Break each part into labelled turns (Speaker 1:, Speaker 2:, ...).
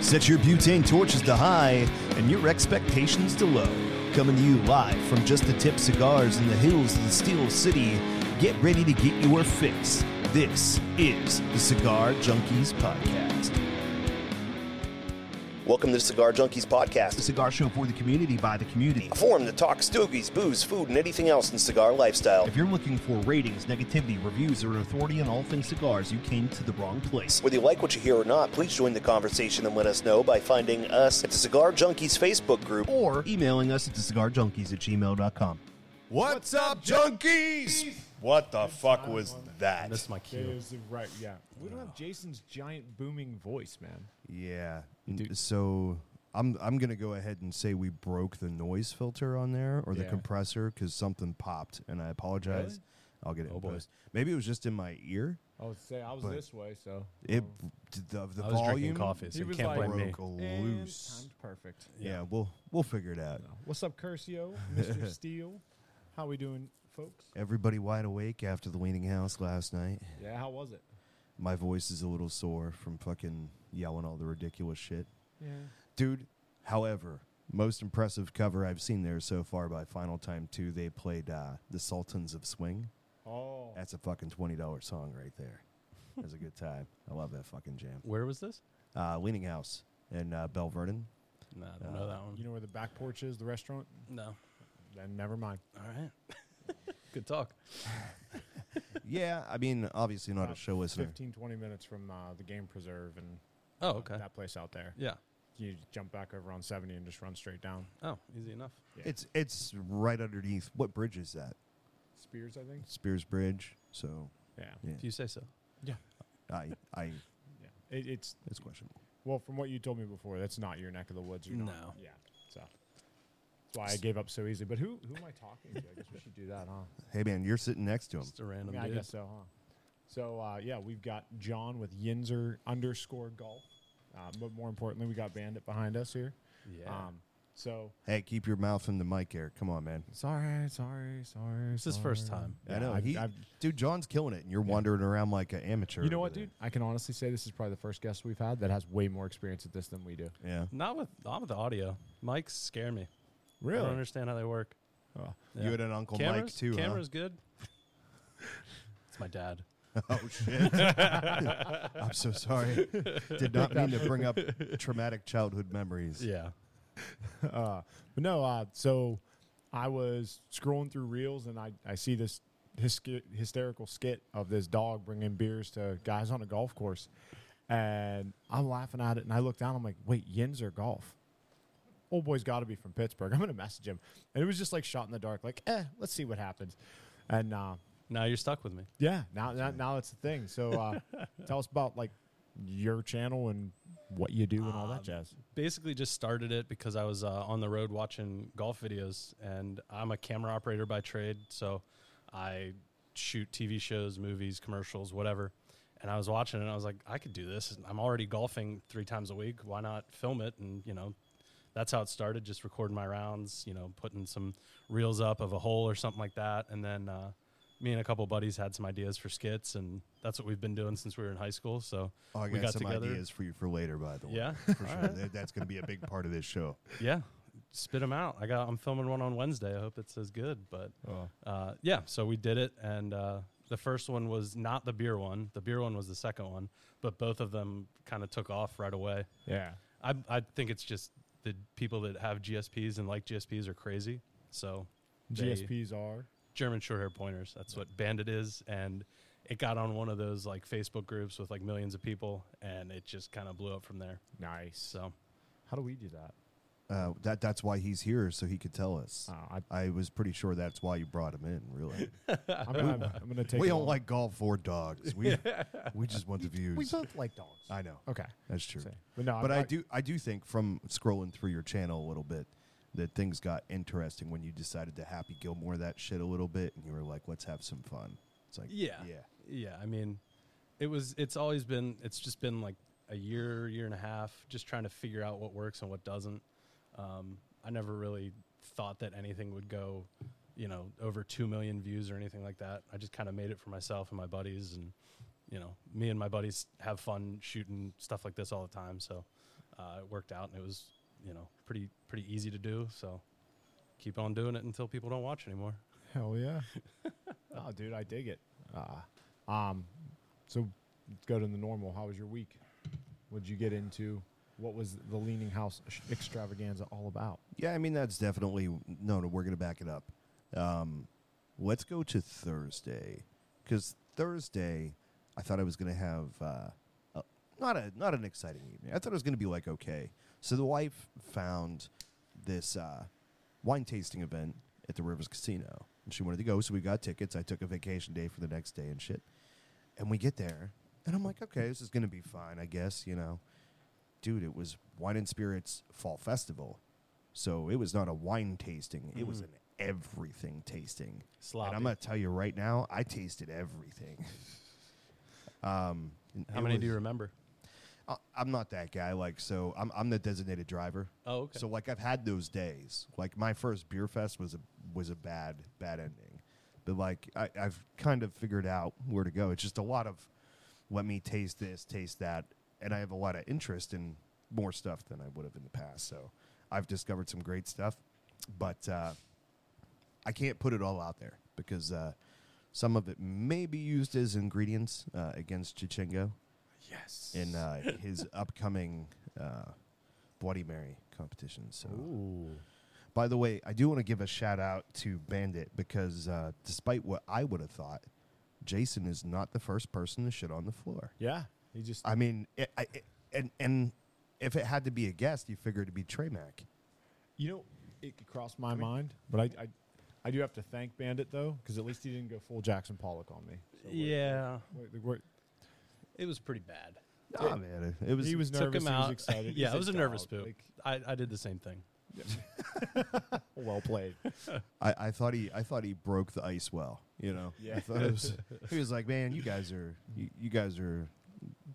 Speaker 1: Set your butane torches to high and your expectations to low. Coming to you live from Just the Tip Cigars in the hills of the Steel City. Get ready to get your fix. This is the Cigar Junkies Podcast.
Speaker 2: Welcome to the Cigar Junkies
Speaker 1: The
Speaker 2: podcast,
Speaker 1: cigar show for the community by the community.
Speaker 2: a forum that talks stogies, booze, food, and anything else in cigar lifestyle.
Speaker 1: If you're looking for ratings, negativity, reviews, or an authority on all things cigars, you came to the wrong place.
Speaker 2: Whether you like what you hear or not, please join the conversation and let us know by finding us at the Cigar Junkies Facebook group.
Speaker 1: Or emailing us at thecigarjunkies at gmail.com.
Speaker 3: What's up, junkies? What the fuck was that?
Speaker 4: That's my
Speaker 5: It
Speaker 4: cue.
Speaker 5: was right, yeah. We don't have Jason's giant booming voice, man.
Speaker 3: Yeah. So I'm I'm gonna go ahead and say we broke the noise filter on there or the
Speaker 5: Yeah.
Speaker 3: compressor because something popped, and I apologize. I'll get it in
Speaker 4: Oh, boy.
Speaker 3: post. Maybe it was just in my ear.
Speaker 5: I was say I was
Speaker 3: But-
Speaker 5: this way, so
Speaker 3: It the, the
Speaker 4: Oh. I was
Speaker 3: volume
Speaker 4: drinking coffee, so
Speaker 5: He
Speaker 4: you
Speaker 5: was
Speaker 4: can't
Speaker 5: like-
Speaker 4: blame me.
Speaker 3: broke loose.
Speaker 5: timed perfect.
Speaker 3: Yeah. we'll we'll figure it out.
Speaker 5: What's up, Curcio, Mr. Steele? How we doing, folks?
Speaker 3: Everybody wide awake after the Leaning House last night.
Speaker 5: Yeah, how was it?
Speaker 3: My voice is a little sore from fucking yelling all the ridiculous shit.
Speaker 5: Yeah.
Speaker 3: Dude, however, most impressive cover I've seen there so far by Final Time 2, they played uh, The Sultans of Swing.
Speaker 5: Oh,
Speaker 3: That's a fucking $20 song right there. That was a good time. I love that fucking jam.
Speaker 4: Where was this?
Speaker 3: Uh, Leaning House in uh, Bell Vernon.
Speaker 4: No, I don't know that one.
Speaker 5: you know where the back porch is, the restaurant?
Speaker 4: No.
Speaker 5: Then never mind.
Speaker 4: All right. Good talk.
Speaker 3: yeah, I mean, obviously not a
Speaker 5: About
Speaker 3: show listener.
Speaker 5: 15, 20 minutes from uh, the game preserve and
Speaker 4: Oh, okay.
Speaker 5: that place out there.
Speaker 4: Yeah.
Speaker 5: You jump back over on 70 and just run straight down.
Speaker 4: Oh, easy enough.
Speaker 3: It's it's right underneath. What bridge is that?
Speaker 5: Spears, I think.
Speaker 3: Spears Bridge. So
Speaker 5: Yeah.
Speaker 3: yeah,
Speaker 4: If you say so.
Speaker 3: I I
Speaker 5: Yeah. It, it's
Speaker 3: it's questionable.
Speaker 5: Well, from what you told me before, that's not your neck of the woods. You're
Speaker 4: No.
Speaker 5: Not. Yeah. So that's why I gave up so easily. But who who am I talking to? I guess we should do that, huh?
Speaker 3: Hey man, you're sitting next to him.
Speaker 4: Just a random
Speaker 5: Yeah, I
Speaker 4: dude.
Speaker 5: guess so, huh? So uh, yeah, we've got John with Yinzer underscore golf, uh, but more importantly, we got Bandit behind us here.
Speaker 4: Yeah.
Speaker 5: Um, so
Speaker 3: Hey, keep your mouth in the mic, Eric. Come on, man.
Speaker 5: sorry, sorry, sorry.
Speaker 4: it's his first time.
Speaker 3: I
Speaker 5: Yeah,
Speaker 3: know.
Speaker 5: I've-
Speaker 3: he,
Speaker 5: I've-
Speaker 3: dude, John's killing it, and you're wandering around like an amateur.
Speaker 5: You know
Speaker 3: over
Speaker 5: what,
Speaker 3: there.
Speaker 5: dude? I can honestly say this is probably the first guest we've had that has way more experience at this than we do.
Speaker 3: Yeah.
Speaker 4: Not with not with the audio. Mics scare me. I don't understand how they work.
Speaker 5: Oh.
Speaker 4: Yeah.
Speaker 3: You had an Uncle
Speaker 4: cameras,
Speaker 3: Mike, too, huh?
Speaker 4: Cameras good. it's my dad.
Speaker 3: Oh, shit. I'm so sorry. Did not mean to bring up traumatic childhood memories.
Speaker 4: Yeah.
Speaker 5: uh, but no, uh, so I was scrolling through reels and I, I see this hysca- hysterical skit of this dog bringing beers to guys on a golf course. And I'm laughing at it. And I look down, I'm like, wait, Yinzer golf. Old boy's got to be from Pittsburgh. I'm going to message him. And it was just like shot in the dark, like, eh, let's see what happens. And uh,
Speaker 4: Now you're stuck with me.
Speaker 5: yeah, now, now, now it's the thing. So uh, tell us about like your channel and what you do and all that jazz.
Speaker 4: basically just started it because I was uh, on the road watching golf videos, and I'm a camera operator by trade, so I shoot TV shows, movies, commercials, whatever. And I was watching it, and I was like, I could do this. I'm already golfing three times a week. Why not film it? And you know, that's how it started. Just recording my rounds, you know, putting some reels up of a hole or something like that, and then. Uh, me and a couple buddies had some ideas for skits, and that's what we've been doing since we were in high school. So
Speaker 3: Oh, I
Speaker 4: we
Speaker 3: got,
Speaker 4: got
Speaker 3: some
Speaker 4: together.
Speaker 3: ideas for you for later, by the way.
Speaker 4: Yeah?
Speaker 3: For sure. That- That's going to be a big part of this show.
Speaker 4: Yeah, spit them out. I got. I'm filming one on Wednesday. I hope it's as good. But uh, yeah, so we did it, and uh, the first one was not the beer one. The beer one was the second one, but both of them kind of took off right away.
Speaker 5: Yeah.
Speaker 4: I I think it's just the people that have GSPs and like GSPs are crazy. So they-
Speaker 5: GSPs are.
Speaker 4: German short hair pointers. That's what Bandit is, and it got on one of those like Facebook groups with like millions of people, and it just kind of blew up from there.
Speaker 5: Nice.
Speaker 4: So
Speaker 5: How do we do that?
Speaker 3: Uh, that That's why he's here, so he could tell
Speaker 4: Ah.
Speaker 3: us.
Speaker 5: Uh,
Speaker 3: I was pretty sure that's why you brought him in, really.
Speaker 5: I, I'm, gonna, I'm gonna take.
Speaker 3: we
Speaker 5: a
Speaker 3: don't
Speaker 5: long-
Speaker 3: like golf or dogs. We, we just want the views.
Speaker 5: We both like dogs.
Speaker 3: I know.
Speaker 5: okay.
Speaker 3: That's true.
Speaker 5: So- but no,
Speaker 3: but
Speaker 5: I,
Speaker 3: I do I do think from scrolling through your channel a little bit that things got interesting when you decided to Happy Gilmore that shit a little bit and you were like, let's have some fun. It's like
Speaker 4: Yeah.
Speaker 3: yeah,
Speaker 4: Yeah. I mean, it was, it's always been, it's just been like a year, year and a half, just trying to figure out what works and what doesn't. Um, I never really thought that anything would go, you know, over 2 million views or anything like that. I just kind of made it for myself and my buddies. And, you know, me and my buddies have fun shooting stuff like this all the time. So uh, it worked out, and it was you know pretty pretty easy to do. So keep on doing it until people don't watch anymore.
Speaker 5: Hell yeah. oh, dude, I dig it. Uh, um, so let's go to the normal. How was your week? What'd you get into? What was the Leaning House sh- extravaganza all about?
Speaker 3: Yeah, I mean that's definitely no. no we're gonna back it up. Um, let's go to Thursday because Thursday, I thought I was gonna have uh, a, not a not an exciting evening. I thought it was gonna be like okay. So the wife found this uh, wine tasting event at the Rivers Casino, and she wanted to go. So we got tickets. I took a vacation day for the next day and shit. And we get there, and I'm like, okay, this is gonna be fine, I guess. You know, dude, it was Wine and Spirits Fall Festival. So it was not a wine tasting, it was an everything tasting.
Speaker 4: Sloppy.
Speaker 3: And I'm going to tell you right now, I tasted everything. um, and
Speaker 4: How
Speaker 3: it
Speaker 4: many
Speaker 3: was-
Speaker 4: do you remember?
Speaker 3: I, I'm not that guy. Like, so I'm, I'm the designated driver.
Speaker 4: Oh, okay.
Speaker 3: So like I've had those days. Like my first beer fest was a was a bad bad ending, but like I, I've kind of figured out where to go. It's just a lot of let me taste this, taste that, and I have a lot of interest in more stuff than I would have in the past. So I've discovered some great stuff, but uh, I can't put it all out there because uh, some of it may be used as ingredients uh, against Chichengo
Speaker 5: Yes.
Speaker 3: in uh, his upcoming uh, Bloody Mary competition. So,
Speaker 5: Ooh.
Speaker 3: by the way, I do want to give a shout out to Bandit because uh, despite what I would have thought, Jason is not the first person to shit on the floor.
Speaker 5: Yeah. He just.
Speaker 3: I mean, it, I, it, and and if it had to be a guest, you figure it'd be Trey Mack.
Speaker 5: You know, it could cross my mind, but I, I, I do have to thank Bandit though, because at least he didn't go full Jackson Pollock on me. So we're-
Speaker 4: yeah,
Speaker 5: we're- we're-
Speaker 4: it was pretty bad.
Speaker 3: Nah, man, it, it was.
Speaker 5: he was
Speaker 4: Took
Speaker 5: nervous.
Speaker 4: him
Speaker 5: he
Speaker 4: out.
Speaker 5: was excited.
Speaker 4: yeah,
Speaker 5: He's
Speaker 4: it was a nervous
Speaker 5: dog,
Speaker 4: poop.
Speaker 5: like,
Speaker 4: I, I did the same thing.
Speaker 5: well played.
Speaker 3: I, I thought he. I thought he broke the ice well. You know. I
Speaker 5: Yeah.
Speaker 3: thought it was, he was like, man, you guys are. You, you guys are.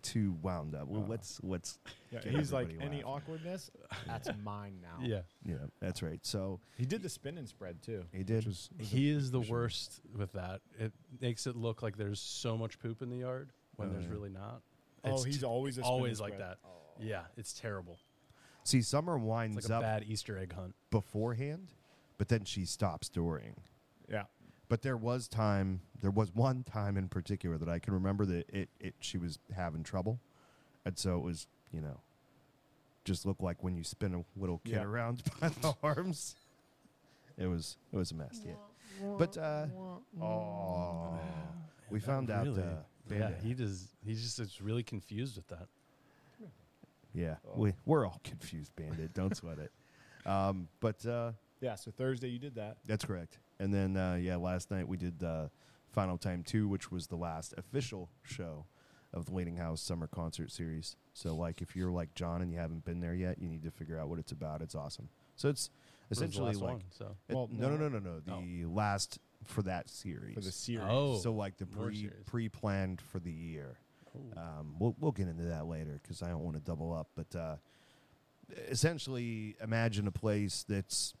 Speaker 3: Too wound up. Well,
Speaker 5: Uh,
Speaker 3: what's what's
Speaker 5: Yeah,
Speaker 3: Get
Speaker 5: he's like,
Speaker 3: everybody
Speaker 5: any
Speaker 3: laughing.
Speaker 5: awkwardness, that's mine now.
Speaker 4: Yeah,
Speaker 3: yeah? That's right. So
Speaker 5: He did the spin and spread too.
Speaker 3: he did.
Speaker 4: he is the worst with that. It makes it look like there's so much poop in the yard when
Speaker 3: Oh,
Speaker 4: there's
Speaker 3: yeah.
Speaker 4: really not.
Speaker 5: Oh,
Speaker 4: It's
Speaker 5: he's
Speaker 4: t-
Speaker 5: always a spin
Speaker 4: always
Speaker 5: and
Speaker 4: like
Speaker 5: spread.
Speaker 4: that. Yeah, it's terrible.
Speaker 3: See, Summer
Speaker 4: It's
Speaker 3: winds
Speaker 4: like a
Speaker 3: up
Speaker 4: bad Easter egg hunt.
Speaker 3: beforehand, but then she stops during.
Speaker 5: Yeah.
Speaker 3: But there was time, there was one time in particular that I can remember that it, it she was having trouble, and so it was you know, just looked like when you spin a little kid
Speaker 5: Yeah.
Speaker 3: around by the arms. It was it was a mess, yeah. But uh, oh, we found out
Speaker 4: Really?
Speaker 3: uh,
Speaker 4: yeah,
Speaker 3: Bandit-
Speaker 4: he does. He's just is really confused with that.
Speaker 3: yeah, we we're all confused, Bandit. Don't sweat it. Um, but uh,
Speaker 5: Yeah. So Thursday you did that.
Speaker 3: That's correct. And then uh, yeah, last night we did uh, Final Time Two, which was the last official show of the Leaning House Summer Concert Series. So like, if you're like John and you haven't been there yet, you need to figure out what it's about. It's awesome. So it's
Speaker 4: It was the
Speaker 3: essentially
Speaker 4: last
Speaker 3: like
Speaker 4: one, so.
Speaker 3: it-
Speaker 5: Well,
Speaker 3: no, no, no,
Speaker 5: no,
Speaker 3: no, no, the last for that series.
Speaker 5: for the series.
Speaker 4: Oh.
Speaker 3: so like the
Speaker 4: more
Speaker 3: pre
Speaker 4: series.
Speaker 3: pre planned for the year. Um, we'll we'll get into that later because I don't want to double up. But uh, essentially, imagine a place that's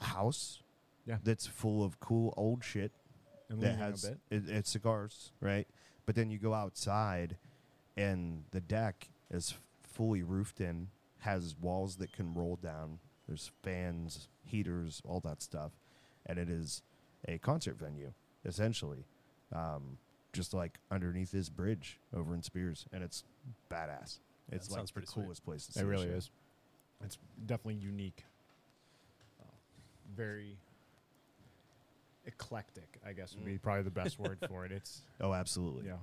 Speaker 3: a house,
Speaker 5: Yeah.
Speaker 3: that's full of cool old shit
Speaker 5: and
Speaker 3: that
Speaker 5: leaning a
Speaker 3: has
Speaker 5: bit.
Speaker 3: it, it's cigars, right? But then you go outside, and the deck is fully roofed in, has walls that can roll down. There's fans, heaters, all that stuff, and it is a concert venue essentially, um, just like underneath this bridge over in Spears, and it's badass.
Speaker 4: Yeah,
Speaker 3: It's
Speaker 4: that
Speaker 3: like
Speaker 4: sounds
Speaker 3: the
Speaker 4: pretty sweet.
Speaker 3: coolest place. To see
Speaker 5: It really
Speaker 3: shit.
Speaker 5: is. It's definitely unique. Uh, very eclectic, I guess would be probably the best word for it. It's
Speaker 3: Oh, absolutely.
Speaker 5: yeah.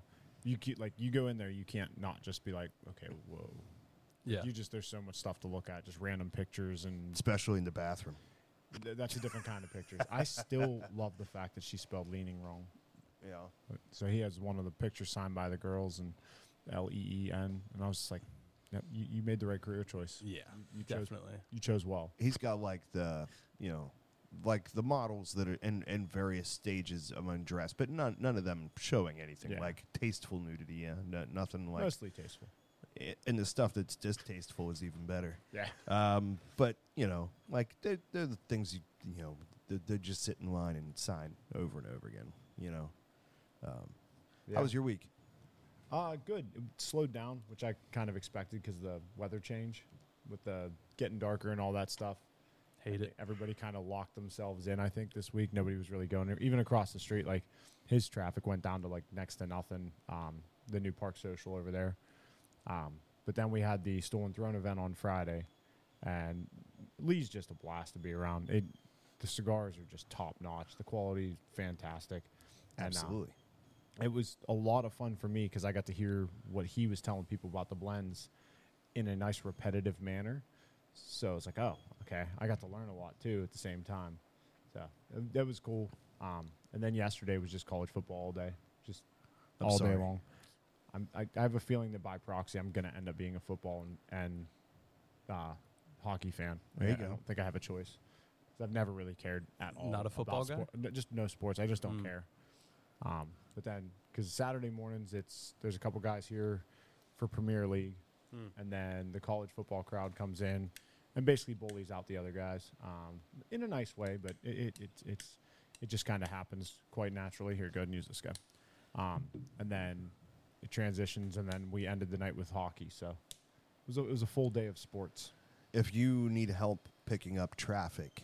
Speaker 5: You keep, like you go in there, you can't not just be like, okay, whoa.
Speaker 4: Yeah,
Speaker 5: You just there's so much stuff to look at, just random pictures and
Speaker 3: Especially in the bathroom.
Speaker 5: th- that's a different kind of pictures. I still love the fact that she spelled leaning wrong.
Speaker 3: Yeah.
Speaker 5: So he has one of the pictures signed by the girls and L E E N, and I was just like, yep, you, you made the right career choice.
Speaker 4: yeah,
Speaker 5: You chose
Speaker 4: definitely.
Speaker 5: you chose well.
Speaker 3: he's got like the you know like the models that are in, in various stages of undress, but none none of them showing anything
Speaker 5: Yeah.
Speaker 3: like tasteful nudity. Yeah, no, nothing like.
Speaker 5: Mostly tasteful.
Speaker 3: i and the stuff that's distasteful is even better.
Speaker 5: Yeah.
Speaker 3: Um, but you know, like they're, they're the things you you know they're, they're just sit in line and sign over and over again. You know, um, how was your week?
Speaker 5: Uh, good. It slowed down, which I kind of expected because the weather change. with the getting darker and all that stuff.
Speaker 4: Hate it.
Speaker 5: Everybody kind of locked themselves in. I think this week nobody was really going there. even across the street. Like his traffic went down to like next to nothing. Um, the new Park Social over there. Um, but then we had the Stolen Throne event on Friday, and Lee's just a blast to be around. It, the cigars are just top notch. The quality fantastic. And, uh,
Speaker 3: Absolutely.
Speaker 5: it was a lot of fun for me because I got to hear what he was telling people about the blends in a nice repetitive manner. So it's like, oh, okay, I got to learn a lot too at the same time. So it- that was cool. Um, and then yesterday was just college football all day, just
Speaker 3: I'm
Speaker 5: all
Speaker 3: sorry.
Speaker 5: day long. I'm, I, I have a feeling that by proxy, I'm going to end up being a football and, and uh, hockey fan.
Speaker 3: There you
Speaker 5: I, I
Speaker 3: go.
Speaker 5: don't think I have a choice. 'Cause I've never really cared at all.
Speaker 4: Not a
Speaker 5: about
Speaker 4: football guy?
Speaker 5: sport- no, just no sports. I just don't
Speaker 4: Mm.
Speaker 5: care. Um, but then, because Saturday mornings, it's there's a couple guys here for Premier League,
Speaker 4: Hmm.
Speaker 5: and then the college football crowd comes in and basically bullies out the other guys um, in a nice way, but it, it, it's it's it just kind of happens quite naturally. Here, go ahead and use this guy, um, and then it transitions, and then we ended the night with hockey. So it was a, it was a full day of sports.
Speaker 3: If you need help picking up traffic,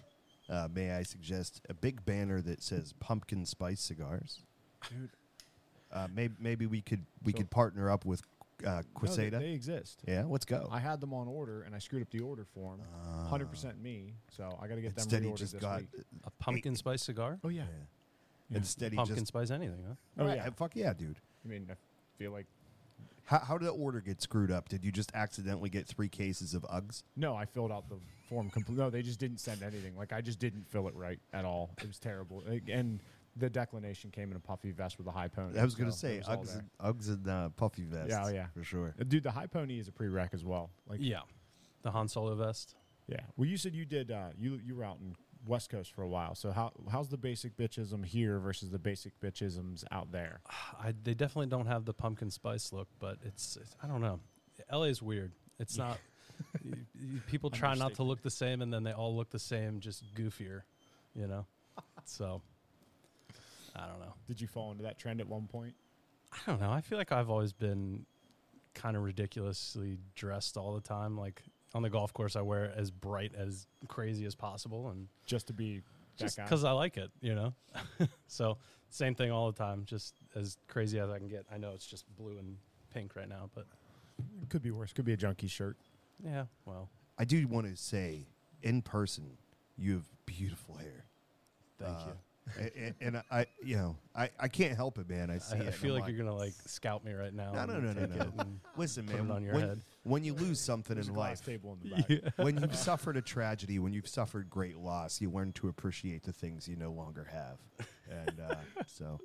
Speaker 3: uh, may I suggest a big banner that says pumpkin spice cigars?
Speaker 5: Dude.
Speaker 3: Uh, maybe maybe we could we
Speaker 5: So-
Speaker 3: could partner up with uh,
Speaker 5: No, they-
Speaker 3: Quiseda.
Speaker 5: they exist.
Speaker 3: yeah, let's go. Uh,
Speaker 5: I had them on order and I screwed up the order form. Hundred percent me. So I got to get them
Speaker 3: Instead, he
Speaker 5: reordered
Speaker 3: just
Speaker 5: this
Speaker 3: got.
Speaker 5: week.
Speaker 4: A pumpkin spice cigar?
Speaker 5: Oh yeah.
Speaker 3: yeah.
Speaker 5: Yeah.
Speaker 3: Instead, he
Speaker 4: pumpkin
Speaker 3: just.
Speaker 4: spice anything, huh?
Speaker 5: Oh
Speaker 3: Right, uh,
Speaker 5: yeah.
Speaker 3: Fuck yeah, dude.
Speaker 5: I mean, I feel like
Speaker 3: How, how did the order get screwed up? Did you just accidentally get three cases of Uggs?
Speaker 5: no, I filled out the form complete. No, they just didn't send anything. Like I just didn't fill it right at all. It was terrible. Like, And the declination came in a puffy vest with a high pony.
Speaker 3: I was gonna
Speaker 5: so it
Speaker 3: say
Speaker 5: was all
Speaker 3: Uggs
Speaker 5: there.
Speaker 3: and, Uggs and uh, puffy vests.
Speaker 5: Yeah, oh, yeah.
Speaker 3: for sure.
Speaker 5: Uh, Dude, the high pony is a prereq as well. Like
Speaker 4: Yeah. The Han Solo vest.
Speaker 5: Yeah. Well, you said you did. Uh, you you were out in West Coast for a while. So how how's the basic bitchism here versus the basic bitchisms out there?
Speaker 4: I, they definitely don't have the pumpkin spice look, but it's, it's I don't know. LA is weird. It's not. y- y- people try not to look the same, and then they all look the same, just goofier, you know. so I don't know.
Speaker 5: Did you fall into that trend at one point?
Speaker 4: I don't know. I feel like I've always been kind of ridiculously dressed all the time. Like on the golf course, I wear as bright as crazy as possible, and
Speaker 5: just to be that
Speaker 4: just
Speaker 5: guy.
Speaker 4: because I like it, you know. so same thing all the time, just as crazy as I can get. I know it's just blue and pink right now, but
Speaker 5: could be worse. Could be a junkie shirt.
Speaker 4: yeah, well,
Speaker 3: I do want to say, in person, you have beautiful hair.
Speaker 4: thank
Speaker 3: Uh,
Speaker 4: you.
Speaker 3: A- a- and, I, you know, I, I can't help it, man. I see.
Speaker 4: I,
Speaker 3: it
Speaker 4: I
Speaker 3: and
Speaker 4: feel
Speaker 3: I'm
Speaker 4: like you're gonna like scout me right now.
Speaker 3: No, no,
Speaker 4: and
Speaker 3: no, no,
Speaker 4: take
Speaker 3: no.
Speaker 4: it and-
Speaker 3: Listen,
Speaker 4: put it
Speaker 3: man.
Speaker 4: on your
Speaker 3: when,
Speaker 4: head.
Speaker 3: when you lose something in
Speaker 5: glass
Speaker 3: life,
Speaker 5: table in the back.
Speaker 3: when you've suffered a tragedy, when you've suffered great loss, you learn to appreciate the things you no longer have, and uh, so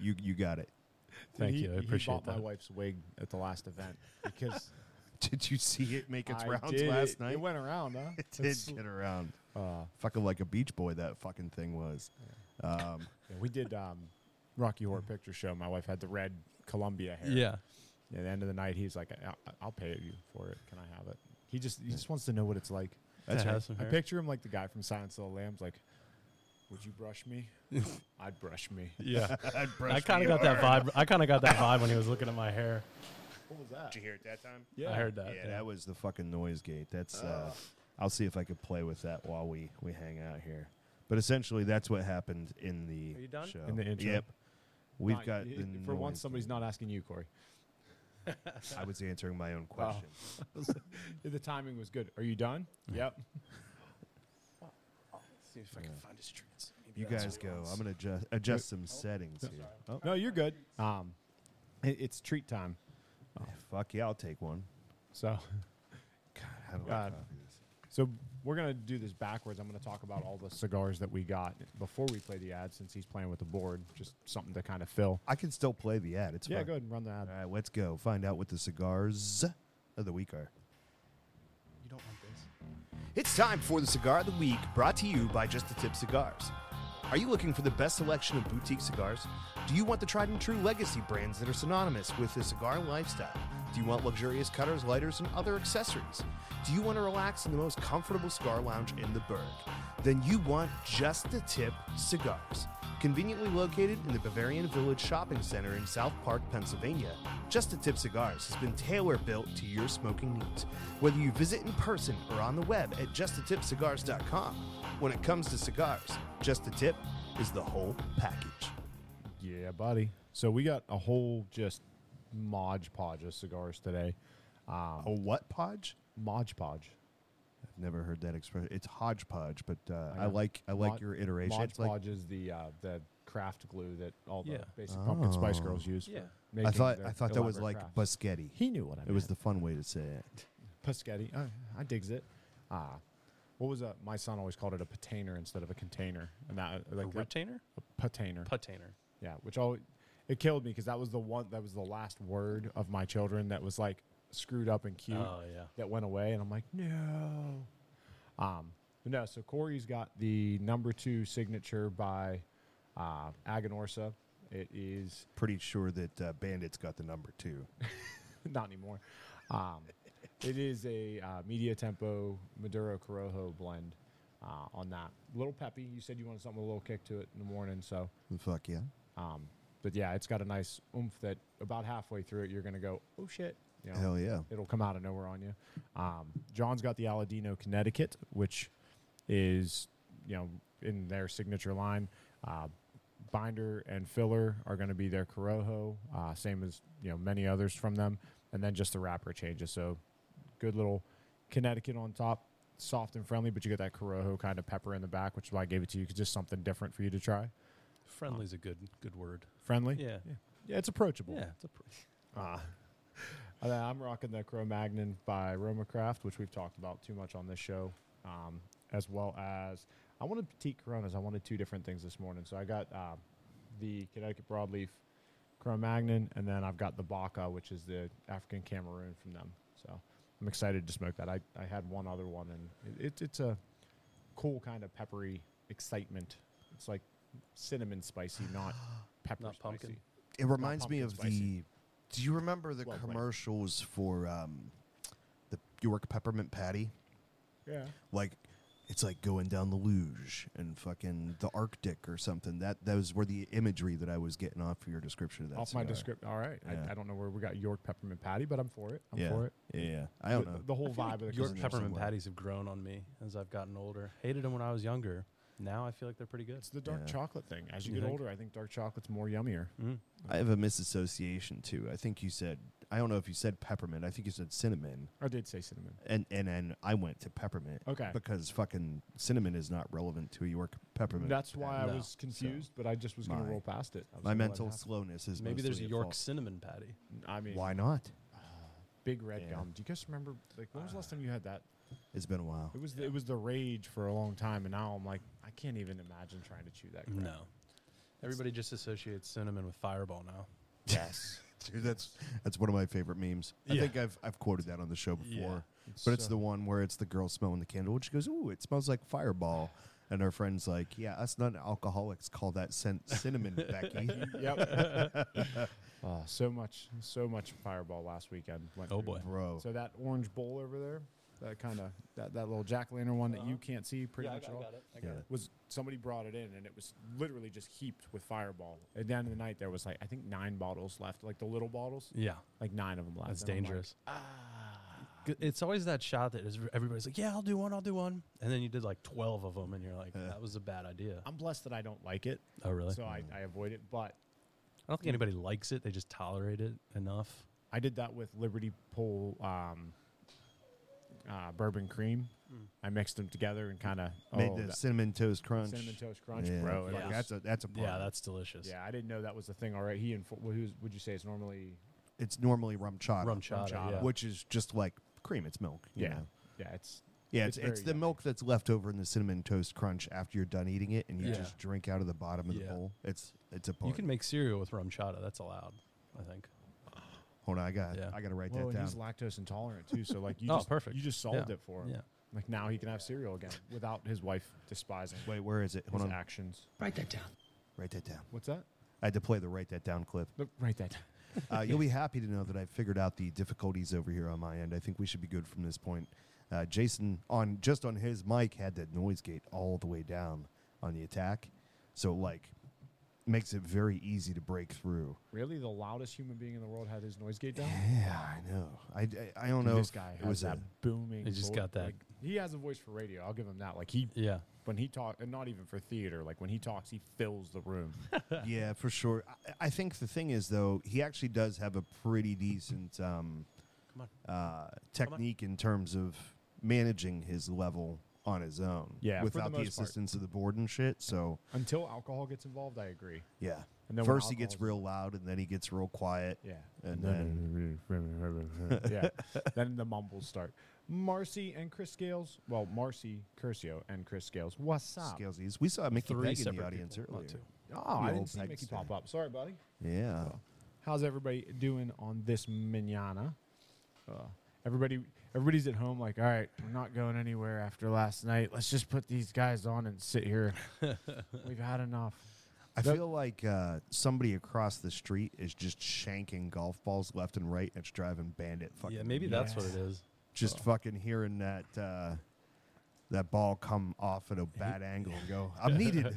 Speaker 3: you you got it.
Speaker 4: Thank
Speaker 5: He-
Speaker 4: you,
Speaker 5: he
Speaker 4: I appreciate
Speaker 5: bought my
Speaker 4: that.
Speaker 5: wife's wig at the last event because
Speaker 3: Did you see it make its
Speaker 5: I
Speaker 3: rounds
Speaker 5: did
Speaker 3: last
Speaker 5: it,
Speaker 3: night?
Speaker 5: It went around, huh?
Speaker 3: It did
Speaker 5: It's-
Speaker 3: get around.
Speaker 5: uh,
Speaker 3: Fucking like a beach boy, that fucking thing was. Um,
Speaker 5: yeah, we did um, Rocky Horror Picture Show. My wife had the red Columbia hair.
Speaker 4: yeah,
Speaker 5: At the end of the night, he's like, I- I- "I'll pay you for it. Can I have it?" He just he just wants to know what it's like.
Speaker 3: that's
Speaker 4: To have
Speaker 3: right.
Speaker 4: some
Speaker 5: I
Speaker 4: hair.
Speaker 5: picture him like the guy from Silence of the Lambs. Like, would you brush me? I'd brush me.
Speaker 4: Yeah, I
Speaker 3: brushed
Speaker 4: kind of got that vibe. I kind of got that vibe when he was looking at my hair.
Speaker 5: What was that?
Speaker 2: Did you hear it that time?
Speaker 5: Yeah.
Speaker 4: I heard that.
Speaker 3: Yeah, that was the fucking noise gate. That's. Uh, I'll see if I could play with that while we we hang out here. But essentially, that's what happened in the
Speaker 4: Are you done?
Speaker 3: show.
Speaker 5: In the intro.
Speaker 3: Yep. We've
Speaker 5: Nah,
Speaker 3: got
Speaker 5: y-
Speaker 3: the
Speaker 5: for once
Speaker 3: noise
Speaker 5: somebody's not asking you, Corey.
Speaker 3: gate. I was answering my
Speaker 5: Oh,
Speaker 3: own question.
Speaker 5: The timing was good. Are you done? Yep.
Speaker 4: See if I can find his treats. Maybe
Speaker 3: You
Speaker 4: that's
Speaker 3: guys
Speaker 4: what he
Speaker 3: go.
Speaker 4: wants.
Speaker 3: I'm gonna adjust, adjust some settings here. Oh,
Speaker 5: No, you're good. Um, it, it's treat time.
Speaker 3: fuck yeah! I'll take one.
Speaker 5: So,
Speaker 3: How do I
Speaker 5: God.
Speaker 3: copy this?
Speaker 5: so we're gonna do this backwards. I'm gonna talk about all the cigars that we got before we play the ad, since he's playing with the board. Just something to kind of fill.
Speaker 3: I can still play the ad. It's
Speaker 5: yeah,
Speaker 3: fine.
Speaker 5: go ahead and run the ad.
Speaker 3: All right, let's go find out what the cigars of the week are.
Speaker 4: You don't want this.
Speaker 1: It's time for the Cigar of the Week, brought to you by Just a Tip Cigars. Are you looking for the best selection of boutique cigars? Do you want the tried and true legacy brands that are synonymous with the cigar lifestyle? Do you want luxurious cutters, lighters, and other accessories? Do you want to relax in the most comfortable cigar lounge in the burg? then you want Just the Tip cigars. Conveniently located in the Bavarian Village Shopping Center in South Park, Pennsylvania, Just the Tip Cigars has been tailor built to your smoking needs. Whether you visit in person or on the web at justthetipcigars.com, when it comes to cigars, Just the Tip is the whole package.
Speaker 5: Yeah, buddy. So we got a whole just modge podge of cigars today. Um,
Speaker 3: A what podge?
Speaker 5: Modge podge.
Speaker 3: I've never heard that expression. It's hodgepodge, but uh, I,
Speaker 5: know.
Speaker 3: like I like
Speaker 5: Mod-
Speaker 3: your iteration.
Speaker 5: Mod
Speaker 3: It's like-
Speaker 5: Podge is the uh, the craft glue that all the
Speaker 4: Yeah.
Speaker 5: basic pumpkin spice girls use. for
Speaker 4: Yeah. I
Speaker 3: Oh. I
Speaker 5: making
Speaker 3: thought
Speaker 5: their
Speaker 3: I thought that was like
Speaker 5: elaborate crafts.
Speaker 3: Buschetti.
Speaker 5: he knew what I meant.
Speaker 3: It was the fun way to say it.
Speaker 5: Paschetti. Uh, I digs it. Ah, what was that? My son always called it a patainer instead of a container, and that uh, like
Speaker 4: a retainer?
Speaker 5: a patainer.
Speaker 4: Putainer.
Speaker 5: yeah, which all it killed me because that was the one that was the last word of my children that was like screwed up and cute
Speaker 4: Oh, yeah.
Speaker 5: that went away, and I'm like no. Um, but no, so Corey's got the number two signature by uh, Aganorsa. It is
Speaker 3: Pretty sure that uh, Bandits got the number two.
Speaker 5: not anymore. Um, it is a uh, media tempo Maduro Corojo blend uh, on that. Little peppy. You said you wanted something with a little kick to it in the morning, so.
Speaker 3: Fuck yeah.
Speaker 5: Um, but yeah, it's got a nice oomph that about halfway through it, you're gonna go, oh shit. You know,
Speaker 3: Hell yeah.
Speaker 5: It'll come out of nowhere on you. Um, John's got the Aladino Connecticut, which is you know in their signature line. Uh, binder and filler are going to be their Corojo, uh, same as you know many others from them, and then just the wrapper changes. So good little Connecticut on top, soft and friendly, but you get that Corojo kind of pepper in the back, which is why I gave it to you, 'cause just something different for you to try.
Speaker 4: Friendly's a good good word.
Speaker 5: Friendly,
Speaker 4: Yeah.
Speaker 5: yeah, yeah it's approachable.
Speaker 4: Yeah. It's a pr-
Speaker 5: Ah. And then I'm rocking the Cro Magnon by Roma Craft, which we've talked about too much on this show, um, as well as I wanted petite Coronas. I wanted two different things this morning, so I got um, the Connecticut Broadleaf Cro Magnon, and then I've got the Baca, which is the African Cameroon from them. So I'm excited to smoke that. I, I had one other one, and it, it, it's a cool kind of peppery excitement. It's like cinnamon spicy, not pepper
Speaker 4: Not
Speaker 5: spicy.
Speaker 4: pumpkin?
Speaker 3: It reminds me
Speaker 5: pumpkin
Speaker 3: of
Speaker 5: spicy.
Speaker 3: the. Do you remember the
Speaker 5: Well, right.
Speaker 3: commercials for um, the York peppermint patty?
Speaker 5: Yeah.
Speaker 3: Like, it's like going down the luge and fucking the Arctic or something. That those were the imagery that I was getting off of your description of that.
Speaker 5: off my
Speaker 3: cigar.
Speaker 5: description. All right,
Speaker 3: Yeah.
Speaker 5: I, I don't know where we got York peppermint patty, but I'm for it. I'm
Speaker 3: yeah.
Speaker 5: for it.
Speaker 3: Yeah, I don't
Speaker 5: the,
Speaker 3: know.
Speaker 5: the whole vibe of the
Speaker 4: Your
Speaker 3: in there
Speaker 4: peppermint
Speaker 3: somewhere.
Speaker 4: patties have grown on me as I've gotten older. Hated them when I was younger. Now I feel like they're pretty good.
Speaker 5: it's the dark
Speaker 3: Yeah.
Speaker 5: chocolate thing. As you,
Speaker 4: You
Speaker 5: get
Speaker 4: think?
Speaker 5: older, I think dark chocolate's more yummier.
Speaker 4: Mm.
Speaker 3: I have a misassociation too. I think you said. I don't know if you said peppermint. I think you said cinnamon.
Speaker 5: I did say cinnamon.
Speaker 3: And and and I went to peppermint.
Speaker 5: Okay.
Speaker 3: Because fucking cinnamon is not relevant to a York peppermint.
Speaker 5: That's why I
Speaker 4: No.
Speaker 5: was confused, but I just was going
Speaker 3: My-
Speaker 5: to roll past it. I was
Speaker 3: My
Speaker 5: gonna let it
Speaker 3: mental
Speaker 5: happen.
Speaker 3: slowness is
Speaker 4: Maybe there's a
Speaker 3: mostly at
Speaker 4: York
Speaker 3: fault.
Speaker 4: cinnamon patty.
Speaker 5: I mean,
Speaker 3: Why not?
Speaker 5: big red
Speaker 3: Yeah.
Speaker 5: gum. Do you guys remember? Like, when was the last time you had that?
Speaker 3: It's been a while.
Speaker 5: It was the, it was the rage for a long time, and now I'm like, I can't even imagine trying to chew that. Crap.
Speaker 4: No. Everybody just associates cinnamon with fireball now.
Speaker 5: Yes.
Speaker 3: Dude, that's that's one of my favorite memes. I
Speaker 4: Yeah.
Speaker 3: think I've I've quoted that on the show before.
Speaker 4: Yeah.
Speaker 3: But it's
Speaker 5: So-
Speaker 3: the one where it's the girl smelling the candle and she goes, "Ooh, it smells like fireball." And her friend's like, "Yeah, us non-alcoholics call that scent cinnamon, Becky."
Speaker 5: yep. oh, so much, so much fireball last weekend. Went
Speaker 4: Oh,
Speaker 5: through.
Speaker 4: boy.
Speaker 3: Bro.
Speaker 5: So that orange bowl over there, that kind of that, that little jack o' lantern one that you can't see pretty much at all,
Speaker 4: it. Uh-huh. I
Speaker 3: got Yeah. it.
Speaker 5: was somebody brought it in and it was literally just heaped with Fireball. And then in the night there was like I think nine bottles left, like the little bottles,
Speaker 4: Yeah.
Speaker 5: like nine of them left.
Speaker 4: That's
Speaker 5: And I'm like, "Ah."
Speaker 4: dangerous. G- It's always that shot that is, everybody's like, "Yeah, I'll do one, I'll do one," and then you did like twelve of them, and you're like, "That was a bad idea."
Speaker 5: I'm blessed that I don't like it,
Speaker 4: oh, really?
Speaker 5: so I, I avoid it. But
Speaker 4: I don't think anybody likes it. They just tolerate it enough.
Speaker 5: I did that with Liberty Pole um, uh, bourbon cream.
Speaker 4: Hmm.
Speaker 5: I mixed them together and kind of
Speaker 3: Made the cinnamon toast crunch.
Speaker 5: Oh, cinnamon toast crunch,
Speaker 3: yeah.
Speaker 5: bro. and
Speaker 3: fuck,
Speaker 5: it was-
Speaker 3: That's a that's a problem.
Speaker 4: Yeah, that's delicious.
Speaker 5: Yeah, I didn't know that was the thing. All right, he and well, who's would you say it's normally?
Speaker 3: it's normally rum chata,
Speaker 4: rum chata.
Speaker 5: chata.
Speaker 4: yeah.
Speaker 3: which is just like cream. It's milk. you know?
Speaker 5: yeah, it's
Speaker 3: Yeah, it's,
Speaker 5: It's
Speaker 3: it's,
Speaker 5: very
Speaker 3: the
Speaker 5: yummy.
Speaker 3: milk that's left over in the cinnamon toast crunch after you're done eating it, and you
Speaker 4: Yeah.
Speaker 3: just drink out of the bottom of the
Speaker 4: Yeah.
Speaker 3: bowl. It's it's a party.
Speaker 4: you can make cereal with rum chata. That's allowed, I think.
Speaker 3: Hold on, I got
Speaker 4: Yeah.
Speaker 3: I got to write
Speaker 5: well,
Speaker 3: that
Speaker 5: and
Speaker 3: down.
Speaker 5: he's lactose intolerant too. So like you
Speaker 4: Oh,
Speaker 5: just
Speaker 4: perfect.
Speaker 5: you just solved
Speaker 4: Yeah.
Speaker 5: it for him.
Speaker 4: Yeah.
Speaker 5: Like now he can have cereal again without his wife despising
Speaker 3: Wait, where is it? Hold
Speaker 5: his
Speaker 3: on,
Speaker 5: actions.
Speaker 3: write that down.
Speaker 5: What's that?
Speaker 3: I had to play the write that down clip.
Speaker 5: No, write that.
Speaker 3: Uh, you'll be happy to know that I figured out the difficulties over here on my end. I think we should be good from this point. Uh, Jason on just on his mic had that noise gate all the way down on the attack, so like makes it very easy to break through.
Speaker 5: Really, the loudest human being in the world had his noise gate down.
Speaker 3: Yeah, I know. I, I, I don't
Speaker 5: Dude,
Speaker 3: know.
Speaker 5: This
Speaker 3: if
Speaker 5: guy
Speaker 3: it
Speaker 5: has
Speaker 3: was
Speaker 5: that
Speaker 3: a-
Speaker 5: booming.
Speaker 4: He just
Speaker 5: vo-
Speaker 4: got that-
Speaker 5: like, he has a voice for radio. I'll give him that. Like he
Speaker 4: Yeah.
Speaker 5: when he talk, and not even for theater. Like when he talks, he fills the room.
Speaker 3: yeah, for sure. I, I think the thing is though, he actually does have a pretty decent um,
Speaker 4: Come
Speaker 3: uh, technique in terms of managing his level on his own.
Speaker 5: Yeah, for the
Speaker 3: without the,
Speaker 5: most part.
Speaker 3: assistance of the board and shit. So
Speaker 5: Until alcohol gets involved, I agree.
Speaker 3: yeah,
Speaker 5: And then when
Speaker 3: first he gets
Speaker 5: alcohol's-
Speaker 3: real loud, and then he gets real quiet.
Speaker 5: Yeah.
Speaker 3: And then-
Speaker 5: yeah. Then the mumbles start. Marcy and Chris Scales. Well, Marcy Curcio and Chris Scales. What's up?
Speaker 3: Scalesies. We saw Mickey
Speaker 4: Three
Speaker 3: Peg in the
Speaker 4: separate
Speaker 3: audience
Speaker 4: people. Not
Speaker 3: earlier.
Speaker 4: two.
Speaker 5: Oh,
Speaker 3: You
Speaker 5: I
Speaker 3: old
Speaker 5: didn't see
Speaker 3: peg
Speaker 5: Mickey
Speaker 3: stand.
Speaker 5: pop up. Sorry, buddy.
Speaker 3: Yeah.
Speaker 5: How's everybody doing on this manana? Uh, everybody, everybody's at home. Like, all right, we're not going anywhere after last night. Let's just put these guys on and sit here. We've had enough.
Speaker 3: I
Speaker 5: That-
Speaker 3: feel like uh, somebody across the street is just shanking golf balls left and right. And it's driving Bandit fucking.
Speaker 4: Yeah, maybe that's what it is.
Speaker 3: just fucking hearing that uh, that ball come off at a bad angle and go. I'm needed.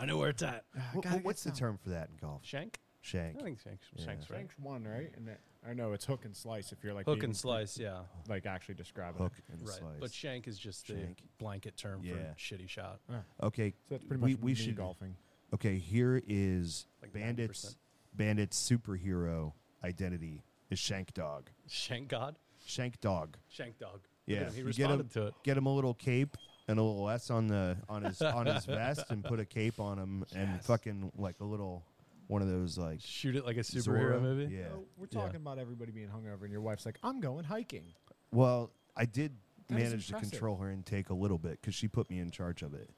Speaker 4: I know where it's at.
Speaker 5: Ah,
Speaker 3: Wh- wh- what's the term for that in golf?
Speaker 4: Shank?
Speaker 3: Shank.
Speaker 4: I think shank's,
Speaker 3: Yeah.
Speaker 4: shank's right.
Speaker 5: Frank's one, right? And that, I know it's hook and slice. If you're like
Speaker 4: Hook
Speaker 5: being-
Speaker 4: and slice, yeah.
Speaker 5: like actually describing
Speaker 3: Hook
Speaker 5: it.
Speaker 3: and
Speaker 4: Right.
Speaker 3: slice.
Speaker 4: But shank is just
Speaker 3: Shank.
Speaker 4: the blanket term
Speaker 3: Yeah.
Speaker 4: for shitty shot.
Speaker 3: okay.
Speaker 5: So that's pretty much
Speaker 3: We- we
Speaker 5: me
Speaker 3: should-
Speaker 5: golfing.
Speaker 3: Okay. Here is
Speaker 4: Like
Speaker 3: Bandit's
Speaker 4: 9%.
Speaker 3: Bandit's superhero identity is Shank Dog.
Speaker 4: Shank God?
Speaker 3: Shank Dog.
Speaker 4: Shank dog. Look at
Speaker 3: Yeah,
Speaker 4: him. He
Speaker 3: you get him-
Speaker 4: responded to it.
Speaker 3: Get him a little cape and a little S on the on his on his vest and put a cape on him and fucking like a little one of those like
Speaker 4: Shoot it like a superhero
Speaker 3: Zorro.
Speaker 4: movie?
Speaker 3: Yeah.
Speaker 5: Oh, we're
Speaker 4: Yeah.
Speaker 5: talking about everybody being hungover, and your wife's like, "I'm going hiking."
Speaker 3: Well, I did
Speaker 5: That is
Speaker 3: manage to
Speaker 5: impressive.
Speaker 3: control her intake a little bit because she put me in charge of it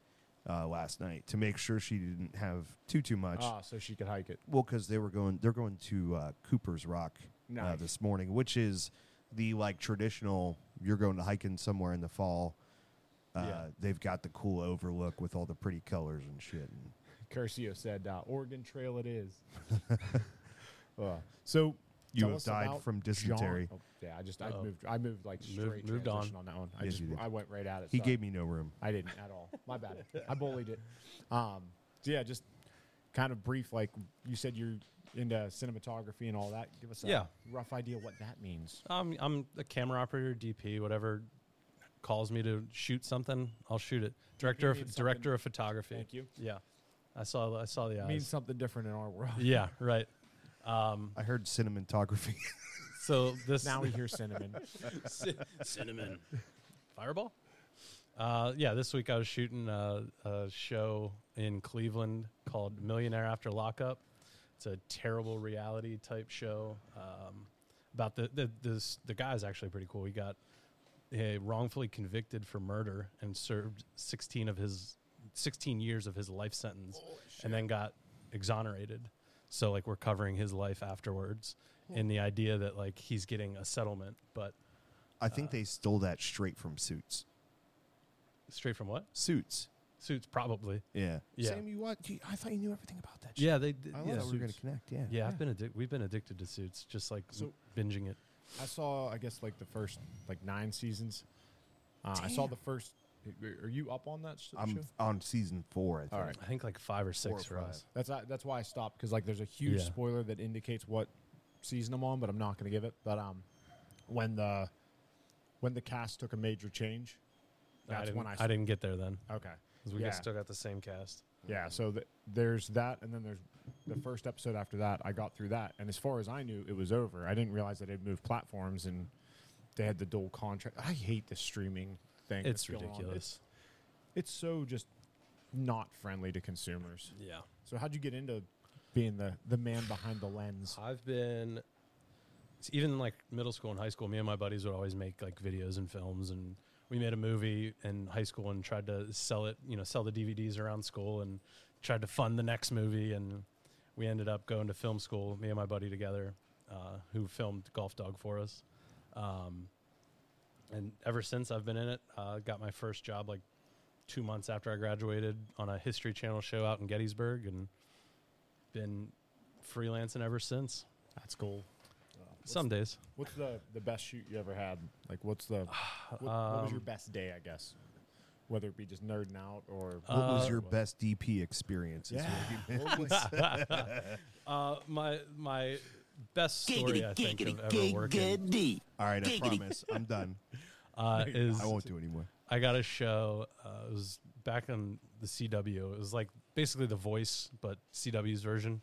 Speaker 3: uh, last night to make sure she didn't have too too much.
Speaker 5: Ah, so she could hike it.
Speaker 3: Well, because they were going, they're going to uh, Cooper's Rock uh,
Speaker 5: Nice.
Speaker 3: this morning, which is the like traditional. You're going to hiking somewhere in the fall. Uh,
Speaker 4: Yeah.
Speaker 3: They've got the cool overlook with all the pretty colors and shit. And
Speaker 5: Curcio said, uh, "Oregon Trail it is." Uh, so
Speaker 3: You
Speaker 5: tell
Speaker 3: have
Speaker 5: us
Speaker 3: died
Speaker 5: about
Speaker 3: from
Speaker 5: John-
Speaker 3: dysentery.
Speaker 5: Oh, yeah, I just I
Speaker 4: Uh-oh.
Speaker 5: moved I moved like
Speaker 4: Moved-
Speaker 5: straight
Speaker 4: moved on.
Speaker 5: transition on. that one. I
Speaker 3: Yes,
Speaker 5: just
Speaker 3: you did.
Speaker 5: I went right at it.
Speaker 3: he
Speaker 5: so
Speaker 3: gave me no room.
Speaker 5: I didn't at all. My bad. I bullied it. Um, so yeah, just kind of brief. Like you said, you're into cinematography and all that. Give us a
Speaker 4: Yeah.
Speaker 5: rough idea what that means.
Speaker 4: I'm I'm a camera operator, DP, whatever calls me to shoot something, I'll shoot it. Director
Speaker 5: means
Speaker 4: of
Speaker 5: something-
Speaker 4: director of photography.
Speaker 5: Thank you.
Speaker 4: Yeah. I saw I saw the
Speaker 5: It
Speaker 4: eyes.
Speaker 5: means something different in our world.
Speaker 4: yeah, right. Um,
Speaker 3: I heard cinematography.
Speaker 4: so this
Speaker 5: Now we hear cinnamon.
Speaker 4: Cin- cinnamon fireball uh, yeah this week i was shooting a, a show in cleveland called millionaire after lockup it's a terrible reality type show um, about the the, this, the guy's actually pretty cool he got eh, wrongfully convicted for murder and served 16 of his 16 years of his life sentence and then got exonerated so like we're covering his life afterwards in the idea that like he's getting a settlement but
Speaker 3: I think they stole that straight from Suits.
Speaker 4: Straight from what?
Speaker 3: Suits.
Speaker 4: Suits, probably.
Speaker 3: Yeah.
Speaker 4: Yeah.
Speaker 3: Sam, you what? Gee, I thought you knew everything about that. shit.
Speaker 4: Yeah, they. d-
Speaker 3: I
Speaker 4: yeah,
Speaker 3: thought we were going
Speaker 4: Suits.
Speaker 3: to connect. Oh, Yeah.
Speaker 4: Yeah, I've been addic- We've been addicted to suits, just like
Speaker 5: So-
Speaker 4: binging it.
Speaker 5: I saw, I guess, like the first like nine seasons. Uh, I saw the first. Are you up on that? s-
Speaker 3: I'm
Speaker 5: show?
Speaker 3: f- on season four. I think.
Speaker 5: All right.
Speaker 4: I think like five or
Speaker 3: Four or
Speaker 4: six for
Speaker 3: five.
Speaker 4: us.
Speaker 5: That's I- that's why I stopped because like there's a huge
Speaker 4: Yeah.
Speaker 5: spoiler that indicates what season I'm on, but I'm not going to give it. But um, when the when the cast took a major change,
Speaker 4: I
Speaker 5: that's
Speaker 4: didn't,
Speaker 5: when I.
Speaker 4: I didn't get there then.
Speaker 5: okay.
Speaker 4: 'cause we
Speaker 5: yeah.
Speaker 4: got, still got the same cast.
Speaker 5: yeah. So th- there's that, and then there's the first episode after that. I got through that, and as far as I knew, it was over. I didn't realize that they'd moved platforms and they had the dual contract. I hate the streaming thing.
Speaker 4: It's
Speaker 5: that's going on.
Speaker 4: ridiculous.
Speaker 5: it's so just not friendly to consumers.
Speaker 4: Yeah,
Speaker 5: So how'd you get into being the, the man behind the lens?
Speaker 4: I've been. it's Even like middle school and high school, me and my buddies would always make like videos and films, and we made a movie in high school and tried to sell it. You know, sell the DVDs around school and tried to fund the next movie, and we ended up going to film school. Me and my buddy together, uh, who filmed Golf Dog for us. Um, and ever since I've been in it, uh, got my first job like two months after I graduated on a History Channel show out in Gettysburg, and been freelancing ever since.
Speaker 5: That's cool.
Speaker 4: Some days.
Speaker 5: What's the the best shoot you ever had? Like, what's the what, what was your best day? I guess, whether it be just nerding out or
Speaker 3: What was your best DP experience? is what you-
Speaker 5: Uh, What was-
Speaker 4: Uh, my my best story I think of ever working
Speaker 3: All right, I promise. I'm done.
Speaker 4: uh, is
Speaker 3: I won't do anymore.
Speaker 4: I got a show. Uh, it was back on the CW. It was like basically The Voice, but CW's version.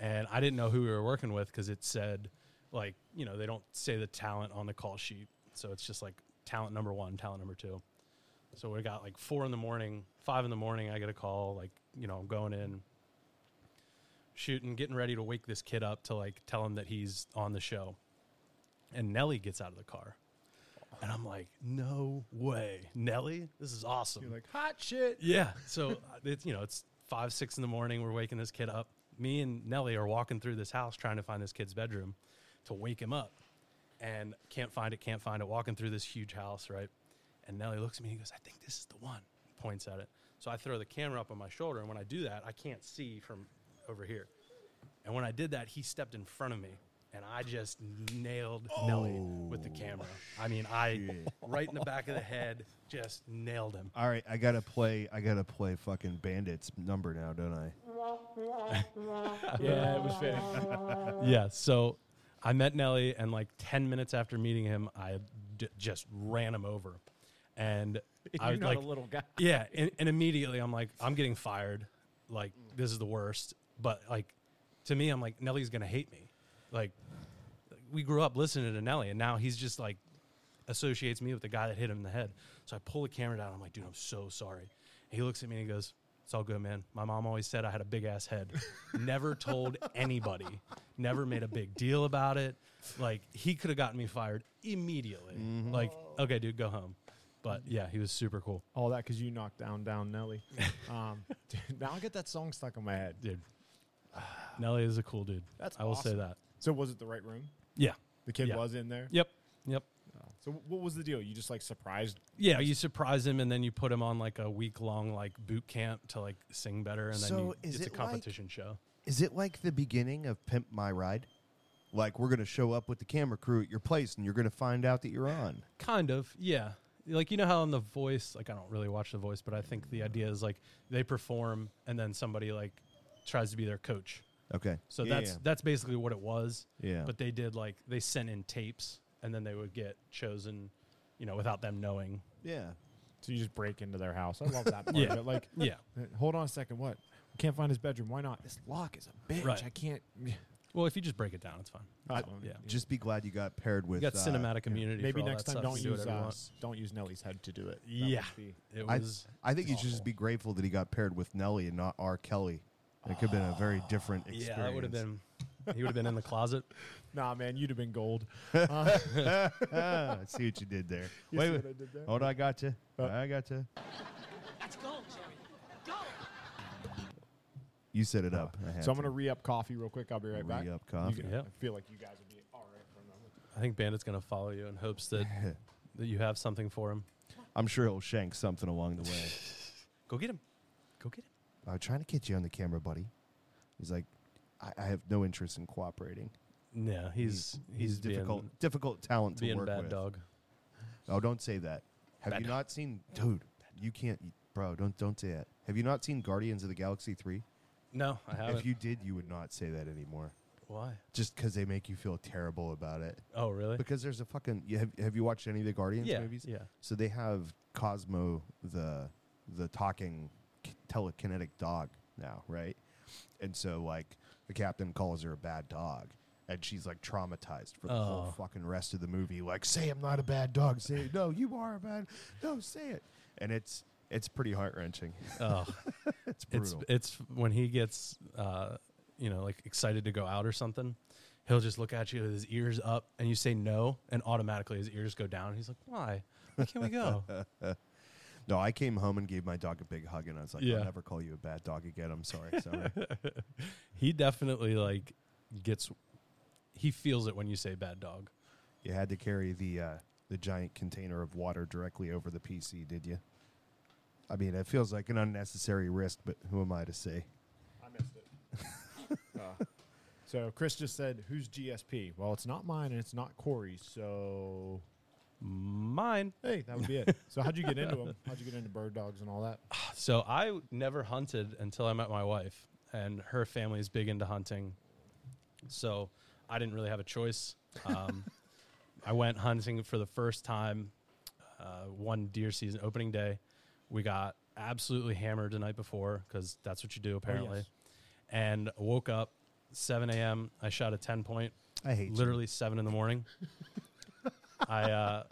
Speaker 4: And I didn't know who we were working with because it said, like, you know, they don't say the talent on the call sheet. So it's just like talent number one, talent number two. So we got like four in the morning, five in the morning. I get a call, like, you know, I'm going in, shooting, getting ready to wake this kid up to like tell him that he's on the show. And Nelly gets out of the car. And I'm like, no way, Nelly, this is awesome.
Speaker 5: You're like hot shit.
Speaker 4: Yeah. So uh, it's you know it's five six in the morning. We're waking this kid up. Me and Nelly are walking through this house trying to find this kid's bedroom to wake him up, and can't find it. Can't find it. Walking through this huge house, right? And Nelly looks at me. and He goes, "I think this is the one." Points at it. So I throw the camera up on my shoulder, and when I do that, I can't see from over here. And when I did that, he stepped in front of me, and I just nailed
Speaker 5: Oh.
Speaker 4: Nelly with the camera. I mean, I right in the back of the head, just nailed him.
Speaker 3: All right, I gotta play. I gotta play fucking Bandits number now, don't I?
Speaker 5: Yeah, it was fitting.
Speaker 4: yeah. So I met Nelly, and like 10 minutes after meeting him, I d- just ran him over. And I
Speaker 5: You're
Speaker 4: was
Speaker 5: not
Speaker 4: like,
Speaker 5: a little guy.
Speaker 4: yeah. And, and immediately I'm like, I'm getting fired. Like, this is the worst. But like, to me, I'm like, Nelly's going to hate me. Like, we grew up listening to Nelly, and now he's just like associates me with the guy that hit him in the head. So I pull the camera down. I'm like, dude, I'm so sorry. He looks at me and he goes, it's all good, man. My mom always said I had a big ass head. never told anybody. Never made a big deal about it. Like he could have gotten me fired immediately. Like, okay, dude, go home. But yeah, he was super cool,
Speaker 5: All that because you knocked down down Nelly. Um, dude, now I get that song stuck in my head.
Speaker 4: dude. Nelly is a cool dude.
Speaker 5: That's
Speaker 4: I will say
Speaker 5: awesome.
Speaker 4: that.
Speaker 5: So was it the right room?
Speaker 4: Yeah.
Speaker 5: The kid
Speaker 4: Yeah.
Speaker 5: was in there.
Speaker 4: Yep. Yep.
Speaker 5: So wh- what was the deal? You just like surprised
Speaker 4: Yeah, you surprise him and then you put him on like a week long like boot camp to like sing better and then
Speaker 3: So
Speaker 4: you,
Speaker 3: is
Speaker 4: it's a
Speaker 3: it like-
Speaker 4: competition show.
Speaker 3: Is it like the beginning of Pimp My Ride? Like we're gonna show up with the camera crew at your place, and you're gonna find out that you're on.
Speaker 4: Kind of, yeah. Like you know how on The Voice, like I don't really watch The Voice, but I think the idea is like they perform and then somebody like tries to be their coach.
Speaker 3: Okay.
Speaker 4: So
Speaker 3: Yeah,
Speaker 4: that's that's basically what it was.
Speaker 3: Yeah.
Speaker 4: But they did like they sent in tapes and then they would get chosen, you know, without them knowing.
Speaker 3: yeah. yeah.
Speaker 5: So you just break into their house. I love that part.
Speaker 4: Yeah.
Speaker 5: But like,
Speaker 4: Yeah.
Speaker 5: hold on a second. What? We can't find his bedroom. Why not? This lock is a bitch.
Speaker 4: Right.
Speaker 5: I can't.
Speaker 4: Well, if you just break it down, it's fine.
Speaker 5: I-
Speaker 4: yeah.
Speaker 3: Just be glad you got paired with.
Speaker 4: You got
Speaker 3: uh,
Speaker 4: cinematic immunity.
Speaker 5: Maybe
Speaker 4: for all
Speaker 5: next
Speaker 4: that
Speaker 5: time
Speaker 4: stuff.
Speaker 5: don't
Speaker 4: You can do
Speaker 5: use
Speaker 4: whatever
Speaker 5: uh,
Speaker 4: you want.
Speaker 5: don't use Nelly's head to do it. That
Speaker 4: Yeah.
Speaker 5: would be-
Speaker 4: It
Speaker 3: I,
Speaker 4: was.
Speaker 3: I think you should
Speaker 4: Oh.
Speaker 3: just be grateful that he got paired with Nelly and not R. Kelly. It could have been a very different experience.
Speaker 4: Yeah, that would have been. He would have been in the closet.
Speaker 5: Nah, man, you'd have been gold.
Speaker 3: Ah, I see what you did there.
Speaker 5: You
Speaker 3: wait,
Speaker 5: see
Speaker 3: wait.
Speaker 5: what I did Uh. there?
Speaker 4: Oh,
Speaker 3: Hold on, I got you. I got you.
Speaker 6: Let's go, Jerry. Go.
Speaker 3: You set it up. I had
Speaker 5: Oh, So I'm gonna re up coffee real quick. I'll be right back.
Speaker 3: Re-up coffee.
Speaker 5: You-
Speaker 4: Yeah.
Speaker 5: I feel like you guys would be all right for a moment.
Speaker 4: I think Bandit's gonna follow you in hopes that that you have something for him.
Speaker 3: I'm sure he'll shank something along the way.
Speaker 4: Go get him. Go get him.
Speaker 3: I'm trying to get you on the camera, buddy. He's like, I, I have no interest in cooperating.
Speaker 4: No, he's he's, being-
Speaker 3: difficult, difficult talent to
Speaker 4: Being,
Speaker 3: work
Speaker 4: bad
Speaker 3: with.
Speaker 4: dog.
Speaker 3: Oh, don't say that. Have
Speaker 4: Bad
Speaker 3: you
Speaker 4: dog.
Speaker 3: not seen, dude? You can't, bro. Don't don't say that. Have you not seen Guardians of the Galaxy three?
Speaker 4: No, I haven't.
Speaker 3: If you did, you would not say that anymore.
Speaker 4: Why?
Speaker 3: Just because they make you feel terrible about it.
Speaker 4: Oh, really?
Speaker 3: Because there's a fucking. You have, have you watched any of the Guardians
Speaker 4: Yeah,
Speaker 3: movies?
Speaker 4: yeah.
Speaker 3: So they have Cosmo, the the talking k- telekinetic dog now, right? And so like the captain calls her a bad dog, and she's like traumatized for the
Speaker 4: Oh.
Speaker 3: whole fucking rest of the movie. Like, say I'm not a bad dog. Say no, you are a bad. No, say it. And it's it's pretty heart wrenching.
Speaker 4: Oh,
Speaker 3: it's
Speaker 4: it's
Speaker 3: brutal.
Speaker 4: it's when he gets uh, you know, like excited to go out or something. He'll just look at you with his ears up, and you say no, and automatically his ears go down. He's like, "Why? Why can't we go?"
Speaker 3: no, I came home and gave my dog a big hug, and I was like,
Speaker 4: Yeah.
Speaker 3: I'll never call you a bad dog again. I'm sorry. Sorry.
Speaker 4: he definitely like gets. He feels it when you say bad dog.
Speaker 3: You had to carry the uh, the giant container of water directly over the PC, did you? I mean, it feels like an unnecessary risk, but who am I to say?
Speaker 5: I missed it. Uh, So Chris just said, "Who's GSP?" Well, it's not mine and it's not Corey's. So
Speaker 4: Mine.
Speaker 5: hey, that would be it. so how'd you get into them? How'd you get into bird dogs and all that?
Speaker 4: So I never hunted until I met my wife, and her family is big into hunting. So I didn't really have a choice. Um, I went hunting for the first time uh, one deer season opening day. We got absolutely hammered the night before because that's what you do apparently.
Speaker 5: yes.
Speaker 4: And woke up 7 a.m. I shot a 10 point,
Speaker 3: I hate you.
Speaker 4: literally 7 in the morning. I, uh,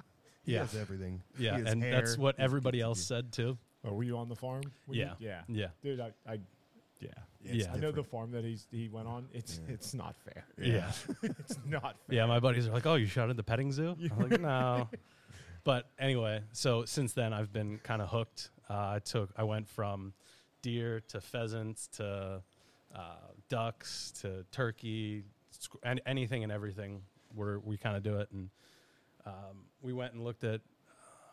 Speaker 3: He
Speaker 4: yeah,
Speaker 3: has everything.
Speaker 4: yeah,
Speaker 3: He has
Speaker 4: and that's
Speaker 3: hair.
Speaker 4: what everybody else said too.
Speaker 5: Oh, were you on the farm? Were you-
Speaker 4: Yeah.
Speaker 5: yeah,
Speaker 4: Yeah.
Speaker 5: dude. I, I yeah.
Speaker 4: Yeah.
Speaker 5: I know the farm that he's he went on. It's it's not fair.
Speaker 4: Yeah.
Speaker 5: It's not fair.
Speaker 4: Yeah, my buddies are like, "Oh, you shot at the petting zoo?" I'm like, "No." but anyway, so since then I've been kind of hooked. Uh, I took, I went from deer to pheasants to uh, ducks to turkey, squ- and anything and everything. Where we kind of do it, and um, we went and looked at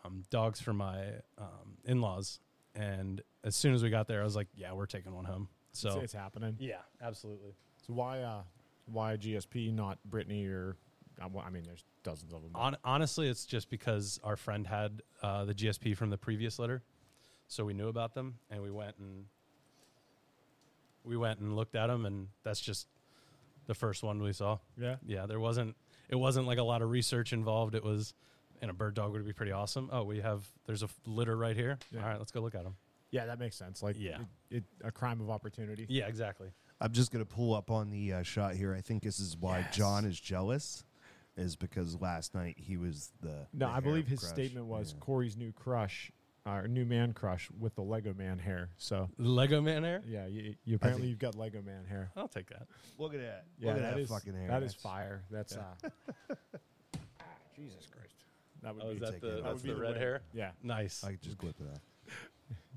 Speaker 4: um, dogs for my um, in-laws. And as soon as we got there, I was like, "Yeah, we're taking one home." So
Speaker 5: It's, it's happening.
Speaker 4: yeah, absolutely.
Speaker 5: So why uh why GSP not Brittany or I, well, I mean there's dozens of them.
Speaker 4: Hon- honestly, it's just because our friend had uh, the GSP from the previous litter, so we knew about them, and we went and we went and looked at them, and that's just the first one we saw.
Speaker 5: yeah.
Speaker 4: Yeah, there wasn't it wasn't like a lot of research involved. It was, and a bird dog would be pretty awesome. Oh, we have there's a f- litter right here.
Speaker 5: Yeah.
Speaker 4: All right, let's go look at them.
Speaker 5: Yeah, that makes sense. Like
Speaker 4: Yeah.
Speaker 5: it, it a crime of opportunity.
Speaker 4: Yeah, exactly.
Speaker 3: I'm just gonna pull up on the uh, shot here. I think this is why John is jealous, is because last night he was the. the
Speaker 5: No, I
Speaker 3: hair
Speaker 5: believe his
Speaker 3: crush.
Speaker 5: statement was
Speaker 3: Yeah.
Speaker 5: Corey's new crush, uh, or new man crush with the Lego man hair. So
Speaker 4: Lego man air.
Speaker 5: yeah, you, you apparently you've got Lego man hair.
Speaker 4: I'll take that.
Speaker 3: Look at that!
Speaker 5: Yeah,
Speaker 3: Look at
Speaker 5: that
Speaker 3: that
Speaker 5: is-
Speaker 3: fucking hair.
Speaker 5: That is
Speaker 3: That's-
Speaker 5: fire. That's uh Jesus Christ. That would
Speaker 4: Oh,
Speaker 5: be
Speaker 4: is
Speaker 3: take
Speaker 4: that
Speaker 3: it.
Speaker 4: the
Speaker 3: That
Speaker 4: that's
Speaker 5: would be
Speaker 4: the
Speaker 5: the
Speaker 4: red
Speaker 5: way.
Speaker 4: hair?
Speaker 5: yeah.
Speaker 4: Nice.
Speaker 3: I could just clip it out.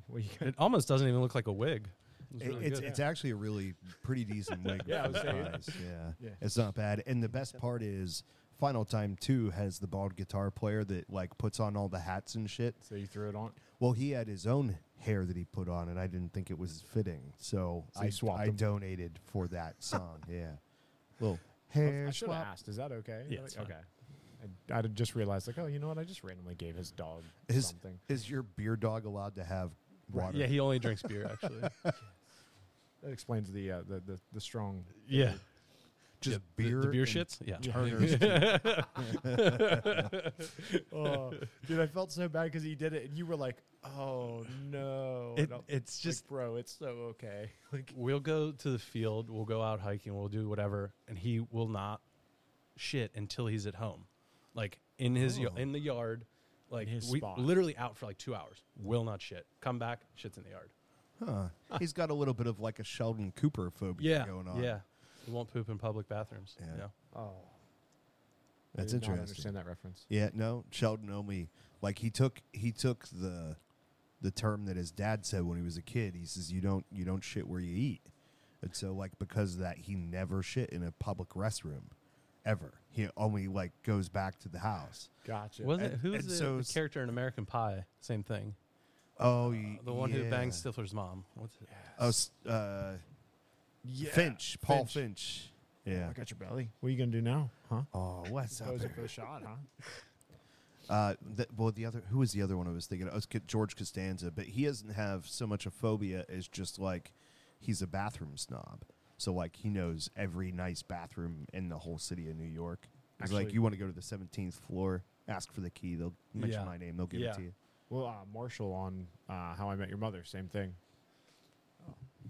Speaker 5: Well, you
Speaker 4: it almost doesn't even look like a wig. It's
Speaker 3: It-
Speaker 4: really
Speaker 3: it's
Speaker 4: good.
Speaker 3: it's actually a really pretty decent wig.
Speaker 5: Yeah, I was
Speaker 3: for
Speaker 5: saying.
Speaker 3: guys. Yeah.
Speaker 5: Yeah.
Speaker 3: it's not bad. And the best part is, Final Time Two has the bald guitar player that like puts on all the hats and shit.
Speaker 5: so you threw it on.
Speaker 3: Well, he had his own hair that he put on, and I didn't think it was fitting, so,
Speaker 5: So you
Speaker 3: I
Speaker 5: swapped
Speaker 3: I
Speaker 5: them.
Speaker 3: donated for that song. yeah, well,
Speaker 5: I
Speaker 3: hair
Speaker 5: should have
Speaker 3: swap.
Speaker 5: asked. Is that okay?
Speaker 4: Yeah, it's fine.
Speaker 5: okay. I, I did- just realized, like, oh, you know what? I just randomly gave his dog
Speaker 3: Is
Speaker 5: something.
Speaker 3: is your beer dog allowed to have water?
Speaker 4: Yeah, he only drinks beer actually.
Speaker 5: That explains the uh, the, the the strong.
Speaker 4: yeah.
Speaker 3: just
Speaker 4: The-
Speaker 3: beer.
Speaker 4: The, beer
Speaker 3: and
Speaker 4: shits? Yeah.
Speaker 3: Turner's
Speaker 5: Oh, dude, I felt so bad because he did it, and you were like, "Oh no!"
Speaker 4: It-
Speaker 5: And I'm
Speaker 4: it's
Speaker 5: like,
Speaker 4: just-
Speaker 5: bro, it's so okay. Like,
Speaker 4: We'll go to the field, we'll go out hiking, we'll do whatever, and he will not shit until he's at home. Like in his
Speaker 3: Oh.
Speaker 4: ya- in the yard, like
Speaker 5: his
Speaker 4: we
Speaker 5: spot.
Speaker 4: literally out for like 2 hours. Will not shit. Come back, shit's in the yard.
Speaker 3: Huh. He's got a little bit of like a Sheldon Cooper phobia
Speaker 4: Yeah.
Speaker 3: going on.
Speaker 4: Yeah. He won't poop in public bathrooms.
Speaker 3: Yeah.
Speaker 4: Yeah.
Speaker 5: oh,
Speaker 3: that's
Speaker 5: I did not
Speaker 3: interesting.
Speaker 5: understand that reference.
Speaker 3: Yeah, no, Sheldon only like he took he took the the term that his dad said when he was a kid. He says you don't you don't shit where you eat, and so like because of that he never shit in a public restroom, ever. He only like goes back to the house.
Speaker 5: Gotcha.
Speaker 4: Wasn't
Speaker 3: And-
Speaker 4: it, who's
Speaker 3: and
Speaker 4: the,
Speaker 3: so
Speaker 4: the
Speaker 3: s-
Speaker 4: character in American Pie? Same thing.
Speaker 3: Oh, y-
Speaker 4: Uh, The one who
Speaker 3: yeah.
Speaker 4: bangs Stifler's mom. What's it?
Speaker 3: Oh, s- uh,
Speaker 5: Yeah,
Speaker 3: oh, Finch, Paul Finch.
Speaker 5: Oh, I
Speaker 3: Yeah.
Speaker 5: got your belly. What are you gonna do now, huh?
Speaker 3: Oh, what's up?
Speaker 5: Goes
Speaker 3: there?
Speaker 5: for the shot, huh?
Speaker 3: Uh, th well, the other who was the other one I was thinking? of? It was Ca- George Costanza, but he doesn't have so much a phobia as just like he's a bathroom snob. So like he knows every nice bathroom in the whole city of New York. He's like,
Speaker 5: Actually-
Speaker 3: you want to go to the seventeenth floor? Ask for the key. They'll mention
Speaker 4: Yeah.
Speaker 3: my name. They'll give
Speaker 4: Yeah.
Speaker 3: it to you.
Speaker 5: Well, uh, Marshall on uh, How I Met Your Mother, same thing.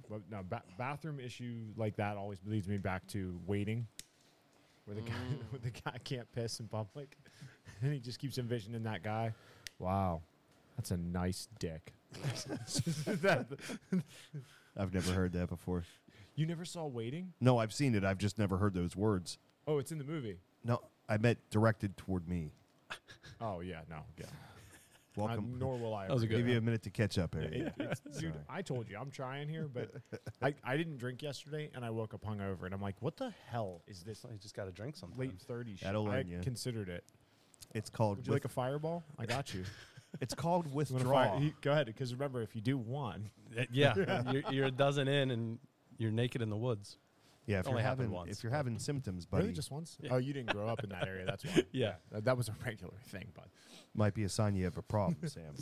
Speaker 5: But no, ba- bathroom issue like that always leads me back to waiting, where the guy where the guy can't piss in public, and he just keeps envisioning that guy. Wow, that's a nice dick. That-
Speaker 3: I've never heard that before.
Speaker 5: you never saw waiting?
Speaker 3: No, I've seen it. I've just never heard those words.
Speaker 5: Oh, it's in the movie.
Speaker 3: No, I meant directed toward me.
Speaker 5: Oh yeah, no, yeah. I-
Speaker 3: Welcome.
Speaker 5: nor will I.
Speaker 4: That was a
Speaker 5: ever.
Speaker 4: good
Speaker 3: Give you
Speaker 4: one.
Speaker 3: a minute to catch up, Eric.
Speaker 5: It- it's- dude,
Speaker 3: Sorry.
Speaker 5: I told you I'm trying here, but I, I didn't drink yesterday, and I woke up hungover, and I'm like, what the hell is this?
Speaker 4: You just got to drink something.
Speaker 5: late 30s.
Speaker 3: That'll
Speaker 5: I
Speaker 3: learn ya.
Speaker 5: considered it.
Speaker 3: It's called.
Speaker 5: Would you like a
Speaker 3: with-
Speaker 5: fireball? I got you.
Speaker 3: it's called
Speaker 5: You wanna fire-
Speaker 3: withdraw.
Speaker 5: he- go ahead, because remember, if you do one,
Speaker 4: Uh, Yeah, you're, you're a dozen in and you're naked in the woods.
Speaker 3: Yeah, if
Speaker 4: Only
Speaker 3: you're
Speaker 4: happened
Speaker 3: having
Speaker 4: once.
Speaker 3: if you're having symptoms, buddy,
Speaker 5: Really, just once? Oh, you didn't grow up in that area. That's why.
Speaker 4: Yeah.
Speaker 5: That, that was a regular thing, but
Speaker 3: might be a sign you have a problem, Sam.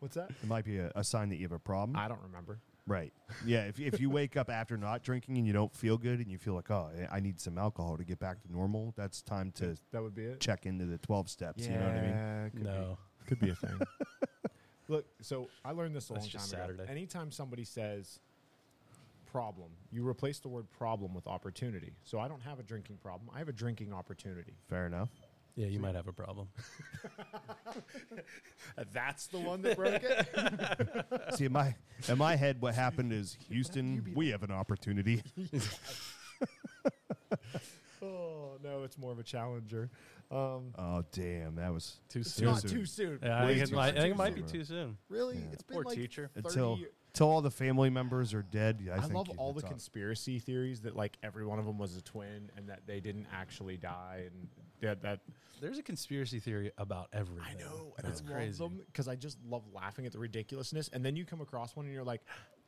Speaker 5: what's that?
Speaker 3: It might be a, a sign that you have a problem.
Speaker 5: I don't remember.
Speaker 3: Right. Yeah. If, if you wake up after not drinking and you don't feel good and you feel like, oh, I- I need some alcohol to get back to normal, that's time to
Speaker 5: That would be it.
Speaker 3: check into the 12 steps. You know what I mean?
Speaker 5: Yeah, could be.
Speaker 4: No.
Speaker 5: could be a thing. Look, so I learned this a
Speaker 4: That's
Speaker 5: long time
Speaker 4: just
Speaker 5: ago.
Speaker 4: Saturday.
Speaker 5: Anytime somebody says problem, you replace the word problem with opportunity. So I don't have a drinking problem. I have a drinking opportunity.
Speaker 3: Fair enough.
Speaker 4: Yeah, you might have a problem.
Speaker 5: That's the one that broke it.
Speaker 3: See, in my, in my head, what happened is Houston, we have an opportunity.
Speaker 5: oh no, it's more of a challenger. Um,
Speaker 3: Oh, damn. That was
Speaker 4: Too
Speaker 5: it's
Speaker 4: soon.
Speaker 5: not too soon.
Speaker 4: Yeah, I
Speaker 5: Way
Speaker 4: think, it
Speaker 5: too
Speaker 4: might, I
Speaker 5: soon.
Speaker 4: think it might
Speaker 3: soon.
Speaker 4: be too soon.
Speaker 5: Really, it's been
Speaker 4: Poor
Speaker 5: like
Speaker 4: teacher.
Speaker 5: 30
Speaker 3: until,
Speaker 5: year-
Speaker 3: until all the family members are dead. I,
Speaker 5: I
Speaker 3: think
Speaker 5: love
Speaker 3: you-
Speaker 5: all the
Speaker 3: that's
Speaker 5: conspiracy theories that like every one of them was a twin and that they didn't actually die and that that
Speaker 4: There's a conspiracy theory about everything.
Speaker 5: I know, and
Speaker 4: That's
Speaker 5: I
Speaker 4: crazy.
Speaker 5: love them because I just love laughing at the ridiculousness. And then you come across one and you're like,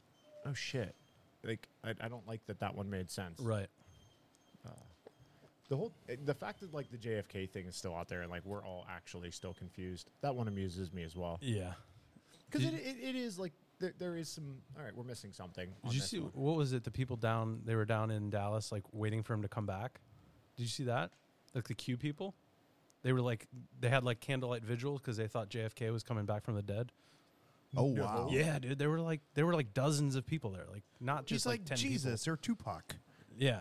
Speaker 5: oh shit, like I, I don't like that that one made sense.
Speaker 4: Right.
Speaker 5: The whole eh, the fact that like the JFK thing is still out there and like we're all actually still confused. That one amuses me as well
Speaker 4: Yeah.
Speaker 5: because it,
Speaker 4: Did-
Speaker 5: it, it is like there, there is some. All right, we're missing something. on
Speaker 4: Did you
Speaker 5: this
Speaker 4: see
Speaker 5: one.
Speaker 4: what was it? The people down they were down in Dallas, like waiting for him to come back. Did you see that? Like the Q people, they were like they had like candlelight vigils because they thought JFK was coming back from the dead.
Speaker 3: all. Oh, wow.
Speaker 4: Yeah, dude, there were like there were like dozens of people there, like not
Speaker 3: Just
Speaker 4: just
Speaker 3: like,
Speaker 4: ten
Speaker 3: Jesus or Tupac.
Speaker 4: People. Yeah,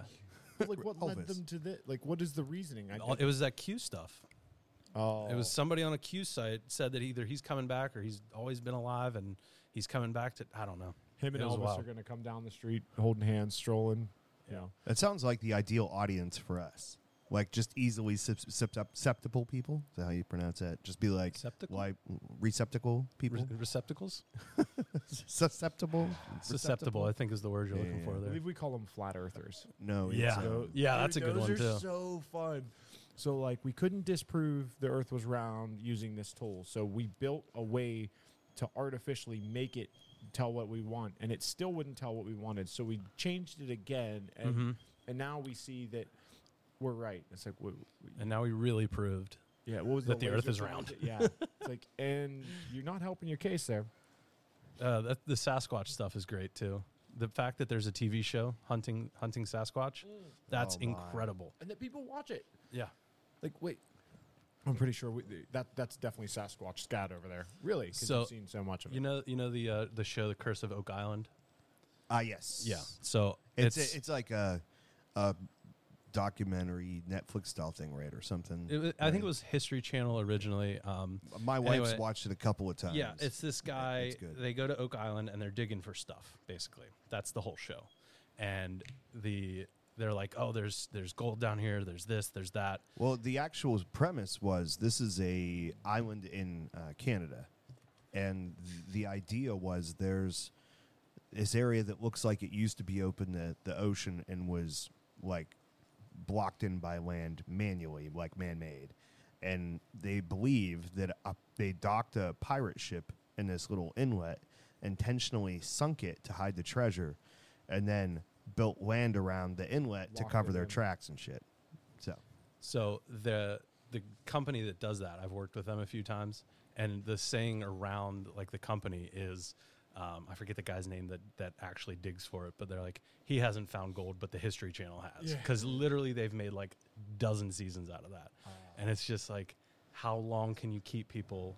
Speaker 5: But, like what
Speaker 3: Elvis.
Speaker 5: led them to this? Like what is the reasoning? I
Speaker 4: All- it was that Q stuff.
Speaker 5: oh,
Speaker 4: It was somebody on a Q site said that either he's coming back or he's always been alive and he's coming back to I don't know.
Speaker 5: Oh, him and
Speaker 4: it was
Speaker 5: Elvis
Speaker 4: wild.
Speaker 5: are going to come down the street holding hands, strolling. You know,
Speaker 3: That sounds like the ideal audience for us. Like just easily sup- sup- susceptible people. Is that how you pronounce that? Just be like
Speaker 4: Septical?
Speaker 3: like receptacle people.
Speaker 4: Re- receptacles,
Speaker 3: susceptible.
Speaker 4: susceptible, I think is the word you're looking
Speaker 3: Yeah.
Speaker 4: for
Speaker 5: I
Speaker 4: there.
Speaker 5: believe we call them flat earthers.
Speaker 3: No. it's,
Speaker 4: Yeah.
Speaker 3: uh,
Speaker 5: So-
Speaker 4: Yeah,
Speaker 5: Dude,
Speaker 4: that's a good one
Speaker 5: those are
Speaker 4: too.
Speaker 5: So fun. So like we couldn't disprove the Earth was round using this tool, so we built a way to artificially make it tell what we want, and it still wouldn't tell what we wanted. So we changed it again, and
Speaker 4: Mm-hmm.
Speaker 5: and now we see that we're right. It's like, w- w-
Speaker 4: and now we really proved.
Speaker 5: yeah, what was
Speaker 4: That the Earth
Speaker 5: laser
Speaker 4: is
Speaker 5: thing?
Speaker 4: round.
Speaker 5: Yeah, it's like, and you're not helping your case there.
Speaker 4: Uh, that, the Sasquatch stuff is great too. The fact that there's a TV show hunting hunting Sasquatch, that's
Speaker 3: Oh, my.
Speaker 4: incredible.
Speaker 5: and that people watch it.
Speaker 4: Yeah,
Speaker 5: Like, wait. I'm pretty sure we, that that's definitely Sasquatch scat over there. Really, because
Speaker 4: So,
Speaker 5: I've seen so much of it.
Speaker 4: you know you know the uh, the show The Curse of Oak Island.
Speaker 3: Ah, yes.
Speaker 4: so
Speaker 3: It's
Speaker 4: it's,
Speaker 3: it's, like a, a documentary Netflix style thing, right, or something.
Speaker 4: it was- I think it was History Channel originally. Um,
Speaker 3: My wife's
Speaker 4: anyway.
Speaker 3: watched it a couple of times.
Speaker 4: Yeah, it's this guy.
Speaker 3: it's good.
Speaker 4: They go to Oak Island and they're digging for stuff. Basically, that's the whole show. And the they're like, oh, there's there's gold down here. There's this. There's that.
Speaker 3: Well, the actual premise was this is a island in uh, Canada, and th- the idea was there's this area that looks like it used to be open to the ocean and was like blocked in by land manually, like man made, and they believe that a, they docked a pirate ship in this little inlet, intentionally sunk it to hide the treasure, and then built land around the inlet to
Speaker 5: Locked
Speaker 3: cover
Speaker 5: it
Speaker 3: their
Speaker 5: in.
Speaker 3: tracks and shit. So.
Speaker 4: So the the company that does that, I've worked with them a few times, and the saying around like the company is, um, I forget the guy's name that that actually digs for it, but they're like, he hasn't found gold, but the History Channel has,
Speaker 5: Yeah.
Speaker 4: because literally they've made like dozen seasons out of that,
Speaker 5: Oh.
Speaker 4: and it's just like, how long can you keep people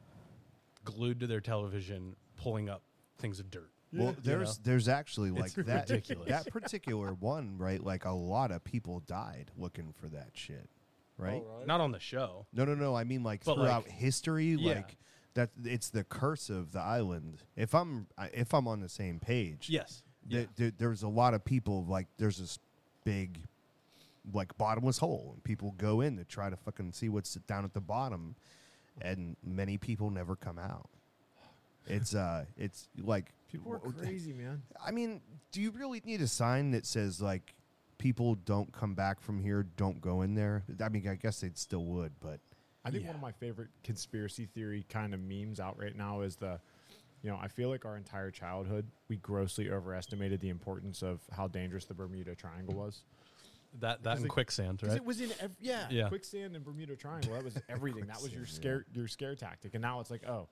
Speaker 4: glued to their television, pulling up things of dirt?
Speaker 3: Well, there's there's actually like
Speaker 4: It's
Speaker 3: that
Speaker 4: ridiculous.
Speaker 3: that particular one, right? Like a lot of people died looking for that shit, right?
Speaker 4: Not on the show.
Speaker 3: No, no, no. I mean like
Speaker 4: Oh, But,
Speaker 3: throughout
Speaker 4: like-
Speaker 3: history,
Speaker 4: Yeah.
Speaker 3: like that it's the curse of the island. If I'm I- if I'm on the same page,
Speaker 4: Yes.
Speaker 3: th- th- there's a lot of people like there's this big like bottomless hole, and people go in to try to fucking see what's down at the bottom, and many people never come out. It's uh, it's like
Speaker 5: People are
Speaker 3: w-
Speaker 5: crazy, man.
Speaker 3: I mean, do you really need a sign that says like people don't come back from here, don't go in there? I mean, I guess they still would, but
Speaker 5: I think
Speaker 4: Yeah.
Speaker 5: one of my favorite conspiracy theory kind of memes out right now is the You know, I feel like our entire childhood we grossly overestimated the importance of how dangerous the Bermuda Triangle was.
Speaker 4: That that and
Speaker 5: it-
Speaker 4: quicksand,
Speaker 5: Because
Speaker 4: right?
Speaker 5: it was in ev- yeah,
Speaker 4: Yeah.
Speaker 5: quicksand and Bermuda Triangle. That was everything. that was your scare your scare tactic. And now it's like, oh,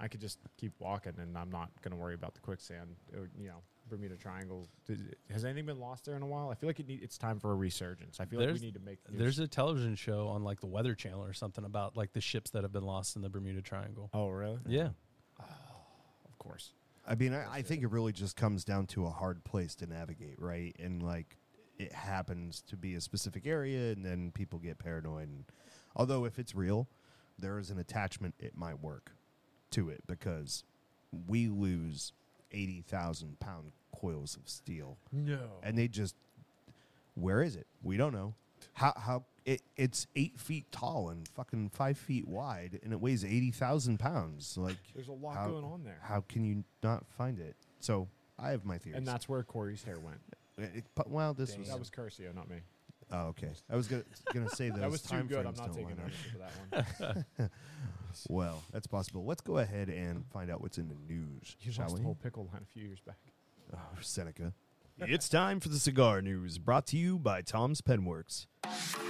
Speaker 5: I could just keep walking, and I'm not going to worry about the quicksand. Or, you know, Bermuda Triangle. Did- has anything been lost there in a while? I feel like it need, it's time for a resurgence. I feel like we need to make new
Speaker 4: there's a television show on like the Weather Channel or something about like the ships that have been lost in the Bermuda Triangle.
Speaker 5: Oh, really?
Speaker 4: Yeah,
Speaker 5: Of course.
Speaker 3: I mean, I, I think it really just comes down to a hard place to navigate, right? And like, it happens to be a specific area, and then people get paranoid. And, although, if it's real, there is an attachment it might work to it because we lose eighty thousand pound coils of steel,
Speaker 5: No.
Speaker 3: and they just where is it? We don't know. How how it it's eight feet tall and fucking five feet wide, and it weighs eighty thousand pounds. Like
Speaker 5: There's a lot
Speaker 3: how-
Speaker 5: going on there.
Speaker 3: How can you not find it? So I have my theories.
Speaker 5: and that's where Corey's hair went.
Speaker 3: It- it- but- well, this was,
Speaker 5: That was Curcio, not me.
Speaker 3: oh okay. I was gonna, gonna say those
Speaker 5: That was too
Speaker 3: time
Speaker 5: good. I'm
Speaker 3: frames
Speaker 5: not
Speaker 3: don't
Speaker 5: taking
Speaker 3: line up.
Speaker 5: ownership for that one.
Speaker 3: Well, that's possible. Let's go ahead and find out what's in the news,
Speaker 5: You
Speaker 3: shall
Speaker 5: lost
Speaker 3: we?
Speaker 5: the whole pickle line a few years back.
Speaker 3: Oh, Seneca.
Speaker 1: It's time for the cigar news brought to you by Tom's Penworks.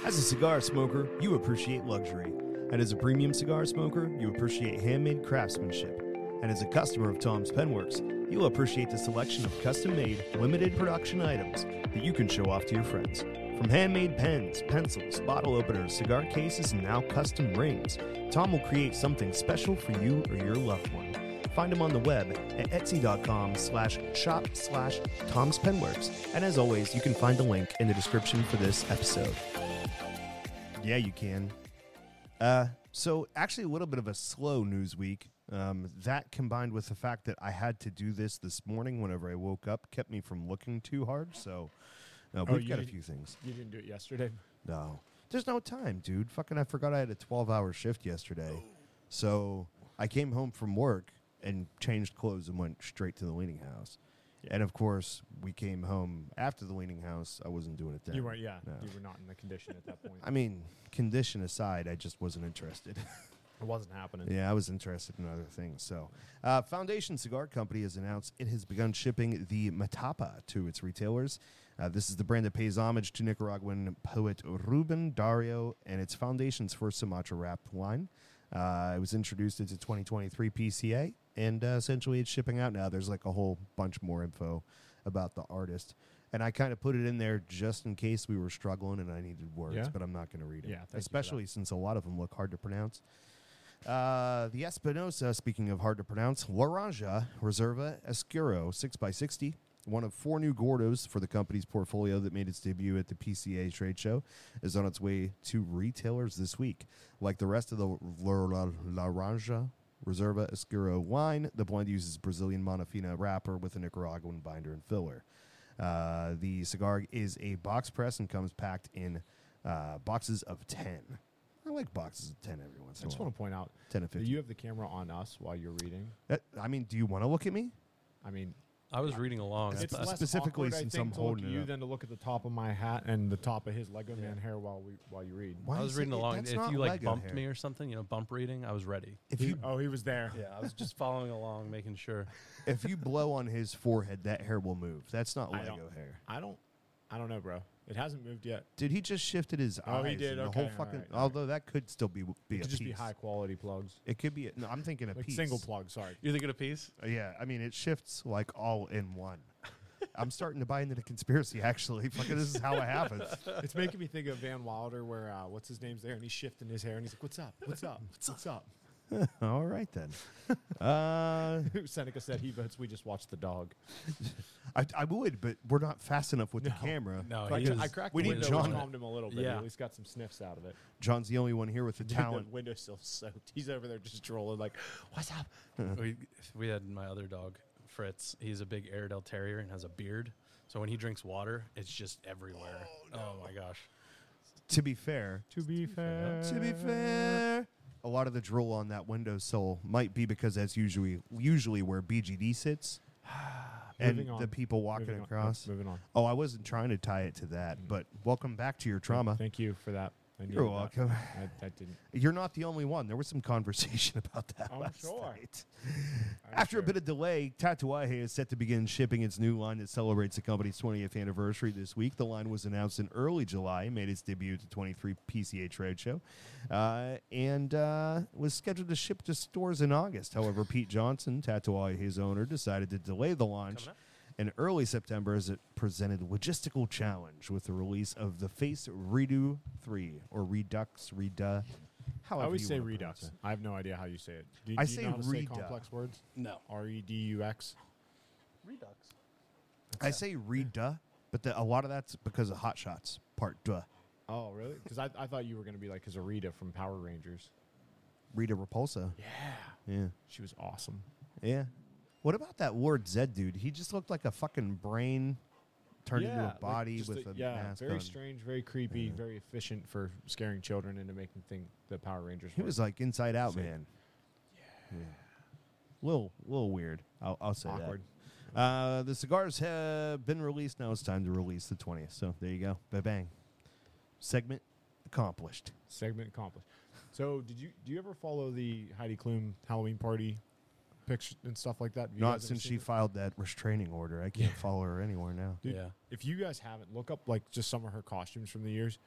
Speaker 1: As a cigar smoker, you appreciate luxury. And as a premium cigar smoker, you appreciate handmade craftsmanship. And as a customer of Tom's Penworks, you'll appreciate the selection of custom made, limited production items that you can show off to your friends. From handmade pens, pencils, bottle openers, cigar cases, and now custom rings, Tom will create something special for you or your loved one. Find him on the web at etsy.com slash shop slash Tom's Penworks. And as always, you can find the link in the description for this episode.
Speaker 3: Yeah, you can. Uh, so actually, a little bit of a slow news week. Um, that combined with the fact that I had to do this this morning whenever I woke up kept me from looking too hard. So uh,
Speaker 5: Oh,
Speaker 3: we've
Speaker 5: you
Speaker 3: got a
Speaker 5: did-
Speaker 3: few things.
Speaker 5: You didn't do it yesterday.
Speaker 3: No. There's no time, dude. Fucking I forgot I had a 12-hour shift yesterday. So I came home from work and changed clothes and went straight to the leaning house. And of course, we came home after the leaning house. I wasn't doing it then.
Speaker 5: You weren't, yeah.
Speaker 3: No.
Speaker 5: You were not in the condition at that point.
Speaker 3: I mean, condition aside, I just wasn't interested.
Speaker 5: it wasn't happening.
Speaker 3: Yeah, I was interested in other things. So, uh, Foundation Cigar Company has announced it has begun shipping the Matapa to its retailers. Uh, this is the brand that pays homage to Nicaraguan poet Ruben Dario and its Foundation's first Sumatra wrapped wine. Uh, it was introduced into 2023 PCA, and uh, essentially it's shipping out now. There's like a whole bunch more info about the artist. And I kind of put it in there just in case we were struggling and I needed words,
Speaker 5: Yeah.
Speaker 3: but I'm not going to read it.
Speaker 5: Yeah, thank you for that.
Speaker 3: especially since a lot of them look hard to pronounce. Uh, the Espinosa, speaking of hard to pronounce, Laranja Reserva Escuro 6x60, one of four new Gordos for the company's portfolio that made its debut at the PCA trade show, is on its way to retailers this week. Like the rest of the Lar- Lar- Laranja Reserva Escuro wine, the blend uses Brazilian Monofina wrapper with a Nicaraguan binder and filler. Uh, the cigar is a box press and comes packed in uh, boxes of 10. I like boxes of 10 every once
Speaker 5: I
Speaker 3: in a
Speaker 5: just
Speaker 3: while.
Speaker 5: want to point out
Speaker 3: 10 and
Speaker 5: that
Speaker 3: 15.
Speaker 5: you have the camera on us while you're reading.
Speaker 3: That- Uh, I mean, do you want to look at me?
Speaker 5: I mean,
Speaker 4: I was reading along.
Speaker 3: It's
Speaker 5: it's
Speaker 4: That's-
Speaker 5: less
Speaker 3: specifically
Speaker 5: awkward, I
Speaker 3: since
Speaker 5: think,
Speaker 3: I'm
Speaker 5: to look
Speaker 3: holding
Speaker 5: at
Speaker 3: it
Speaker 5: you
Speaker 3: up.
Speaker 5: than to look at the top of my hat and the top of his Lego man hair while we while you read.
Speaker 3: Why
Speaker 4: I was
Speaker 3: is
Speaker 4: reading
Speaker 3: it-
Speaker 4: along.
Speaker 3: that's
Speaker 4: If
Speaker 3: not
Speaker 4: you like
Speaker 3: Lego
Speaker 4: bumped
Speaker 3: hair.
Speaker 4: me or something, you know, bump reading, I was ready.
Speaker 3: if
Speaker 5: He-
Speaker 3: you
Speaker 5: oh, he was there.
Speaker 4: Yeah, I was just following along, making sure.
Speaker 3: if you blow on his forehead, that hair will move. That's not
Speaker 5: I
Speaker 3: Lego
Speaker 5: don't-
Speaker 3: hair.
Speaker 5: I don't, I don't know, bro. It hasn't moved yet.
Speaker 3: Dude, he just shifted his
Speaker 5: Oh,
Speaker 3: eyes.
Speaker 5: he
Speaker 3: and
Speaker 5: did.
Speaker 3: The
Speaker 5: Okay,
Speaker 3: whole
Speaker 5: all
Speaker 3: fucking.
Speaker 5: right, all right.
Speaker 3: although that could still be be
Speaker 5: It
Speaker 3: a
Speaker 5: could just
Speaker 3: piece.
Speaker 5: be high quality plugs,
Speaker 3: It could be. A, no, I'm thinking a
Speaker 5: like
Speaker 3: piece.
Speaker 5: single plug. Sorry.
Speaker 4: You thinking a piece?
Speaker 3: Uh, Yeah, I mean it shifts like all in one. I'm starting to buy into the conspiracy. Actually, fucking, this is how it happens.
Speaker 5: it's making me think of Van Wilder, where uh, what's his name's there, and he's shifting his hair, and he's like, "What's up? What's up? What's up?"
Speaker 3: all right then. Uh,
Speaker 5: Seneca said he votes. We just watch the dog.
Speaker 3: I, I would, but we're not fast enough with the camera.
Speaker 4: No,
Speaker 5: I,
Speaker 4: he
Speaker 5: I
Speaker 4: was-
Speaker 5: cracked
Speaker 3: we
Speaker 5: the
Speaker 3: need
Speaker 5: window,
Speaker 3: John.
Speaker 5: which calmed him a little bit. He
Speaker 4: Yeah.
Speaker 5: at least got some sniffs out of it.
Speaker 3: John's the only one here with the talent.
Speaker 5: The windowsill soaked. He's over there just drooling, like, "What's up?"
Speaker 4: we we had my other dog Fritz. He's a big Airedale Terrier and has a beard. So when he drinks water, it's just everywhere. Oh, my gosh!
Speaker 3: To be fair,
Speaker 5: To be fair,
Speaker 3: To be fair, a lot of the drool on that windowsill might be because that's usually usually where BGD sits and
Speaker 5: Uh, Moving on.
Speaker 3: the people walking
Speaker 5: Moving on.
Speaker 3: across.
Speaker 5: Moving on.
Speaker 3: Oh, I wasn't trying to tie it to that, but welcome back to your trauma.
Speaker 5: Thank you for that. I
Speaker 3: You're
Speaker 5: needed that.
Speaker 3: welcome.
Speaker 5: I, I didn't.
Speaker 3: You're not the only one. There was some conversation about that
Speaker 5: I'm
Speaker 3: last
Speaker 5: sure.
Speaker 3: night. After a bit of delay, Tatuaje is set to begin shipping its new line that celebrates the company's 20th anniversary this week. The line was announced in early July, made its debut at the 23 PCA trade show, uh, and uh, was scheduled to ship to stores in August. However, Pete Johnson, Tatuaje's owner, decided to delay the launch in early September as it presented a logistical challenge with the release of the Face Redo 3 or Redux, Reda.
Speaker 5: I
Speaker 3: however
Speaker 5: always
Speaker 3: you
Speaker 5: say
Speaker 3: wanna pronounce
Speaker 5: redux.
Speaker 3: it.
Speaker 5: I have no idea how you say it. Do,
Speaker 3: I
Speaker 5: do
Speaker 3: say
Speaker 5: you know how to say
Speaker 3: redu-
Speaker 5: complex words?
Speaker 4: No.
Speaker 5: R e d u x.
Speaker 4: Redux.
Speaker 3: I say Reda, but the, a lot of that's because of Hot Shots Part Duh.
Speaker 5: Oh, really? Because I, I thought you were going to be like Zarita from Power Rangers.
Speaker 3: Rita Repulsa.
Speaker 5: Yeah,
Speaker 3: Yeah.
Speaker 5: she was awesome.
Speaker 3: Yeah. What about that Lord Zed dude? He just looked like a fucking brain turned
Speaker 5: Yeah,
Speaker 3: into a
Speaker 5: like,
Speaker 3: body
Speaker 5: just
Speaker 3: with
Speaker 5: the-
Speaker 3: a
Speaker 5: yeah,
Speaker 3: mask
Speaker 5: very
Speaker 3: on.
Speaker 5: strange, very creepy, very efficient for scaring children into making thing the Power Rangers.
Speaker 3: He
Speaker 5: were.
Speaker 3: was like Inside Out,
Speaker 5: Sick.
Speaker 3: man. Yeah. Little, little weird. I'll, I'll say
Speaker 5: awkward.
Speaker 3: that. Uh, the cigars have been released. Now it's time to release the 20th. So there you go. Ba bang. Segment accomplished.
Speaker 5: Segment accomplished. So, did you do you ever follow the Heidi Klum Halloween party pictures and stuff like that? Have you
Speaker 3: Not
Speaker 5: guys ever
Speaker 3: since
Speaker 5: seen
Speaker 3: she
Speaker 5: it?
Speaker 3: filed that restraining order. I can't follow her anywhere now.
Speaker 5: Dude,
Speaker 4: Yeah.
Speaker 5: If you guys haven't, look up like just some of her costumes from the years.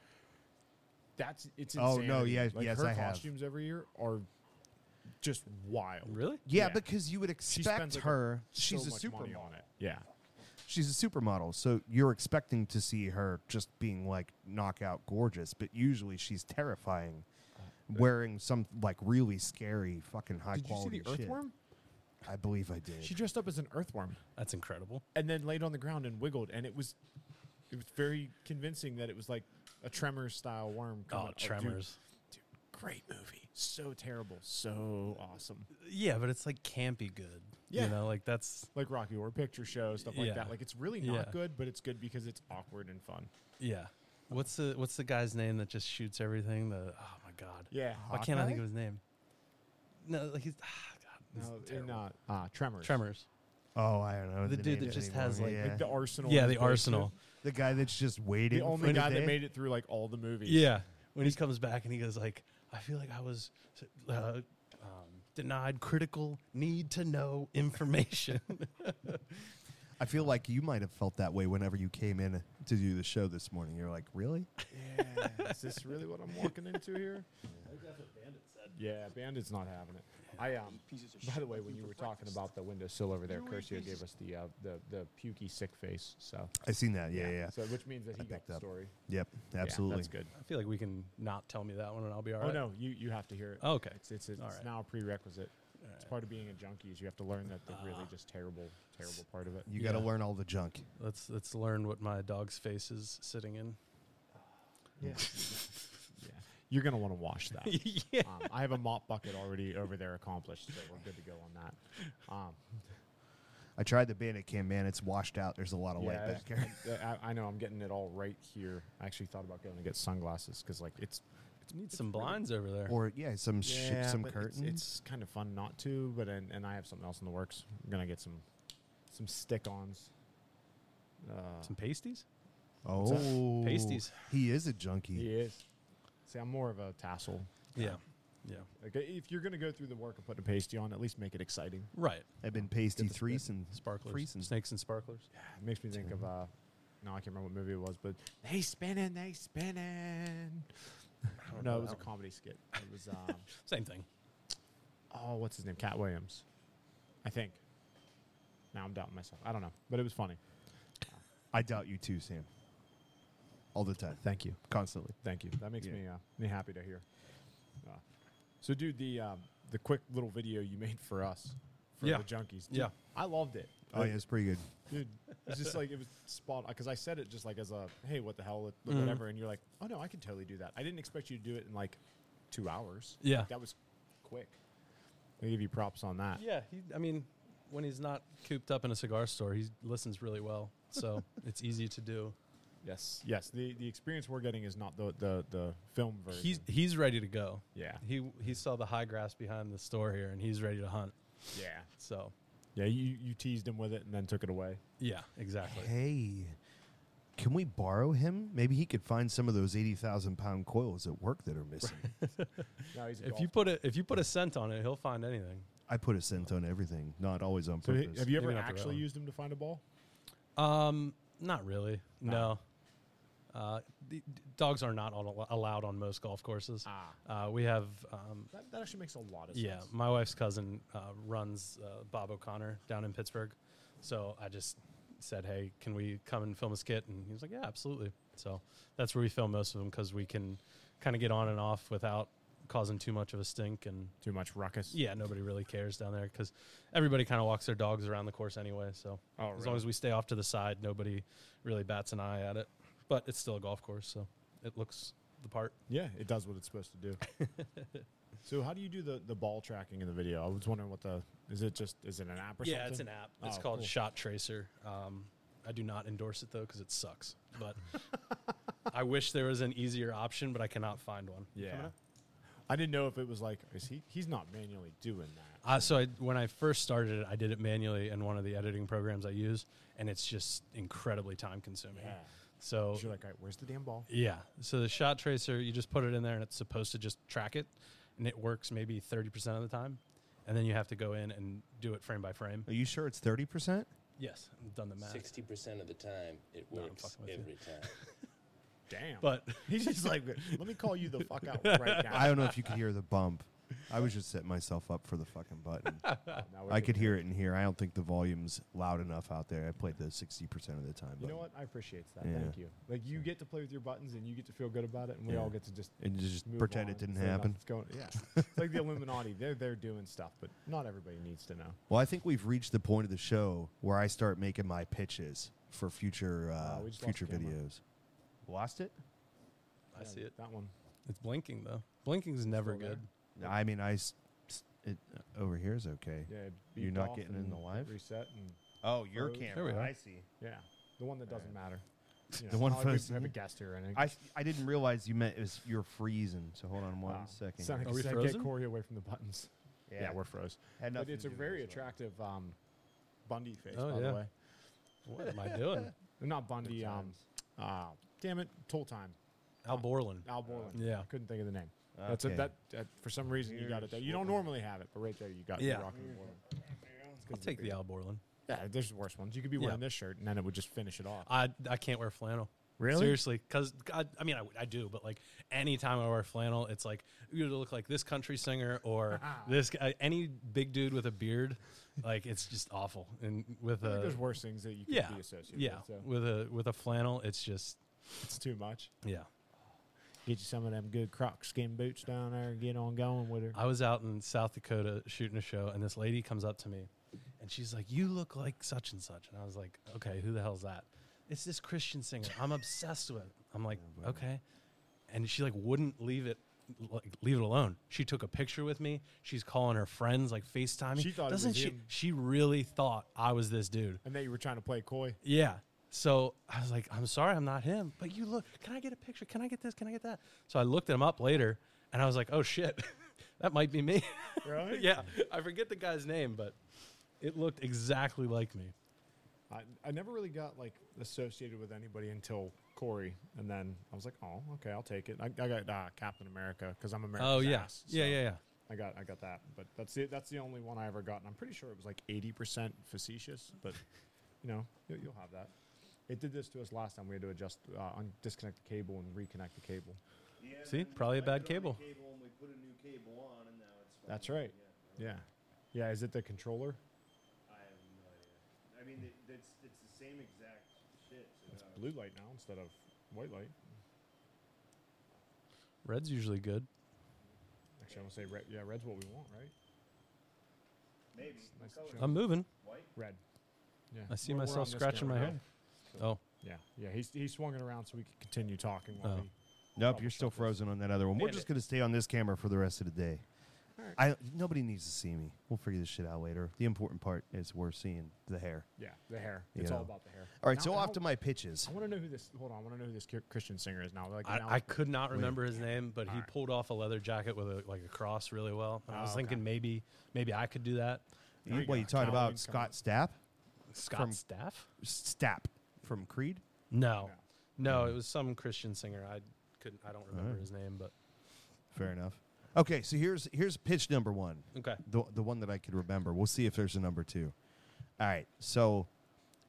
Speaker 5: That's it's
Speaker 3: Oh,
Speaker 5: insanity.
Speaker 3: no, yeah,
Speaker 5: like,
Speaker 3: yes,
Speaker 5: her
Speaker 3: I have.
Speaker 5: costumes every year are just wild.
Speaker 4: Really?
Speaker 3: Yeah,
Speaker 5: Yeah.
Speaker 3: because you would
Speaker 5: She
Speaker 3: expect
Speaker 5: spends like,
Speaker 3: her.
Speaker 5: so
Speaker 3: she's a
Speaker 5: much money
Speaker 3: supermodel.
Speaker 5: on it. Yeah.
Speaker 3: She's a supermodel, so you're expecting to see her just being like knockout gorgeous, but usually she's terrifying, wearing some like really scary fucking high
Speaker 5: Did you see
Speaker 3: quality
Speaker 5: the earthworm?
Speaker 3: shit. I believe I did.
Speaker 5: She dressed up as an earthworm
Speaker 4: That's incredible.
Speaker 5: and then laid on the ground and wiggled, and it was it was very convincing that it was like a Tremors style worm. coming
Speaker 4: Oh,
Speaker 5: up. Dude,
Speaker 4: Tremors.
Speaker 5: great movie. So terrible. So awesome.
Speaker 4: Yeah, but it's like campy good.
Speaker 5: Yeah.
Speaker 4: You know, like that's
Speaker 5: Like Rocky Horror Picture Show, stuff like
Speaker 4: Yeah.
Speaker 5: that. Like it's really not
Speaker 4: Yeah.
Speaker 5: good, but it's good because it's awkward and fun.
Speaker 4: yeah. What's the what's the guy's name that just shoots everything? The oh my god.
Speaker 5: Yeah.
Speaker 4: Why can't I think
Speaker 3: Hawkeye?
Speaker 4: of his name? No, like he's ah, god. he's
Speaker 5: No, they're
Speaker 4: terrible.
Speaker 5: not. Uh, Tremors.
Speaker 4: Tremors.
Speaker 3: oh, I don't know
Speaker 4: The dude
Speaker 3: names
Speaker 4: that just has,
Speaker 3: anymore.
Speaker 5: Like
Speaker 3: yeah.
Speaker 5: the Arsenal.
Speaker 4: Yeah,
Speaker 5: is
Speaker 4: the
Speaker 5: basically
Speaker 4: Arsenal.
Speaker 3: the guy that's just waiting.
Speaker 5: The only guy that made it through like all the movies.
Speaker 4: Yeah. When he comes back and he goes like, I feel like I was uh, um, denied critical need to know information.
Speaker 3: I feel like you might have felt that way whenever you came in to do the show this morning. You're like, really?
Speaker 5: Yeah. Is this really what I'm walking into here? Yeah, Bandit's not having it. I um. By the way, when you were talking about the windowsill over there, Curcio gave us the uh, the the pukey sick face. So
Speaker 3: I seen that. Yeah, yeah.
Speaker 5: So which means that he got
Speaker 3: picked
Speaker 5: the
Speaker 3: up.
Speaker 5: story.
Speaker 3: Yep,
Speaker 5: Yeah,
Speaker 3: absolutely.
Speaker 5: that's good.
Speaker 4: I feel like we can not tell me that one and I'll be all
Speaker 5: oh
Speaker 4: right.
Speaker 5: no, you you have to hear it.
Speaker 4: Oh, okay.
Speaker 5: It's it's, it's,
Speaker 4: All right.
Speaker 5: now a prerequisite. It's part of being a junkie is you have to learn that the
Speaker 4: Ah.
Speaker 5: really just terrible terrible part of it.
Speaker 3: You got to
Speaker 4: Yeah.
Speaker 3: learn all the junk.
Speaker 4: Let's let's learn what my dog's face is sitting in.
Speaker 5: Yeah. yeah. You're going to want to wash that.
Speaker 4: yeah.
Speaker 5: um, I have a mop bucket already over there accomplished, so we're good to go on that. Um,
Speaker 3: I tried the bandit cam, man. It's washed out. There's a lot of
Speaker 5: yeah,
Speaker 3: light
Speaker 5: it's-
Speaker 3: back there.
Speaker 5: I- I, I know I'm getting it all right here. I actually thought about going to get sunglasses because like it's
Speaker 4: You need some blinds over there.
Speaker 3: Or yeah, some sh- some
Speaker 5: but it's-
Speaker 3: curtains.
Speaker 5: It's, kind of fun not to, but and, and I have something else in the works. I'm gonna get some some stick-ons. Uh,
Speaker 4: some pasties?
Speaker 3: oh,
Speaker 4: Pasties.
Speaker 3: He is a junkie.
Speaker 5: he is. See, I'm more of a tassel.
Speaker 4: Yeah. Yeah.
Speaker 5: Like i- if you're gonna go through the work of putting a pasty on, at least make it exciting.
Speaker 4: Right.
Speaker 3: I've been pasty
Speaker 5: Get the-
Speaker 3: three and
Speaker 4: Sparklers.
Speaker 3: Freeze and-
Speaker 4: Snakes and sparklers.
Speaker 5: It makes me think of uh, no, I can't remember what movie it was, but they spinning, they spinning. No, it was a comedy skit. It was um,
Speaker 4: Same thing.
Speaker 5: oh, what's his name? Cat Williams, I think. Now I'm doubting myself. I don't know, but it was funny.
Speaker 3: I doubt you too, Sam. All the time,
Speaker 5: Thank you.
Speaker 3: constantly.
Speaker 5: Thank you. That makes
Speaker 3: Yeah.
Speaker 5: me uh, me happy to hear. Uh, so, dude, the um, the quick little video you made for us for
Speaker 4: Yeah.
Speaker 5: the junkies, dude,
Speaker 4: Yeah.
Speaker 5: I loved it.
Speaker 3: Oh yeah, it's pretty good.
Speaker 5: dude, it's just like it was spot because I said it just like as a hey, what the hell, it-
Speaker 4: Mm-hmm.
Speaker 5: whatever, and you're like, oh no, I can totally do that. I didn't expect you to do it in like two hours.
Speaker 4: Yeah.
Speaker 5: Like, that was quick. I give you props on that.
Speaker 4: Yeah, he, I mean, when he's not cooped up in a cigar store, he listens really well. So it's easy to do.
Speaker 5: Yes, yes. The the experience we're getting is not the the, the film version.
Speaker 4: He's he's ready to go.
Speaker 5: Yeah.
Speaker 4: He he saw the high grass behind the store here, and he's ready to hunt.
Speaker 5: yeah,
Speaker 4: So
Speaker 5: yeah. You you teased him with it and then took it away.
Speaker 4: yeah, exactly.
Speaker 3: Hey, can can we borrow him? Maybe he could find some of those eighty thousand pound coils at work that are missing.
Speaker 5: No, he's a
Speaker 4: If
Speaker 5: golf
Speaker 4: you put it, if you put a scent on it, he'll find anything.
Speaker 3: I put a scent on everything, not always on
Speaker 5: So
Speaker 3: purpose.
Speaker 5: h- have you ever
Speaker 4: Maybe not the right
Speaker 5: actually
Speaker 4: one.
Speaker 5: used him to find a ball?
Speaker 4: Um, not really. No. Uh, the, d- dogs are not al- allowed on most golf courses.
Speaker 5: Ah.
Speaker 4: Uh, we have, um,
Speaker 5: That, that actually makes a lot of sense.
Speaker 4: yeah, my wife's cousin uh, runs uh, Bob O'Connor down in Pittsburgh, so I just said, "Hey, can we come and film a skit?" And he was like, "Yeah, absolutely." So that's where we film most of them because we can kind of get on and off without causing too much of a stink and
Speaker 5: Too much ruckus.
Speaker 4: yeah, nobody really cares down there because everybody kind of walks their dogs around the course anyway. So
Speaker 5: Oh,
Speaker 4: as
Speaker 5: really?
Speaker 4: long as we stay off to the side, nobody really bats an eye at it. But it's still a golf course, so it looks the part.
Speaker 5: Yeah, it does what it's supposed to do. so how do you do the, the ball tracking in the video? I was wondering what the is it just is it an app or something?
Speaker 4: yeah, it's an app. It's
Speaker 5: Oh,
Speaker 4: called
Speaker 5: cool.
Speaker 4: Shot Tracer. Um, I do not endorse it though because it sucks. But I wish there was an easier option, but I cannot find one.
Speaker 5: Yeah. I didn't know if it was like is he he's not manually doing that.
Speaker 4: Uh, so I, when I first started it, I did it manually in one of the editing programs I use, and it's just incredibly time consuming.
Speaker 5: Yeah.
Speaker 4: So
Speaker 5: 'Cause You're like, all right, where's the damn ball?
Speaker 4: Yeah. So the shot tracer, you just put it in there and it's supposed to just track it and it works maybe 30% of the time. And then you have to go in and do it frame by frame.
Speaker 3: Are you sure it's thirty percent?
Speaker 4: Yes, I've done the math.
Speaker 7: Sixty percent of the time, it works
Speaker 4: fucking with you.
Speaker 7: every time.
Speaker 5: Damn.
Speaker 4: But
Speaker 5: he's just like, let me call you the fuck out right now.
Speaker 3: I don't know if you could hear the bump. I was just setting myself up for the fucking button.
Speaker 5: Now we're
Speaker 3: I
Speaker 5: getting
Speaker 3: could hear it in here. I don't think the volume's loud enough out there. I played the sixty percent of the time.
Speaker 5: You know
Speaker 3: button.
Speaker 5: what? I appreciate that.
Speaker 3: Yeah.
Speaker 5: Thank you. Like you get to play with your buttons and you get to feel good about it, and we
Speaker 3: Yeah.
Speaker 5: all get to just
Speaker 3: And just
Speaker 5: move
Speaker 3: pretend
Speaker 5: on
Speaker 3: it didn't
Speaker 5: so nothing's
Speaker 3: happen.
Speaker 5: Going, yeah, it's like the Illuminati. They're they're doing stuff, but not everybody needs to know.
Speaker 3: Well, I think we've reached the point of the show where I start making my pitches for future uh,
Speaker 5: Wow, we just lost
Speaker 3: future
Speaker 5: the camera.
Speaker 3: videos. Lost it?
Speaker 4: I see it.
Speaker 5: That one.
Speaker 4: It's blinking though. Blinking's never
Speaker 5: Still there.
Speaker 4: good.
Speaker 3: I mean, I s- s- it uh, over here is okay.
Speaker 5: Yeah. it
Speaker 3: You're
Speaker 5: beeped
Speaker 3: not
Speaker 5: off
Speaker 3: getting in
Speaker 5: and
Speaker 3: the live?
Speaker 5: reset and
Speaker 3: Oh, your
Speaker 5: Froze. There
Speaker 4: we are.
Speaker 3: see.
Speaker 5: yeah, the one that doesn't matter. You
Speaker 3: The one
Speaker 5: not like we
Speaker 3: frozen.
Speaker 5: have a guest here. I think.
Speaker 3: I, s- I didn't realize you meant it was you're freezing. So hold on one second.
Speaker 5: Sound
Speaker 4: Are we
Speaker 5: said,
Speaker 4: frozen?
Speaker 5: Get Corey away from the buttons. Yeah, we're froze.
Speaker 3: Had
Speaker 5: But
Speaker 3: nothing
Speaker 5: it's
Speaker 3: to
Speaker 5: a
Speaker 3: do with
Speaker 5: very
Speaker 3: this one.
Speaker 5: attractive um, Bundy face,
Speaker 4: Oh,
Speaker 5: by
Speaker 4: yeah.
Speaker 5: the way.
Speaker 4: What am I doing?
Speaker 5: Not Bundy. Um, uh, damn it, toll time.
Speaker 4: Al Borland.
Speaker 5: Al Borland.
Speaker 4: Yeah.
Speaker 5: I couldn't think of the name. That's it.
Speaker 3: Okay.
Speaker 5: That, that for some reason you got it there. You don't normally have it, but right there you got
Speaker 4: Yeah.
Speaker 5: the Rocky Borland.
Speaker 4: I'll take the Al Borland.
Speaker 5: Yeah, there's worse ones. You could be wearing
Speaker 4: Yeah.
Speaker 5: this shirt and then it would just finish it off.
Speaker 4: I I can't wear flannel.
Speaker 5: Really?
Speaker 4: Seriously, because I, I mean I, I do, but like anytime I wear flannel, it's like you either look like this country singer or this guy, any big dude with a beard, like it's just awful. And with
Speaker 5: I think
Speaker 4: a
Speaker 5: there's worse things that you could
Speaker 4: Uh, yeah,
Speaker 5: be associated
Speaker 4: yeah,
Speaker 5: with. So
Speaker 4: with a with a flannel, it's just
Speaker 5: it's too much.
Speaker 4: yeah.
Speaker 5: Get you some of them good croc skin boots down there and get on going with her.
Speaker 4: I was out in South Dakota shooting a show, and this lady comes up to me, and she's like, "You look like such and such," and I was like, "Okay, who the hell's that?" It's this Christian singer. I'm obsessed with. I'm like, okay, and she like wouldn't leave it. Like, leave it alone. She took a picture with me. She's calling her friends, like FaceTiming.
Speaker 5: She thought it
Speaker 4: Doesn't
Speaker 5: was
Speaker 4: she?
Speaker 5: him.
Speaker 4: She really thought I was this dude.
Speaker 5: And that you were trying to play coy.
Speaker 4: Yeah. So I was like, I'm sorry, I'm not him. But you look, can I get a picture? Can I get this? Can I get that? So I looked him up later and I was like, oh shit, that might be me.
Speaker 5: Really?
Speaker 4: yeah. I forget the guy's name, but it looked exactly like me.
Speaker 5: I, I never really got like associated with anybody until Corey, and then I was like, oh, okay, I'll take it. I, I got uh, Captain America because I'm American.
Speaker 4: oh, yeah.
Speaker 5: ass,
Speaker 4: yeah.
Speaker 5: so
Speaker 4: Yeah, yeah,
Speaker 5: I got I got that, but that's it. That's the only one I ever got, and I'm pretty sure it was like 80 percent facetious, but you know you'll, you'll have that. It did this to us last time. We had to adjust, uh, un- disconnect the cable and reconnect the cable.
Speaker 4: See, probably a bad cable.
Speaker 5: That's right. Yeah, yeah. Is it the controller?
Speaker 3: I mean, it's, it's the same exact shit. uh,
Speaker 5: It's blue light now instead of white light.
Speaker 4: Red's usually good.
Speaker 5: Actually, I want to say red. Yeah, red's what we want, right?
Speaker 3: Maybe.
Speaker 5: Nice to show.
Speaker 4: I'm moving.
Speaker 5: red. Yeah.
Speaker 4: Um, I see
Speaker 5: We're- we're on
Speaker 4: myself
Speaker 5: this
Speaker 4: scratching my
Speaker 5: camera,
Speaker 4: hair. Oh,
Speaker 5: Yeah, yeah. He's he swung it around so we could continue talking. While
Speaker 4: Oh.
Speaker 5: we,
Speaker 3: Nope, you're still frozen on that other one. We're just going to stay on this camera for the rest of the day. I, nobody needs to see me. We'll figure this shit out later. The important part is we're seeing the hair.
Speaker 5: yeah, the hair.
Speaker 3: You
Speaker 5: It's all
Speaker 3: know.
Speaker 5: about the hair.
Speaker 3: All right,
Speaker 5: Now-
Speaker 3: so
Speaker 5: now-
Speaker 3: off to my pitches.
Speaker 5: I want to know who this. Hold on, I want to know who this Ki- Christian singer is now. Like,
Speaker 4: I,
Speaker 5: now
Speaker 4: I could not remember his name, but he
Speaker 5: Alright.
Speaker 4: pulled off a leather jacket with a, like a cross really well. And I
Speaker 5: Oh,
Speaker 4: was
Speaker 5: okay.
Speaker 4: thinking maybe maybe I could do that.
Speaker 5: There
Speaker 3: You,
Speaker 5: you
Speaker 3: what
Speaker 5: go.
Speaker 3: you talking about?
Speaker 5: Halloween's coming
Speaker 3: Scott Stapp?
Speaker 4: Scott
Speaker 3: From-
Speaker 4: Staff?
Speaker 3: Stapp from Creed?
Speaker 4: No. Mm.
Speaker 5: No.
Speaker 4: No, it was some Christian singer. I couldn't. I don't remember his name, but
Speaker 3: Fair enough. Okay, so here's here's pitch number one.
Speaker 4: Okay.
Speaker 3: The the one that I could remember. We'll see if there's a number two. All right. So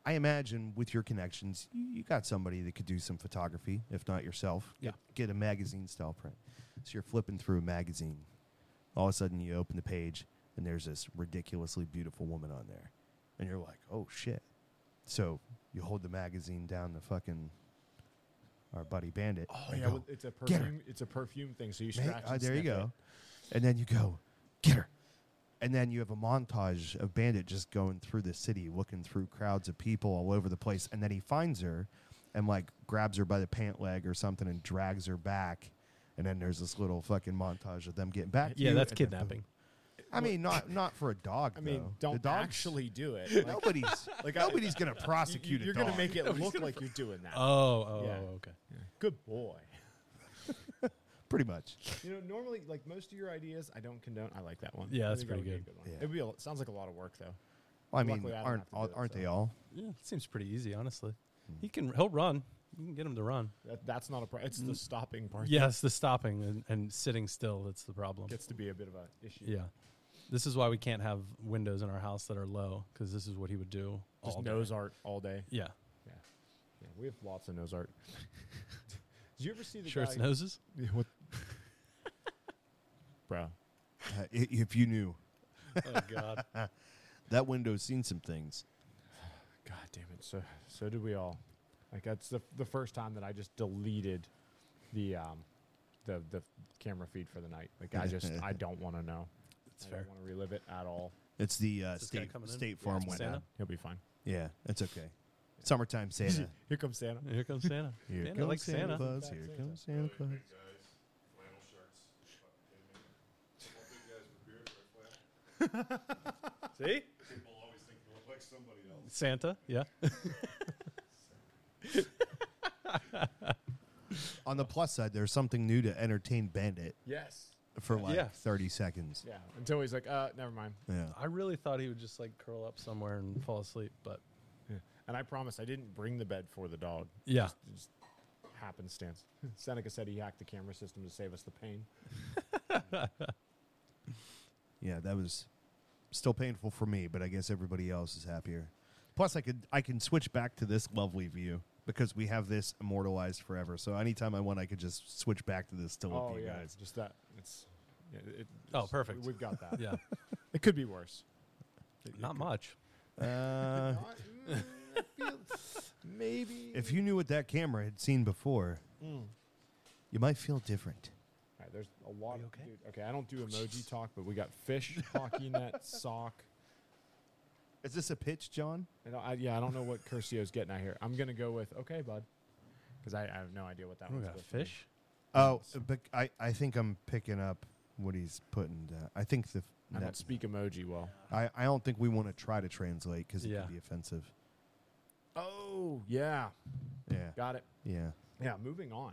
Speaker 3: I imagine with your connections, you, you got somebody that could do some photography, if not yourself.
Speaker 4: Yeah.
Speaker 3: Get, get a magazine style print. So you're flipping through a magazine. All of a sudden you open the page and there's this ridiculously beautiful woman on there. And you're like, oh shit. So you hold the magazine down the fucking our buddy bandit.
Speaker 5: Oh
Speaker 3: and
Speaker 5: yeah,
Speaker 3: go,
Speaker 5: well, it's a
Speaker 3: "Get her."
Speaker 5: perfume. It's a perfume thing. So you
Speaker 3: Ma-
Speaker 5: scratch.
Speaker 3: uh,
Speaker 5: and
Speaker 3: there you
Speaker 5: sniff it.
Speaker 3: go. And then you go, get her. And then you have a montage of Bandit just going through the city, looking through crowds of people all over the place. And then he finds her and like grabs her by the pant leg or something and drags her back. And then there's this little fucking montage of them getting back. to
Speaker 4: yeah,
Speaker 3: you,
Speaker 4: that's
Speaker 3: and then boom.
Speaker 4: kidnapping.
Speaker 3: I mean, not not for a dog.
Speaker 5: I
Speaker 3: though.
Speaker 5: mean,
Speaker 3: the
Speaker 5: don't
Speaker 3: dog
Speaker 5: actually do it. Like,
Speaker 3: Nobody's like
Speaker 5: Like, I-
Speaker 3: nobody's gonna prosecute.
Speaker 5: you, are
Speaker 3: a dog.
Speaker 5: gonna make it look like you're doing that.
Speaker 4: Oh,
Speaker 3: Uh.
Speaker 4: oh,
Speaker 5: Yeah.
Speaker 4: oh, okay.
Speaker 5: Good boy.
Speaker 3: pretty much.
Speaker 5: You know, normally like most of your ideas, I don't condone. I like that one.
Speaker 4: Yeah,
Speaker 5: I
Speaker 4: that's
Speaker 5: think that
Speaker 4: pretty
Speaker 5: would be
Speaker 4: good.
Speaker 5: a one.
Speaker 3: Yeah.
Speaker 5: It'd be a, it sounds like a lot of work though.
Speaker 3: Well, I mean,
Speaker 5: Luckily, I don't
Speaker 3: aren't
Speaker 5: have to do
Speaker 3: all,
Speaker 5: it,
Speaker 3: aren't
Speaker 5: so.
Speaker 3: they all?
Speaker 4: Yeah, it seems pretty easy, honestly. He can. He'll run. You can get him to run.
Speaker 5: That, that's not a problem.
Speaker 4: Mm.
Speaker 5: It's the stopping part. that
Speaker 4: Yes, the stopping and, and sitting still. That's the problem.
Speaker 5: gets to be a bit of an issue.
Speaker 4: Yeah. This is why we can't have windows in our house that are low because this is what he would do
Speaker 5: Just
Speaker 4: all day.
Speaker 5: nose art all day.
Speaker 4: Yeah.
Speaker 5: Yeah. yeah, we have lots of nose art. Did you ever see the
Speaker 4: Sure,
Speaker 5: guy?
Speaker 4: it's noses.
Speaker 5: Yeah, what? Bro,
Speaker 3: Uh, i- if you knew,
Speaker 4: oh God.
Speaker 3: that window's seen some things.
Speaker 5: God damn it! So so did we all. Like that's the the first time that I just deleted the um the the camera feed for the night. Like I just I don't want to know.
Speaker 4: It's
Speaker 5: I
Speaker 4: fair.
Speaker 5: don't want to relive it at all.
Speaker 3: It's the uh,
Speaker 4: this guy
Speaker 3: state
Speaker 4: coming in?
Speaker 3: State Farm
Speaker 4: it's
Speaker 3: window.
Speaker 4: Santa.
Speaker 5: He'll be fine.
Speaker 3: Yeah, that's okay. Summertime Santa.
Speaker 5: Here comes Santa.
Speaker 4: Here comes Santa.
Speaker 3: Here
Speaker 4: Santa
Speaker 3: comes
Speaker 4: likes
Speaker 3: Santa,
Speaker 4: Santa.
Speaker 3: Claus. Here comes Santa Claus.
Speaker 4: See? Santa. Yeah.
Speaker 3: On the plus side, there's something new to entertain Bandit
Speaker 5: Yes.
Speaker 3: for like
Speaker 4: Yeah.
Speaker 3: 30 seconds.
Speaker 5: Yeah. Until he's like, uh, never mind.
Speaker 3: Yeah.
Speaker 4: I really thought he would just like curl up somewhere and fall asleep, but
Speaker 5: And I promise I didn't bring the bed for the dog.
Speaker 4: yeah,
Speaker 5: It just happenstance. Seneca said he hacked the camera system to save us the pain.
Speaker 3: Yeah, that was still painful for me, but I guess everybody else is happier. Plus, I could I can switch back to this lovely view because we have this immortalized forever. So anytime I want, I could just switch back to this still
Speaker 5: oh
Speaker 3: with you
Speaker 5: yeah,
Speaker 3: guys.
Speaker 5: it's just that. It's. Yeah, it,
Speaker 4: Oh,
Speaker 5: it's-
Speaker 4: perfect.
Speaker 5: we- We've got that.
Speaker 4: yeah,
Speaker 5: It could be worse.
Speaker 4: not much.
Speaker 3: Uh,
Speaker 5: mm, Maybe.
Speaker 3: if you knew what that camera had seen before, you might feel different.
Speaker 5: All right, there's a lot. Okay? Dude, okay, I don't do emoji talk, but we got fish, hockey net, sock.
Speaker 3: Is this a pitch, John?
Speaker 5: I don't, I, yeah, I don't know what Curcio's getting out here. I'm gonna go with okay, bud, because I, I have no idea what that
Speaker 4: We
Speaker 5: one's
Speaker 4: got a
Speaker 5: supposed to be.
Speaker 4: fish.
Speaker 3: Oh, but I, I think I'm picking up what he's putting down. I think the
Speaker 5: I don't
Speaker 3: that-
Speaker 5: speak emoji well.
Speaker 3: I, I don't think we want to try to translate because it
Speaker 4: Yeah.
Speaker 3: could be offensive.
Speaker 5: Oh yeah,
Speaker 3: Yeah.
Speaker 5: got it.
Speaker 3: Yeah.
Speaker 5: Yeah, moving on.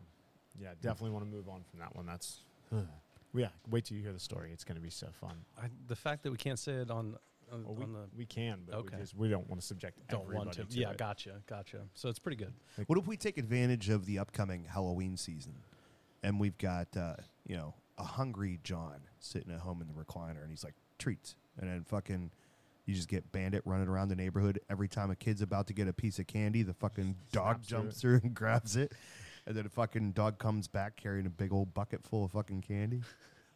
Speaker 5: Yeah, definitely want to move on from that one. That's yeah. Wait till you hear the story. It's gonna be so fun.
Speaker 4: I, the fact that we can't say it on on,
Speaker 5: Well, we,
Speaker 4: on the
Speaker 5: we can, but
Speaker 4: Okay.
Speaker 5: we just we don't want to subject
Speaker 4: don't
Speaker 5: everybody
Speaker 4: want to.
Speaker 5: to.
Speaker 4: yeah,
Speaker 5: it.
Speaker 4: gotcha, gotcha. So it's pretty good.
Speaker 3: What if we take advantage of the upcoming Halloween season and we've got, uh, you know, a hungry John sitting at home in the recliner and he's like, treats. And then fucking, you just get Bandit running around the neighborhood. Every time a kid's about to get a piece of candy, the fucking dog
Speaker 5: Snaps to
Speaker 3: jumps through and grabs it. And then a fucking dog comes back carrying a big old bucket full of fucking candy.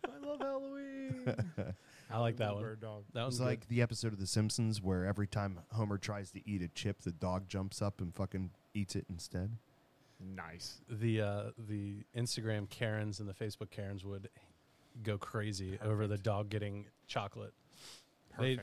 Speaker 5: I love Halloween.
Speaker 4: I like that
Speaker 5: Little
Speaker 4: one.
Speaker 5: bird dog.
Speaker 4: That
Speaker 3: It
Speaker 4: one's
Speaker 3: was
Speaker 4: like
Speaker 3: like the episode of The Simpsons where every time Homer tries to eat a chip, the dog jumps up and fucking eats it instead.
Speaker 5: Nice.
Speaker 4: the uh, the Instagram Karens and the Facebook Karens would go crazy over the dog getting chocolate. They,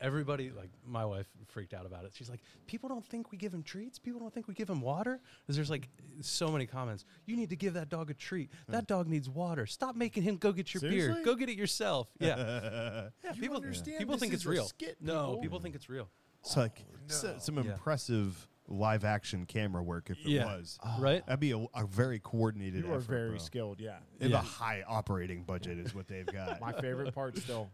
Speaker 4: everybody, like my wife, freaked out about it. She's like, "People don't think we give him treats. People don't think we give him water." 'Cause there's like so many comments. You need to give that dog a treat. That dog needs water. Stop making him go get your beer.
Speaker 5: Seriously?
Speaker 4: Go get it yourself. Yeah. yeah people
Speaker 5: understand
Speaker 4: people
Speaker 5: this
Speaker 4: think
Speaker 5: is
Speaker 4: it's
Speaker 5: a
Speaker 4: real.
Speaker 5: skit,
Speaker 4: no,
Speaker 5: people.
Speaker 4: people think it's real.
Speaker 3: It's like
Speaker 4: Oh,
Speaker 3: s- some
Speaker 4: Yeah.
Speaker 3: impressive live action camera work if
Speaker 4: Yeah.
Speaker 3: it was.
Speaker 4: Right?
Speaker 3: That'd be a, a very coordinated
Speaker 5: You are
Speaker 3: effort,
Speaker 5: very
Speaker 3: bro.
Speaker 5: skilled. Yeah.
Speaker 3: And
Speaker 4: Yeah.
Speaker 3: a high operating budget is what they've got.
Speaker 5: My favorite part still.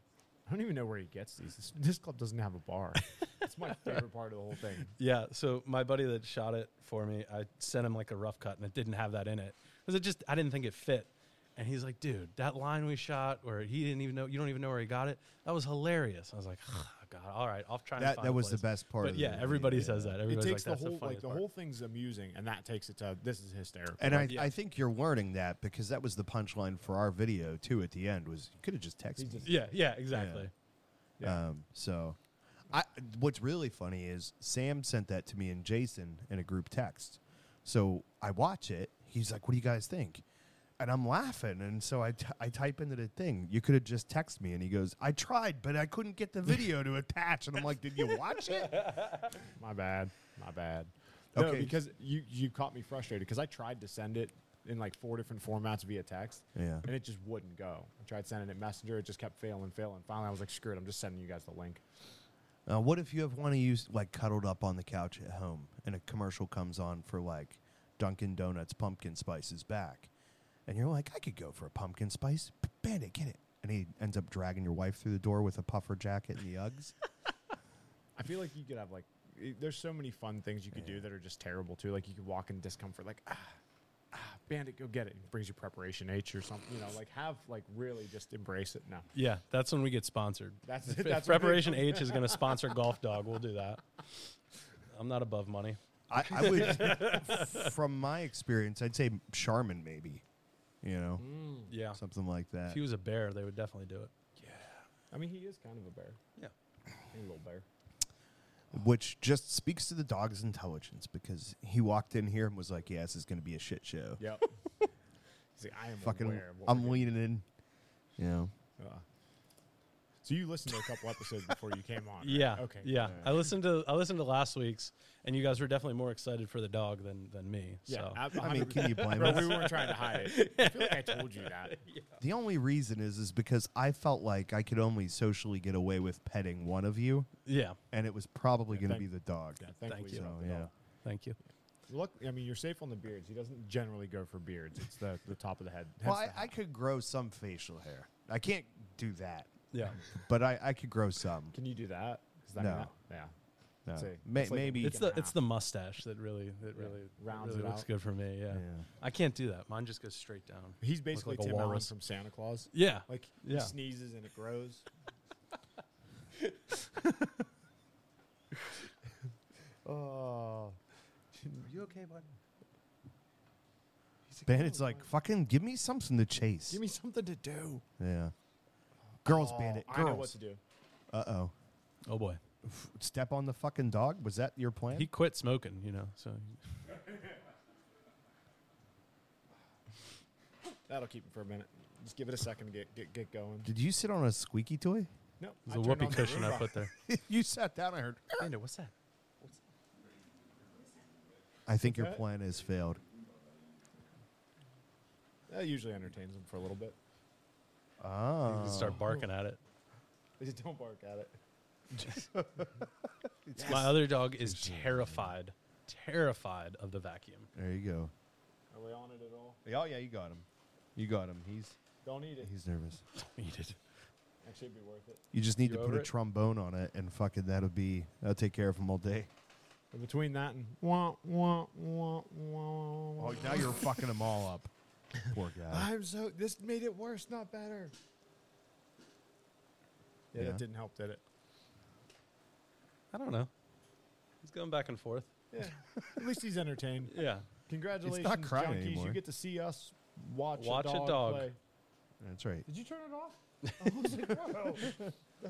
Speaker 5: I don't even know where he gets these. This, this club doesn't have a bar. It's my favorite part of the whole thing.
Speaker 4: Yeah. So my buddy that shot it for me, I sent him like a rough cut, and it didn't have that in it because it just I didn't think it fit. And he's like, "Dude, that line we shot, where he didn't even know you don't even know where he got it. That was hilarious." I was like, oh, "God, all right, I'll try." and
Speaker 3: That-
Speaker 4: find
Speaker 3: that
Speaker 4: a
Speaker 3: was the
Speaker 4: place."
Speaker 3: best part
Speaker 4: But
Speaker 3: of the
Speaker 4: yeah,
Speaker 3: movie,
Speaker 4: everybody
Speaker 3: yeah.
Speaker 4: says that. Everybody's
Speaker 5: it takes
Speaker 4: like,
Speaker 5: the
Speaker 4: "That's
Speaker 5: whole
Speaker 4: the,
Speaker 5: like
Speaker 4: funniest
Speaker 5: the
Speaker 4: part."
Speaker 5: whole thing's amusing, and that takes it to this is hysterical.
Speaker 3: And I,
Speaker 4: Yeah.
Speaker 3: I think you're learning that because that was the punchline for our video too. At the end was you could have just texted. me.
Speaker 4: Yeah. Yeah. Exactly.
Speaker 3: Um, so, I what's really funny is Sam sent that to me and Jason in a group text. So I watch it. He's like, "What do you guys think?" And I'm laughing. And so I, t- I type into the thing. You could have just texted me. And he goes, "I tried, but I couldn't get the video to attach." And I'm like, "Did you watch it?"
Speaker 5: My bad. My bad. No,
Speaker 3: Okay.
Speaker 5: because you you caught me frustrated because I tried to send it in like four different formats via text.
Speaker 3: Yeah.
Speaker 5: And it just wouldn't go. I tried sending it messenger, it just kept failing, failing. Finally I was like, screw it, I'm just sending you guys the link.
Speaker 3: Uh, what if you have one of you s- like cuddled up on the couch at home and a commercial comes on for like Dunkin' Donuts pumpkin spice is back, and you're like, I could go for a pumpkin spice. B- Bandit, get it. And he ends up dragging your wife through the door with a puffer jacket and the Uggs.
Speaker 5: I feel like you could have like i- there's so many fun things you could do that are just terrible too. Like you could walk in discomfort, like ah, ah bandit, go get it. It brings you preparation H or something, you know, like have like really just embrace it. No.
Speaker 4: Yeah. That's when we get sponsored.
Speaker 5: That's-
Speaker 4: If- if
Speaker 5: that's when we-
Speaker 4: Preparation H is going to sponsor Golf Dog. We'll do that. I'm not above money.
Speaker 3: I, I would, from my experience, I'd say Charmin maybe, you know,
Speaker 5: Mm.
Speaker 4: Yeah.
Speaker 3: something like that.
Speaker 4: If he was a bear, they would definitely do it.
Speaker 5: I mean he is kind of a bear.
Speaker 4: Yeah.
Speaker 5: A little bear.
Speaker 3: Which just speaks to the dog's intelligence because he walked in here and was like, "Yeah, this is going to be a shit show."
Speaker 5: Yep. See, I am
Speaker 3: Fucking,
Speaker 5: aware of what we're
Speaker 3: I'm
Speaker 5: doing.
Speaker 3: leaning in. You know.
Speaker 5: Uh, so you listened to a couple episodes before you came on. right?
Speaker 4: Yeah.
Speaker 5: Okay.
Speaker 4: Yeah.
Speaker 5: All right.
Speaker 4: I listened to I listened to last week's, and you guys were definitely more excited for the dog than than me.
Speaker 5: Yeah.
Speaker 4: So
Speaker 3: I mean, can you blame
Speaker 5: Bro,
Speaker 3: us?
Speaker 5: we weren't trying to hide it. I feel like I told you that.
Speaker 3: The only reason is is because I felt like I could only socially get away with petting one of you,
Speaker 4: yeah.
Speaker 3: and it was probably going to
Speaker 5: thank-
Speaker 3: be the dog.
Speaker 5: Yeah, thankfully
Speaker 4: Thank you.
Speaker 5: so,
Speaker 3: So,
Speaker 5: yeah.
Speaker 3: yeah.
Speaker 4: Thank you.
Speaker 5: Look, I mean, you're safe on the beards. He doesn't generally go for beards. It's the, the top of the head.
Speaker 3: Well,
Speaker 5: Hence
Speaker 3: I,
Speaker 5: the
Speaker 3: I could grow some facial hair. I can't do that,
Speaker 4: Yeah.
Speaker 3: but I, I could grow some.
Speaker 5: can you do that? Is that
Speaker 3: No.
Speaker 5: not- Yeah.
Speaker 3: No.
Speaker 5: It's a-
Speaker 3: May-
Speaker 5: it's like a
Speaker 3: maybe
Speaker 5: week
Speaker 4: It's
Speaker 5: and a
Speaker 4: the it's
Speaker 5: half.
Speaker 4: the mustache that really that
Speaker 5: Yeah.
Speaker 4: really
Speaker 5: Rounds
Speaker 4: really
Speaker 5: it
Speaker 4: looks
Speaker 5: out.
Speaker 4: good for me. Yeah.
Speaker 3: Yeah.
Speaker 4: I can't do that. Mine just goes straight down.
Speaker 5: He's basically
Speaker 4: like a
Speaker 5: Tim Allen
Speaker 4: walrus.
Speaker 5: from Santa Claus.
Speaker 4: Yeah.
Speaker 5: Like
Speaker 4: Yeah.
Speaker 5: he sneezes and it grows. oh, you okay, bud?
Speaker 3: Bandit's like fucking give me something to chase.
Speaker 5: Give me something to do.
Speaker 3: yeah, girls,
Speaker 5: Oh,
Speaker 3: Bandit,
Speaker 5: I know what
Speaker 3: girls.
Speaker 5: to do.
Speaker 3: Uh oh,
Speaker 4: Oh boy.
Speaker 3: step on the fucking dog. Was that your plan?
Speaker 4: He quit smoking, you know. So
Speaker 5: That'll keep him for a minute. Just give it a second to get get, get going.
Speaker 3: Did you sit on a squeaky toy?
Speaker 5: No,
Speaker 4: it was a whoopee cushion I put there.
Speaker 3: you sat down. I heard.
Speaker 4: Andrew, what's that?
Speaker 3: I think your plan has failed.
Speaker 5: That usually entertains him for a little bit.
Speaker 4: You can
Speaker 5: Oh.
Speaker 4: start barking at it.
Speaker 5: They just don't bark at it.
Speaker 4: My other dog is terrified, terrified of the vacuum.
Speaker 3: Ah, There you go.
Speaker 5: Are we on it at all?
Speaker 3: Oh yeah, you got him. You got him. He's
Speaker 5: Don't eat it.
Speaker 3: he's nervous.
Speaker 4: Needed.
Speaker 5: It should be worth it.
Speaker 3: You just need
Speaker 4: You
Speaker 3: to put
Speaker 4: over
Speaker 3: a
Speaker 4: it?
Speaker 3: trombone on it, and fucking that'll be that'll take care of him all day.
Speaker 5: But between that and wah wah wah wah. wah.
Speaker 3: Oh, now you're fucking them all up. Poor guy.
Speaker 5: I'm so. This made it worse, not better. Yeah,
Speaker 3: Yeah.
Speaker 5: that didn't help, did it?
Speaker 4: I don't know. He's going back and forth.
Speaker 5: Yeah. at least he's entertained.
Speaker 4: Yeah.
Speaker 5: Congratulations,
Speaker 3: crying
Speaker 5: junkies!
Speaker 3: anymore.
Speaker 5: You get to see us watch,
Speaker 4: Watch
Speaker 5: a
Speaker 4: a
Speaker 5: dog,
Speaker 4: dog.
Speaker 5: play.
Speaker 3: That's right.
Speaker 5: Did you turn it off? I was like, "Whoa."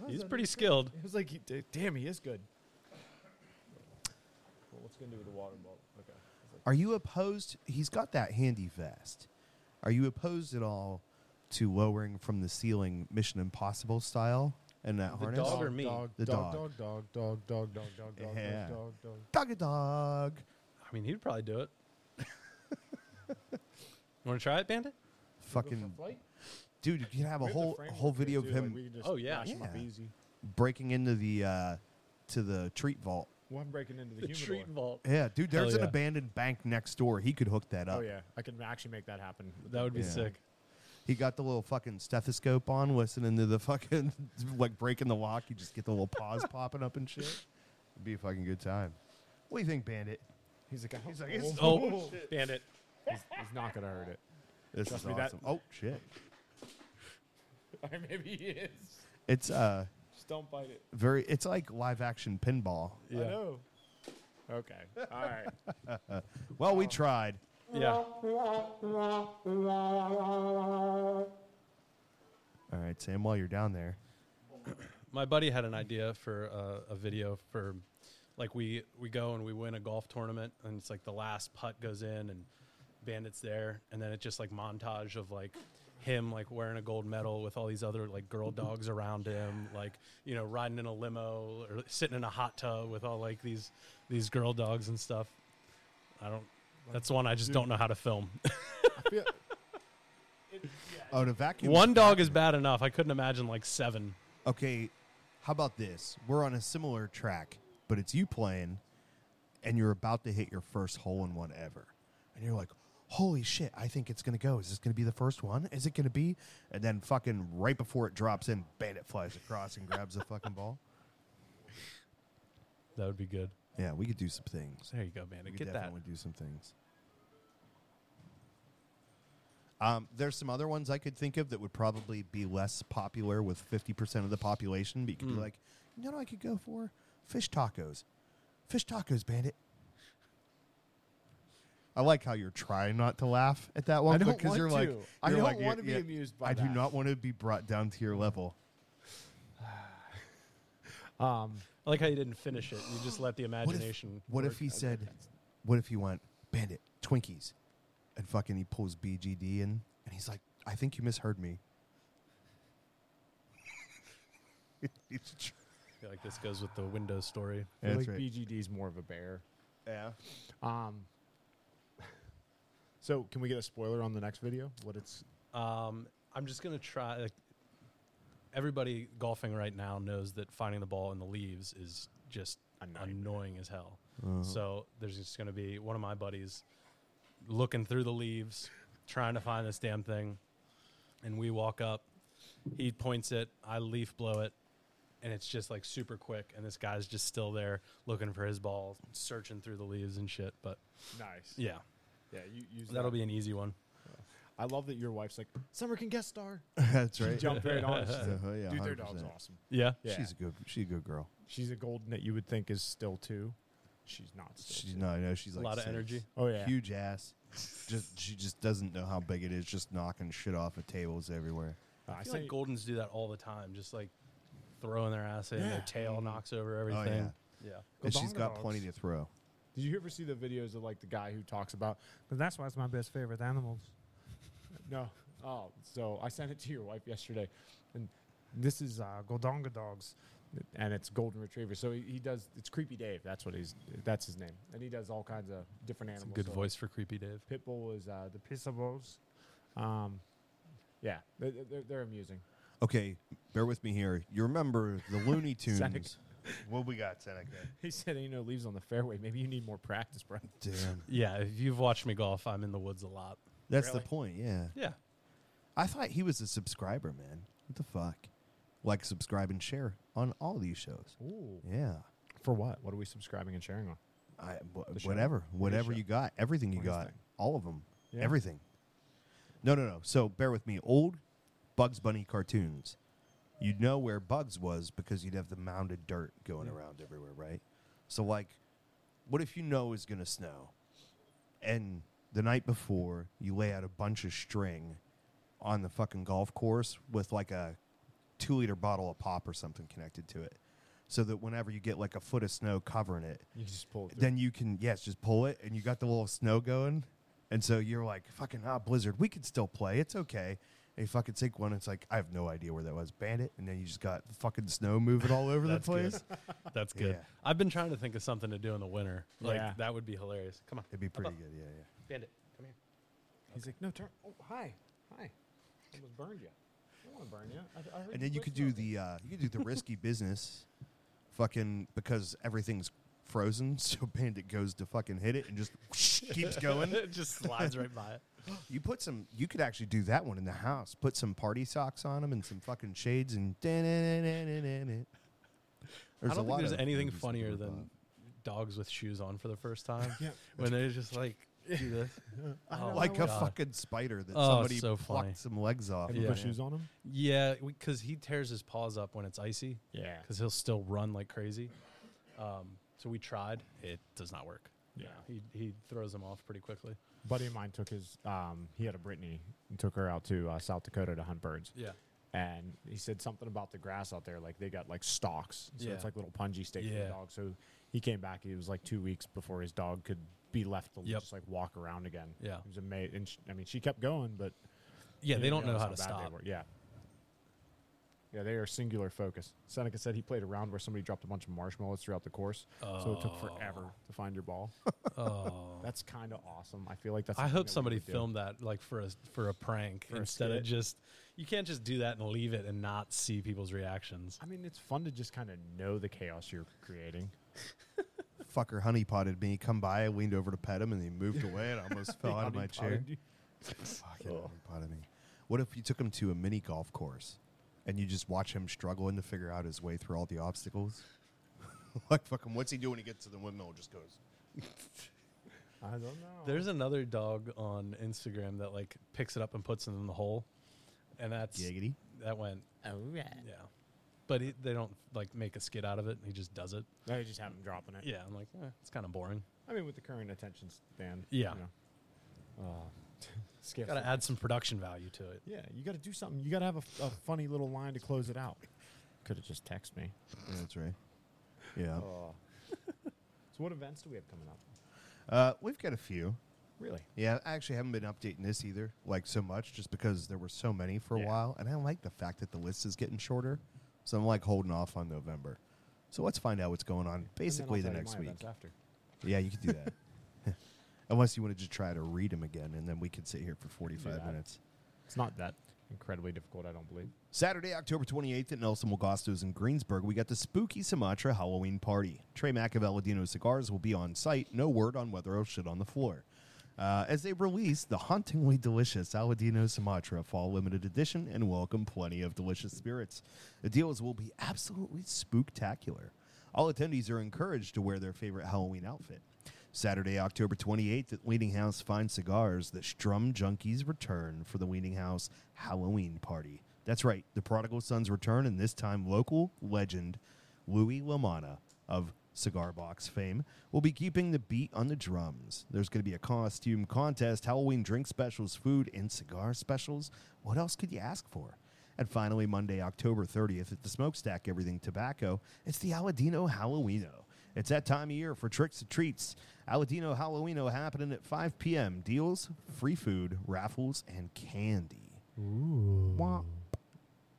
Speaker 4: He's pretty skilled.
Speaker 5: It was like, he- d- damn, he is good. Well, what's gonna do with the water bottle? Okay. It's like-
Speaker 3: Are you opposed? He's got that handy vest. Are you opposed at all to lowering from the ceiling, Mission Impossible style, and that harness?
Speaker 4: dog or me?
Speaker 5: Dog,
Speaker 3: The dog.
Speaker 5: dog, dog, dog, dog, dog, dog, dog, dog,
Speaker 3: Yeah.
Speaker 5: dog, dog, dog.
Speaker 3: Dog a dog.
Speaker 4: I mean, he'd probably do it. you want to try it, Bandit?
Speaker 3: Fucking
Speaker 5: Flight?
Speaker 3: dude, you can have a
Speaker 5: We have the
Speaker 3: whole
Speaker 5: framework
Speaker 3: whole
Speaker 5: here,
Speaker 3: video
Speaker 5: too,
Speaker 3: of
Speaker 5: like,
Speaker 3: him
Speaker 5: we can just
Speaker 4: Oh, yeah.
Speaker 5: mash 'em up
Speaker 3: Yeah.
Speaker 5: easy.
Speaker 3: breaking into the uh, to the treat vault.
Speaker 5: Well, I'm breaking into the, humidor.
Speaker 4: vault.
Speaker 3: Yeah, dude,
Speaker 4: Hell
Speaker 3: there's an
Speaker 4: yeah.
Speaker 3: abandoned bank next door. He could hook that up.
Speaker 5: Oh yeah, I can actually make that happen.
Speaker 4: That would be
Speaker 3: Yeah.
Speaker 4: sick.
Speaker 3: He got the little fucking stethoscope on, listening to the fucking like breaking the lock. You just get the little paws popping up and shit. It'd be a fucking good time. What do you think, Bandit?
Speaker 5: He's like,
Speaker 3: He's like, it's-
Speaker 4: Oh, bandit.
Speaker 5: he's, he's not gonna hurt it.
Speaker 3: This
Speaker 5: Trust
Speaker 3: is
Speaker 5: me, that-
Speaker 3: awesome. Oh shit!
Speaker 5: Maybe he is.
Speaker 3: It's uh
Speaker 5: Just don't bite it.
Speaker 3: very. It's like live action pinball.
Speaker 5: I know. Okay. All right.
Speaker 3: Well,
Speaker 5: Oh.
Speaker 3: we tried.
Speaker 4: Yeah.
Speaker 3: All right, Sam. While you're down there,
Speaker 4: my buddy had an idea for uh, a video for like we we go and we win a golf tournament and it's like the last putt goes in and bandits there and then it's just like montage of like him like wearing a gold medal with all these other like girl dogs around him like you know riding in a limo or sitting in a hot tub with all like these these girl dogs and stuff i don't that's one i just don't know how to film
Speaker 5: I feel-
Speaker 3: oh, to vacuum.
Speaker 4: one dog is bad enough i couldn't imagine like seven
Speaker 3: Okay, how about this? We're on a similar track, but it's you playing, and you're about to hit your first hole in one ever, and you're like, "Holy shit! I think it's gonna go. Is this gonna be the first one? Is it gonna be?" And then fucking right before it drops in, Bandit flies across and grabs the fucking ball.
Speaker 4: that would be good
Speaker 3: Yeah, we could do some things.
Speaker 4: there you go bandit
Speaker 3: We
Speaker 4: get that
Speaker 3: definitely do some things. Um, there's some other ones I could think of that would probably be less popular with 50% of the population, but you
Speaker 5: Hmm.
Speaker 3: could be like, you know what I could go for? Fish tacos. Fish tacos, bandit. I like how you're trying not to laugh at that one
Speaker 5: don't
Speaker 3: because
Speaker 5: want
Speaker 3: you're like,
Speaker 5: to. I
Speaker 3: you're
Speaker 5: don't
Speaker 3: like,
Speaker 5: want to
Speaker 3: yeah,
Speaker 5: be
Speaker 3: yeah,
Speaker 5: amused by
Speaker 3: I do
Speaker 5: that.
Speaker 3: not want to be brought down to your level.
Speaker 5: um,
Speaker 4: I like how you didn't finish it. You just let the
Speaker 3: What if-
Speaker 4: imagination.
Speaker 3: What if,
Speaker 4: work.
Speaker 3: he said, what if he went, Bandit, Twinkies, and fucking he pulls BGD in, and he's like, I think you misheard me. It's tr-
Speaker 4: I feel like this goes with the Windows story?
Speaker 5: I feel
Speaker 3: That's
Speaker 5: like
Speaker 3: right.
Speaker 5: BGD's more of a bear.
Speaker 3: yeah.
Speaker 5: Um, so can we get a spoiler on the next video? What it's
Speaker 4: Um, I'm just gonna try. Like, everybody golfing right now knows that finding the ball in the leaves is just
Speaker 5: A nightmare.
Speaker 4: annoying as hell.
Speaker 3: Uh-huh.
Speaker 4: So there's just gonna be one of my buddies looking through the leaves, trying to find this damn thing, and we walk up. He points it. I leaf blow it. And it's just like super quick, and this guy's just still there looking for his ball, searching through the leaves and shit. But
Speaker 5: nice.
Speaker 4: yeah,
Speaker 5: Yeah. You use
Speaker 4: that'll
Speaker 5: that.
Speaker 4: be an easy one.
Speaker 5: I love that your wife's like summer can guest star.
Speaker 3: That's
Speaker 5: She
Speaker 3: right.
Speaker 5: jumped right on. it. She's like,
Speaker 3: Uh-huh, yeah,
Speaker 5: Dude, their
Speaker 3: 100%.
Speaker 5: dog's awesome.
Speaker 4: Yeah,
Speaker 5: Yeah.
Speaker 3: She's a good she's a good girl.
Speaker 5: She's a golden that you would think is still two. She's not still
Speaker 3: She's
Speaker 5: two.
Speaker 3: no, no, she's like
Speaker 4: lot of
Speaker 3: six.
Speaker 4: energy.
Speaker 5: Oh, yeah.
Speaker 3: Huge ass. just she just doesn't know how big it is, just knocking shit off of tables everywhere.
Speaker 5: Uh,
Speaker 4: I
Speaker 5: I
Speaker 4: feel like
Speaker 5: say-
Speaker 4: Goldens do that all the time, just like throwing their ass in,
Speaker 5: Yeah.
Speaker 4: their tail knocks over everything. Mm-hmm. Oh, yeah.
Speaker 3: And she's
Speaker 5: Goldenga
Speaker 3: got
Speaker 5: dogs.
Speaker 3: plenty to throw.
Speaker 5: Did you ever see the videos of like the guy who talks about? Because that's why it's my best favorite animals. no. Oh, so I sent it to your wife yesterday, and this is uh, Goldonga dogs, and it's golden retriever. So he, he does. It's Creepy Dave. That's what he's. That's his name, and he does all kinds of different animals.
Speaker 4: Good
Speaker 5: So
Speaker 4: voice for Creepy Dave.
Speaker 5: Pitbull is uh, the Pissables. Um, yeah, they're, they're, they're amusing.
Speaker 3: Okay, bear with me here. You remember the Looney Tunes.
Speaker 5: Seneca.
Speaker 3: What we got, Seneca?
Speaker 5: He said, "Ain't no leaves on the fairway. Maybe you need more practice, bro."
Speaker 3: Damn.
Speaker 4: Yeah, if you've watched me golf, I'm in the woods a lot.
Speaker 3: That's
Speaker 5: Really?
Speaker 3: the point, yeah.
Speaker 4: Yeah.
Speaker 3: I thought he was a subscriber, man. What the fuck? Like, subscribe, and share on all these shows.
Speaker 5: Ooh.
Speaker 3: Yeah.
Speaker 5: For what? What are we subscribing and sharing on?
Speaker 3: I, wh-
Speaker 5: The show?
Speaker 3: whatever.
Speaker 5: Or the
Speaker 3: Whatever
Speaker 5: show?
Speaker 3: you got. Everything you
Speaker 5: Or his
Speaker 3: got.
Speaker 5: thing?
Speaker 3: All of them.
Speaker 5: Yeah.
Speaker 3: Everything. No, no, no. So, bear with me. Old Bugs Bunny cartoons. You'd know where Bugs was because you'd have the mounded dirt going around everywhere, right? So, like, what if you know is going to snow? and the night before you lay out a bunch of string on the fucking golf course with like a two liter bottle of pop or something connected to it so that whenever you get like a foot of snow covering it
Speaker 5: You can just pull it. Through.
Speaker 3: then you can yes just pull it and you got the little snow going and so you're like fucking ah blizzard we can still play it's okay and you fucking take one it's like i have no idea where that was bandit and then you just got fucking snow moving all over the
Speaker 4: That's good.
Speaker 3: place
Speaker 4: That's good.
Speaker 3: Yeah.
Speaker 4: I've been trying to think of something to do in the winter. Like
Speaker 5: Yeah.
Speaker 4: that would be hilarious. Come on,
Speaker 3: it'd be pretty good yeah yeah
Speaker 4: bandit. Come here.
Speaker 5: He's like, no, turn. Oh, hi, hi. Almost burned you. I want to burn you. I, I heard
Speaker 3: And then you
Speaker 5: quit
Speaker 3: could do
Speaker 5: smoking.
Speaker 3: the uh, you could do the risky business, fucking because everything's frozen. So Bandit goes to fucking hit it and just keeps going.
Speaker 4: it just slides right by it.
Speaker 3: You put some. You could actually do that one in the house. Put some party socks on him and some fucking shades and. There's
Speaker 4: I don't
Speaker 3: a
Speaker 4: think
Speaker 3: lot
Speaker 4: there's
Speaker 3: of
Speaker 4: anything
Speaker 3: movies that
Speaker 4: funnier
Speaker 3: were
Speaker 4: than dogs with shoes on for the first time. When they're just like, do this. Oh,
Speaker 3: bought. like
Speaker 4: my
Speaker 3: a
Speaker 4: God.
Speaker 3: fucking spider that
Speaker 4: Oh,
Speaker 3: somebody
Speaker 4: so
Speaker 3: plucked
Speaker 4: funny.
Speaker 3: some legs off. of.
Speaker 5: Have you
Speaker 4: Yeah.
Speaker 5: put shoes on him?
Speaker 4: Yeah, because he tears his paws up when it's icy
Speaker 5: Yeah.
Speaker 4: because he'll still run like crazy. Um, so we tried. It does not work.
Speaker 5: Yeah.
Speaker 4: He, he throws them off pretty quickly.
Speaker 5: buddy of mine took his um, he had a Brittany and took her out to uh, South Dakota to hunt birds.
Speaker 4: Yeah.
Speaker 5: And he said something about the grass out there, like they got like stalks, so
Speaker 4: Yeah.
Speaker 5: it's like little punji stakes for
Speaker 4: Yeah.
Speaker 5: the dog. So he came back; it was like two weeks before his dog could be left to
Speaker 4: Yep.
Speaker 5: just like walk around again.
Speaker 4: Yeah.
Speaker 5: it was amazing. And sh I mean, she kept going, but
Speaker 4: Yeah,
Speaker 5: he
Speaker 4: they
Speaker 5: didn't
Speaker 4: don't know
Speaker 5: realize
Speaker 4: how to
Speaker 5: bad they
Speaker 4: stop.
Speaker 5: were. Yeah, yeah, they are singular focus. Seneca said he played a round where somebody dropped a bunch of marshmallows throughout the course, so it took forever to find your ball.
Speaker 4: Oh.
Speaker 5: that's kind of awesome. I feel like that's.
Speaker 4: I
Speaker 5: something that we
Speaker 4: hope somebody
Speaker 5: would do.
Speaker 4: filmed that like for a for a prank
Speaker 5: a
Speaker 4: instead of
Speaker 5: skit.
Speaker 4: just you can't just do that and leave it and not see people's reactions.
Speaker 5: I mean, it's fun to just kind of know the chaos you're creating.
Speaker 3: Fucker honey potted me. Come by. I leaned over to pet him, and he moved away, and I almost fell out of my chair. Fucking honeypotted me. What if you took him to a mini golf course, and you just watch him struggling to figure out his way through all the obstacles? like fucking, what's he do when he gets to the windmill? Just goes.
Speaker 5: I don't know.
Speaker 4: There's another dog on Instagram that like picks it up and puts it in the hole, and that's
Speaker 3: Giggity.
Speaker 4: that went. Oh right. Yeah, but he, they don't like make a skit out of it. He just does it.
Speaker 5: they just have them dropping it.
Speaker 4: Yeah, I'm like, eh, it's kind of boring.
Speaker 5: I mean, with the current attention span.
Speaker 4: Yeah.
Speaker 5: You know, uh, scale
Speaker 4: Got to
Speaker 5: for-
Speaker 4: add some production value to it.
Speaker 5: yeah, you got to do something. You got to have a, f- a funny little line to close it out. Could have just texted me.
Speaker 3: Yeah, that's right. Yeah.
Speaker 5: So, what events do we have coming up? Oh.
Speaker 3: Uh, we've got a few.
Speaker 5: Really?
Speaker 3: Yeah, I actually haven't been updating this either, like so much, just because there were so many for a
Speaker 5: Yeah.
Speaker 3: while, and I like the fact that the list is getting shorter. So I'm like holding off on November. So let's find out what's going on basically the
Speaker 5: And then I'll tell you
Speaker 3: next
Speaker 5: my
Speaker 3: week.
Speaker 5: events After.
Speaker 3: Yeah, you could do that. Unless you want to just try to read them again, and then we could sit here for
Speaker 5: that.
Speaker 3: 45 minutes.
Speaker 5: It's not that incredibly difficult, I don't believe.
Speaker 3: Saturday, October 28th at Nelson Mogosto's in Greensburg, we got the Spooky Sumatra Halloween Party. Trey Mack of Aladino Cigars will be on site. No word on whether he'll shit on the floor. Uh, as they release the hauntingly delicious Aladino Sumatra Fall Limited Edition and welcome plenty of delicious spirits. The deals will be absolutely spooktacular. All attendees are encouraged to wear their favorite Halloween outfit. Saturday, October 28th at Leaning House Fine Cigars, the Strum Junkies return for the Leaning House Halloween party. That's right, the Prodigal Sons return, and this time local legend Louis Lamana of Cigar Box fame will be keeping the beat on the drums. There's going to be a costume contest, Halloween drink specials, food, and cigar specials. What else could you ask for? And finally, Monday, October 30th at the Smokestack Everything Tobacco, it's the Aladino Halloweeno. It's that time of year for tricks and treats. Aladino Halloweeno happening at 5 p.m. Deals, free food, raffles, and candy. Wah.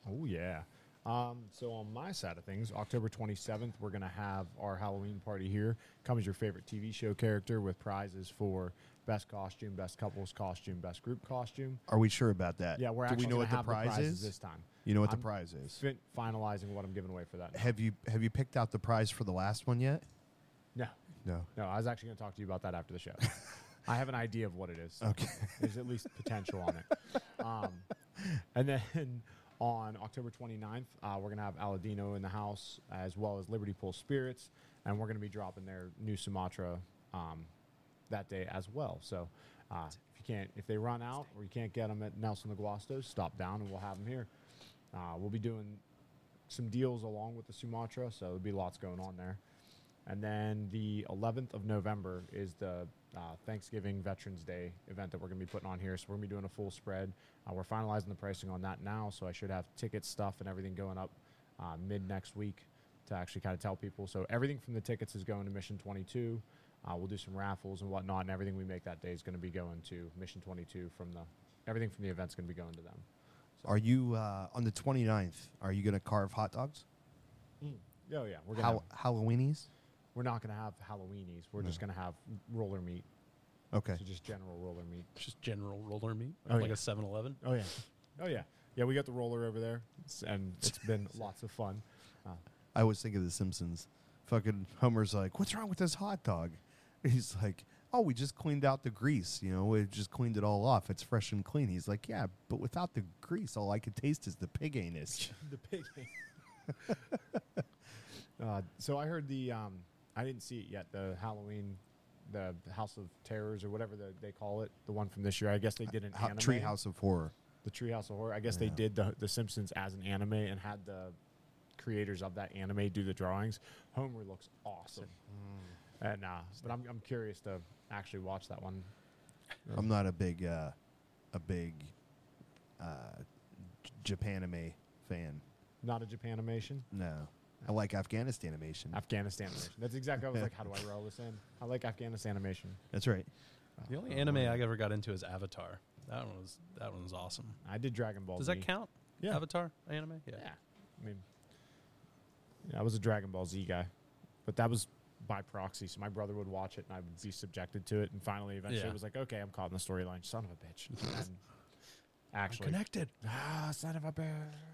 Speaker 5: Oh yeah. Um, so on my side of things, October 27th, we're gonna have our Halloween party here. Come as your favorite TV show character with prizes for best costume, best couples costume, best group costume.
Speaker 3: Are we sure about that?
Speaker 5: Yeah, we're
Speaker 3: Do
Speaker 5: actually
Speaker 3: we know
Speaker 5: gonna
Speaker 3: what the
Speaker 5: have
Speaker 3: prize
Speaker 5: prizes
Speaker 3: is?
Speaker 5: this time.
Speaker 3: You know what
Speaker 5: I'm
Speaker 3: the prize is?
Speaker 5: Fin- finalizing what I'm giving away for that.
Speaker 3: Have you have you picked out the prize for the last one yet?
Speaker 5: No,
Speaker 3: No.
Speaker 5: no. I was actually gonna talk to you about that after the show. I have an idea of what it is.
Speaker 3: Okay.
Speaker 5: There's at least potential on it. Um, and then on October 29th, uh, we're going to have Aladino in the house as well as Liberty Pool Spirits. And we're going to be dropping their new Sumatra um, that day as well. So uh, if you can't, if they run out or you can't get them at Nelson Aguasto, stop down and we'll have them here. Uh, we'll be doing some deals along with the Sumatra, so there'll be lots going on there. And then the 11th of November is the uh, Thanksgiving Veterans Day event that we're going to be putting on here. So we're going to be doing a full spread. Uh, we're finalizing the pricing on that now, so I should have ticket stuff and everything going up uh, mid next week to actually kind of tell people. So everything from the tickets is going to Mission 22. Uh, we'll do some raffles and whatnot, and everything we make that day is going to be going to Mission 22 from the everything from the event's going to be going to them.
Speaker 3: Are you uh, on the 29th? Are you going to carve hot dogs?
Speaker 5: Oh yeah, we're gonna
Speaker 3: Hal-
Speaker 5: have-
Speaker 3: Halloweenies?
Speaker 5: we're not going to have Halloweenies. We're just going to have roller meat,
Speaker 3: Okay.
Speaker 5: so just general roller meat.
Speaker 4: Just general roller meat,
Speaker 5: Oh,
Speaker 4: like
Speaker 5: yeah.
Speaker 4: a 7-Eleven.
Speaker 5: Oh yeah, oh yeah, yeah. We got the roller over there, It's- and it's been lots of fun. Uh,
Speaker 3: I always think of The Simpsons. Fucking Homer's like, "What's wrong with this hot dog?" He's like, "Oh, we just cleaned out the grease. You know, we just cleaned it all off. It's fresh and clean." He's like, "Yeah, but without the grease, all I could taste is the pig anus."
Speaker 5: the pig. Uh, so I heard the um, I didn't see it yet. The Halloween, the House of Terrors or whatever the, they call it, the one from this year. I guess they did an
Speaker 3: Uh, Ho-
Speaker 5: anime.
Speaker 3: Treehouse of Horror.
Speaker 5: the Treehouse of Horror. I guess they did the the Simpsons as an anime and had the creators of that anime do the drawings. Homer looks awesome. And uh, but I'm I'm curious to actually watch that one.
Speaker 3: I'm not a big, uh, a big, uh, J- Japanime fan.
Speaker 5: Not a Japanimation,
Speaker 3: No, I like Afghanistan animation.
Speaker 5: Afghanistan animation. That's exactly. I was like, how do I roll this in? I like Afghanistan animation.
Speaker 3: That's right.
Speaker 5: Oh,
Speaker 4: The only anime I ever got into is Avatar. That one was that one was awesome.
Speaker 5: I did Dragon Ball.
Speaker 4: Does
Speaker 5: Z.
Speaker 4: that count?
Speaker 5: Yeah.
Speaker 4: Avatar anime. Yeah.
Speaker 5: Yeah. I mean, yeah, I was a Dragon Ball Z guy, but that was by proxy. So my brother would watch it and I would be subjected to it. And finally, eventually,
Speaker 4: Yeah.
Speaker 5: it was like, okay, I'm caught in the storyline. Son of a bitch. And actually,
Speaker 4: Connected.
Speaker 5: ah, son of a bitch.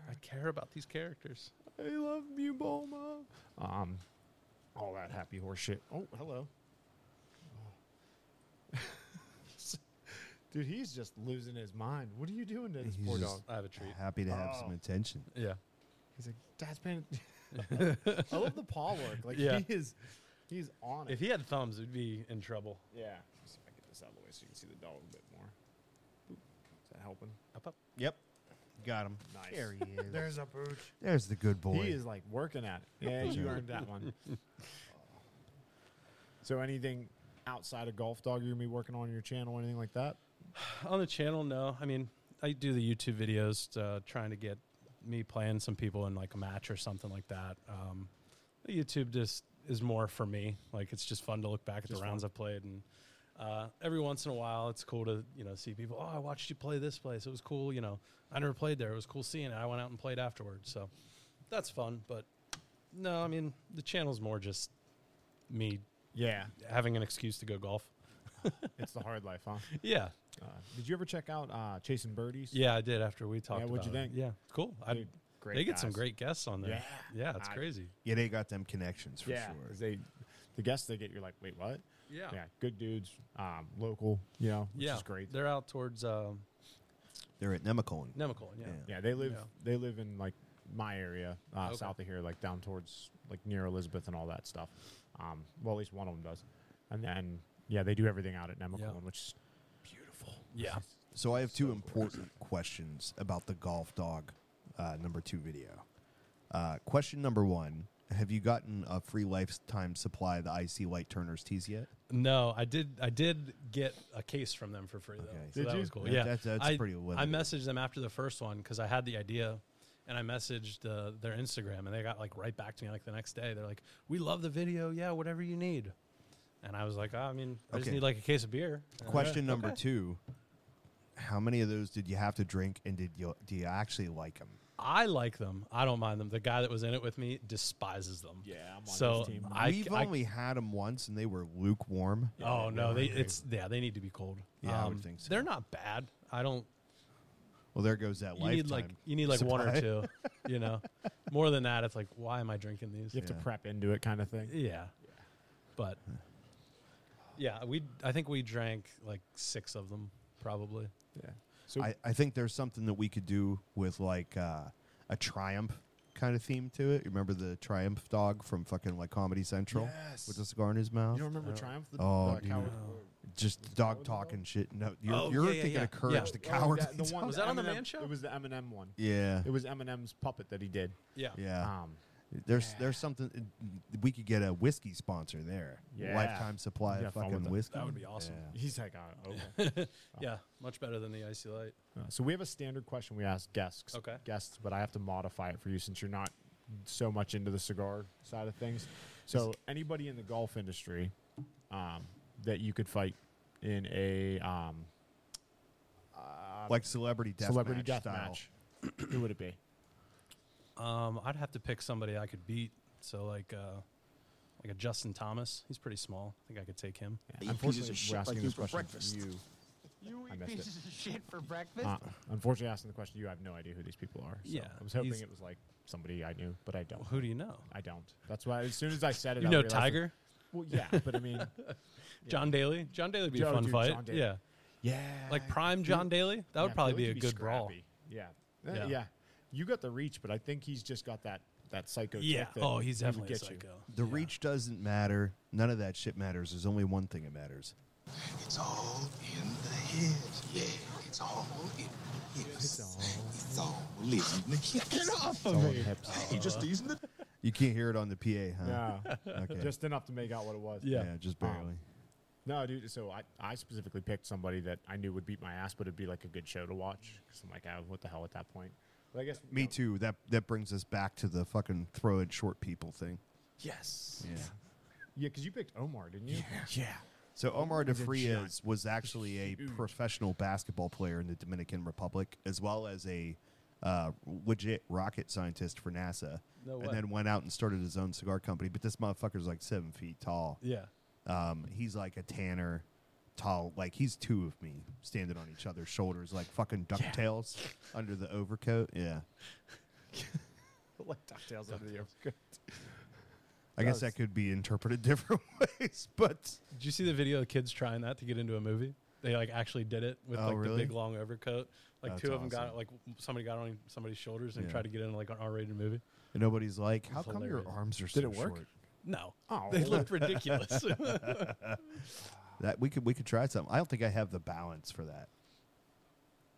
Speaker 4: I care about these characters.
Speaker 5: I love you, Bulma. Um, all that happy horse shit. Oh, hello. Dude, he's just losing his mind. What are you doing to this
Speaker 3: He's
Speaker 5: poor
Speaker 3: just-
Speaker 5: dog?
Speaker 4: I have a treat.
Speaker 3: Happy to have some
Speaker 5: Oh.
Speaker 3: attention.
Speaker 4: Yeah.
Speaker 5: He's like, Dad's been. I love the paw work. Like
Speaker 4: Yeah.
Speaker 5: he is, he's on it.
Speaker 4: If he had thumbs, it'd be in trouble.
Speaker 5: yeah. Let's see if I get this out of the way so you can see the dog a bit more. Is that helping?
Speaker 4: Up, up.
Speaker 3: Yep, got him.
Speaker 5: Nice.
Speaker 3: There he is.
Speaker 5: There's a brooch.
Speaker 3: There's the good boy.
Speaker 5: He is like working at it. Yeah, you earned that one. so anything outside of golf dog you're gonna be working on your channel, anything like that?
Speaker 4: On the channel, no. I mean, I do the YouTube videos, uh, trying to get me playing some people in like a match or something like that. Um, the YouTube just is more for me. Like it's just fun to look back at the rounds I've played, and uh, every once in a while, it's cool to you know see people. Oh, I watched you play this place. It was cool. You know, I never played there. It was cool seeing it. I went out and played afterwards, so that's fun. But no, I mean the channel's more just me
Speaker 5: Yeah,
Speaker 4: having an excuse to go golf.
Speaker 5: it's the hard life, huh?
Speaker 4: Yeah,
Speaker 5: Uh, did you ever check out uh, Chasing Birdies?
Speaker 4: Yeah, I did after we talked.
Speaker 5: what'd you
Speaker 4: about it.
Speaker 5: think?
Speaker 4: Yeah, cool. I,
Speaker 5: Dude, great
Speaker 4: they get some
Speaker 5: guys.
Speaker 4: great guests on there.
Speaker 5: Yeah.
Speaker 4: yeah, it's
Speaker 5: I-
Speaker 4: crazy.
Speaker 3: yeah, they got them connections for
Speaker 5: yeah. 'cause
Speaker 3: sure.
Speaker 5: They, the guests they get, you're like, wait, what?
Speaker 4: Yeah,
Speaker 5: Yeah, good dudes, um, local, you know, which
Speaker 4: yeah,
Speaker 5: is great.
Speaker 4: They're out towards um,
Speaker 3: They're at Nemacolin.
Speaker 4: Nemacolin. Yeah.
Speaker 3: Yeah.
Speaker 5: Yeah, they live
Speaker 4: Yeah.
Speaker 5: they live in like my area, uh,
Speaker 4: Okay.
Speaker 5: south of here, like down towards like near Elizabeth and all that stuff. Um, well, at least one of them does, and then yeah, they do everything out at Nemacolin, which is beautiful.
Speaker 4: yeah,
Speaker 3: So I have two important questions about the golf dog uh, number two video. Uh, question number one: Have you gotten a free lifetime supply of the IC Light Turner's tees yet?
Speaker 4: No, I did. I did get a case from them for free though.
Speaker 3: Okay.
Speaker 4: So
Speaker 5: Did
Speaker 4: that
Speaker 5: you?
Speaker 4: was cool.
Speaker 3: Yeah,
Speaker 4: Yeah,
Speaker 3: that's- that's
Speaker 4: I,
Speaker 3: pretty
Speaker 4: I
Speaker 3: limited.
Speaker 4: messaged them after the first one because I had the idea, and I messaged uh, their Instagram, and they got like right back to me like the next day. They're like, "We love the video. Yeah, whatever you need." And I was like, "Ah, I mean, I just
Speaker 3: Okay.
Speaker 4: need like a case of beer. And-
Speaker 3: Question number two: How many of those did you have to drink, and did you do you actually like them?
Speaker 4: I like them. I don't mind them. The guy that was in it with me despises them.
Speaker 5: Yeah, I'm on
Speaker 4: so
Speaker 5: his team.
Speaker 4: I,
Speaker 3: We've
Speaker 4: I-
Speaker 3: only had them once, and they were lukewarm.
Speaker 4: oh no, they it's yeah, they need to be cold. Um,
Speaker 3: Yeah, I would think so.
Speaker 4: They're not bad. I don't.
Speaker 3: Well, there goes that
Speaker 4: You
Speaker 3: lifetime.
Speaker 4: need like you need like one or
Speaker 3: supply.
Speaker 4: two. You know, more than that, it's like why am I drinking these?
Speaker 5: You
Speaker 4: Yeah,
Speaker 5: have to prep into it, kind of thing.
Speaker 4: but yeah, we I think we drank like six of them probably.
Speaker 5: Yeah. So
Speaker 3: I, I think there's something that we could do with like uh, a triumph kind of theme to it. You Remember the triumph dog from fucking like Comedy Central
Speaker 5: Yes.
Speaker 3: with the cigar in his mouth?
Speaker 5: you don't remember Triumph? The,
Speaker 3: Oh,
Speaker 5: the
Speaker 3: dude.
Speaker 5: coward?
Speaker 3: Just the dog talking shit. No, you're,
Speaker 4: Oh,
Speaker 3: you're
Speaker 4: yeah, yeah,
Speaker 3: thinking
Speaker 4: yeah.
Speaker 3: of Courage
Speaker 4: Yeah.
Speaker 3: the
Speaker 5: Oh,
Speaker 3: Coward.
Speaker 5: that- the one
Speaker 4: Was that on the
Speaker 5: Eminem-
Speaker 4: Man Show?
Speaker 5: It was the Eminem one.
Speaker 3: yeah,
Speaker 5: It was Eminem's puppet that he did.
Speaker 4: Yeah,
Speaker 3: yeah.
Speaker 5: Um,
Speaker 3: There's there's something we could get a whiskey sponsor there.
Speaker 5: Yeah.
Speaker 3: Lifetime supply
Speaker 5: Yeah,
Speaker 3: of
Speaker 5: fun with
Speaker 3: fucking
Speaker 5: that.
Speaker 3: whiskey.
Speaker 4: that would be awesome.
Speaker 3: Yeah.
Speaker 5: he's like, uh, okay.
Speaker 4: Yeah, much better than the icy light.
Speaker 5: Uh, so we have a standard question we ask guests.
Speaker 4: Okay.
Speaker 5: Guests, but I have to modify it for you since you're not so much into the cigar side of things. So anybody in the golf industry um, that you could fight in a um,
Speaker 3: Like celebrity death
Speaker 5: celebrity
Speaker 3: match
Speaker 5: death
Speaker 3: style.
Speaker 5: match, who would it be?
Speaker 4: Um, I'd have to pick somebody I could beat. So like, uh, like a Justin Thomas. He's pretty small. I think I could take him.
Speaker 5: Unfortunately, we're asking this question to you.
Speaker 6: You
Speaker 5: I
Speaker 6: eat
Speaker 5: missed it.
Speaker 6: pieces of shit for breakfast?
Speaker 5: Uh, unfortunately, asking the question to you, I have no idea who these people are. So
Speaker 4: Yeah,
Speaker 5: I was hoping
Speaker 4: he's-
Speaker 5: it was like somebody I knew, but I don't.
Speaker 4: Who do you know?
Speaker 5: I don't. That's why as soon as I said it,
Speaker 4: You
Speaker 5: I
Speaker 4: know
Speaker 5: realized that-
Speaker 4: Tiger,
Speaker 5: Well, yeah, but I mean,
Speaker 4: John Daly. John Daly would be
Speaker 5: Yeah,
Speaker 4: a fun
Speaker 5: dude,
Speaker 4: fight.
Speaker 5: John Daly.
Speaker 4: Yeah,
Speaker 5: yeah,
Speaker 4: like prime John Daly. That
Speaker 5: Yeah,
Speaker 4: would probably
Speaker 5: Billy
Speaker 4: be a
Speaker 5: could
Speaker 4: good brawl.
Speaker 5: scrappy. Yeah. Uh,
Speaker 4: Yeah.
Speaker 5: yeah, You got the reach, but I think he's just got that that that psycho.
Speaker 4: Yeah.
Speaker 5: tick that
Speaker 4: Oh, he's
Speaker 5: he would
Speaker 4: definitely a
Speaker 5: get you.
Speaker 4: psycho.
Speaker 3: The reach doesn't matter. None of that shit matters. There's only one thing that matters.
Speaker 8: It's all in the head. Yeah, it's all in the hips. It's all, in the hips. Get off
Speaker 5: It's all in hips.
Speaker 8: He just using the
Speaker 3: You can't hear it on the PA, huh?
Speaker 5: Yeah.
Speaker 3: Okay.
Speaker 5: Just enough to make out what it was.
Speaker 4: Yeah.
Speaker 3: just barely.
Speaker 5: No, dude. So I, I specifically picked somebody that I knew would beat my ass, but it'd be like a good show to watch. Because I'm like, ah, what the hell at that point? But I guess you
Speaker 3: Me
Speaker 5: know,
Speaker 3: too. That that brings us back to the fucking throw at short people thing.
Speaker 5: Yes.
Speaker 3: Yeah.
Speaker 5: Yeah, because you picked Omar, didn't you? Yeah.
Speaker 3: So Omar
Speaker 5: He's a giant.
Speaker 3: DeFrias was actually a professional basketball player in the Dominican Republic, as well as a uh, legit rocket scientist for NASA.
Speaker 4: No
Speaker 3: and
Speaker 4: way.
Speaker 3: then went out and started his own cigar company. But this motherfucker's like seven feet tall.
Speaker 4: Yeah.
Speaker 3: Um, he's like a tanner, tall. Like he's two of me standing on each other's shoulders, like fucking ducktails under the overcoat. Yeah.
Speaker 5: like DuckTales under the overcoat.
Speaker 3: I guess that could be interpreted different ways, but
Speaker 4: Did you see the video of kids trying that to get into a movie? They like actually did it with
Speaker 3: Oh,
Speaker 4: like
Speaker 3: really?
Speaker 4: the big long overcoat. Like
Speaker 3: That's
Speaker 4: two of them got
Speaker 3: awesome.
Speaker 4: it. Like w- somebody got on somebody's shoulders and
Speaker 3: Yeah.
Speaker 4: tried to get into like an R-rated movie.
Speaker 3: and nobody's like, "How
Speaker 4: It's
Speaker 3: come your
Speaker 4: hilarious.
Speaker 3: arms are so
Speaker 5: Did it work?
Speaker 3: short?"
Speaker 4: No,
Speaker 5: Oh.
Speaker 4: they looked ridiculous.
Speaker 3: That we could we could try something. I don't think I have the balance for that,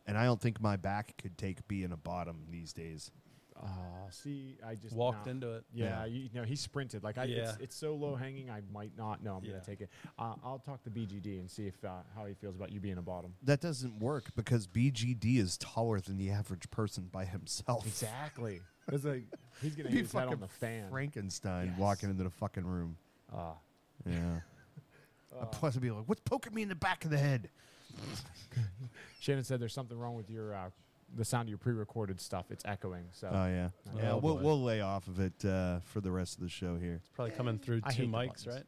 Speaker 3: and I don't think my back could take being a bottom these days.
Speaker 5: Oh, see, I just
Speaker 4: Walked
Speaker 5: nah.
Speaker 4: into it.
Speaker 3: Yeah.
Speaker 5: Yeah, you know, he sprinted. Like, I, it's,
Speaker 4: Yeah.
Speaker 5: it's so low hanging, I might not. No, I'm
Speaker 4: Yeah.
Speaker 5: going to take it. Uh, I'll talk to BGD and see if uh, how he feels about you being a bottom.
Speaker 3: That doesn't work because BGD is taller than the average person by himself.
Speaker 5: Exactly. it's like he's going to
Speaker 3: Be
Speaker 5: hit his head on
Speaker 3: fucking
Speaker 5: the fan.
Speaker 3: Frankenstein
Speaker 5: Yes.
Speaker 3: walking into the fucking room.
Speaker 5: Ah.
Speaker 3: Yeah. I'd probably be like, "What's poking me in the back of the head?"
Speaker 5: Shannon said there's something wrong with your uh, the sound of your pre-recorded stuff. It's echoing. So
Speaker 3: Oh yeah, yeah.
Speaker 4: Oh,
Speaker 3: we'll
Speaker 4: boy.
Speaker 3: we'll lay off of it uh, for the rest of the show here.
Speaker 4: Probably coming through
Speaker 5: I
Speaker 4: two
Speaker 5: hate the
Speaker 4: mics,
Speaker 5: buttons.
Speaker 4: right?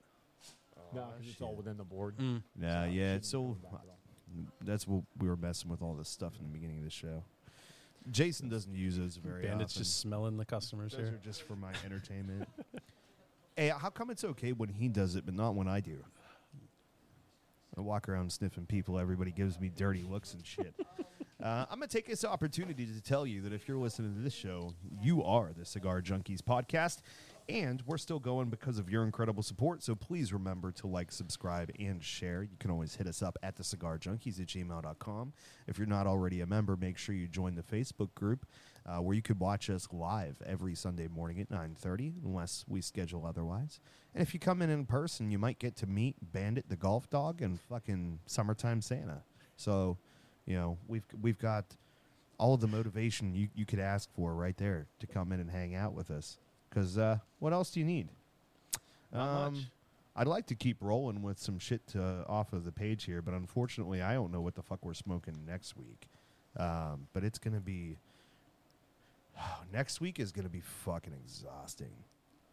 Speaker 5: no, 'cause it's all within the board.
Speaker 3: Mm. Yeah, yeah. It's so
Speaker 5: shouldn't have gone back at all.
Speaker 3: that's what we were messing with all this stuff in the beginning of the show. Jason doesn't use those very
Speaker 4: Bandits
Speaker 3: often.
Speaker 4: just smelling the customers
Speaker 3: those are
Speaker 4: here.
Speaker 3: just for my entertainment. hey, how come it's okay when he does it but not when I do? I walk around sniffing people. Everybody gives me dirty looks and shit. Uh, I'm going to take this opportunity to tell you that if you're listening to this show, you are the Cigar Junkies podcast, and we're still going because of your incredible support. So please remember to like, subscribe, and share. You can always hit us up at the Cigar Junkies at gmail.com. If you're not already a member, make sure you join the Facebook group uh, where you could watch us live every Sunday morning at 9.30, unless we schedule otherwise. And if you come in in person, you might get to meet Bandit the Golf Dog and fucking Summertime Santa. So you know we've we've got all of the motivation you, you could ask for right there to come in and hang out with us because uh, what else do you need um, i'd like to keep rolling with some shit to, off of the page here but unfortunately i don't know what the fuck we're smoking next week um, but it's gonna be next week is gonna be fucking exhausting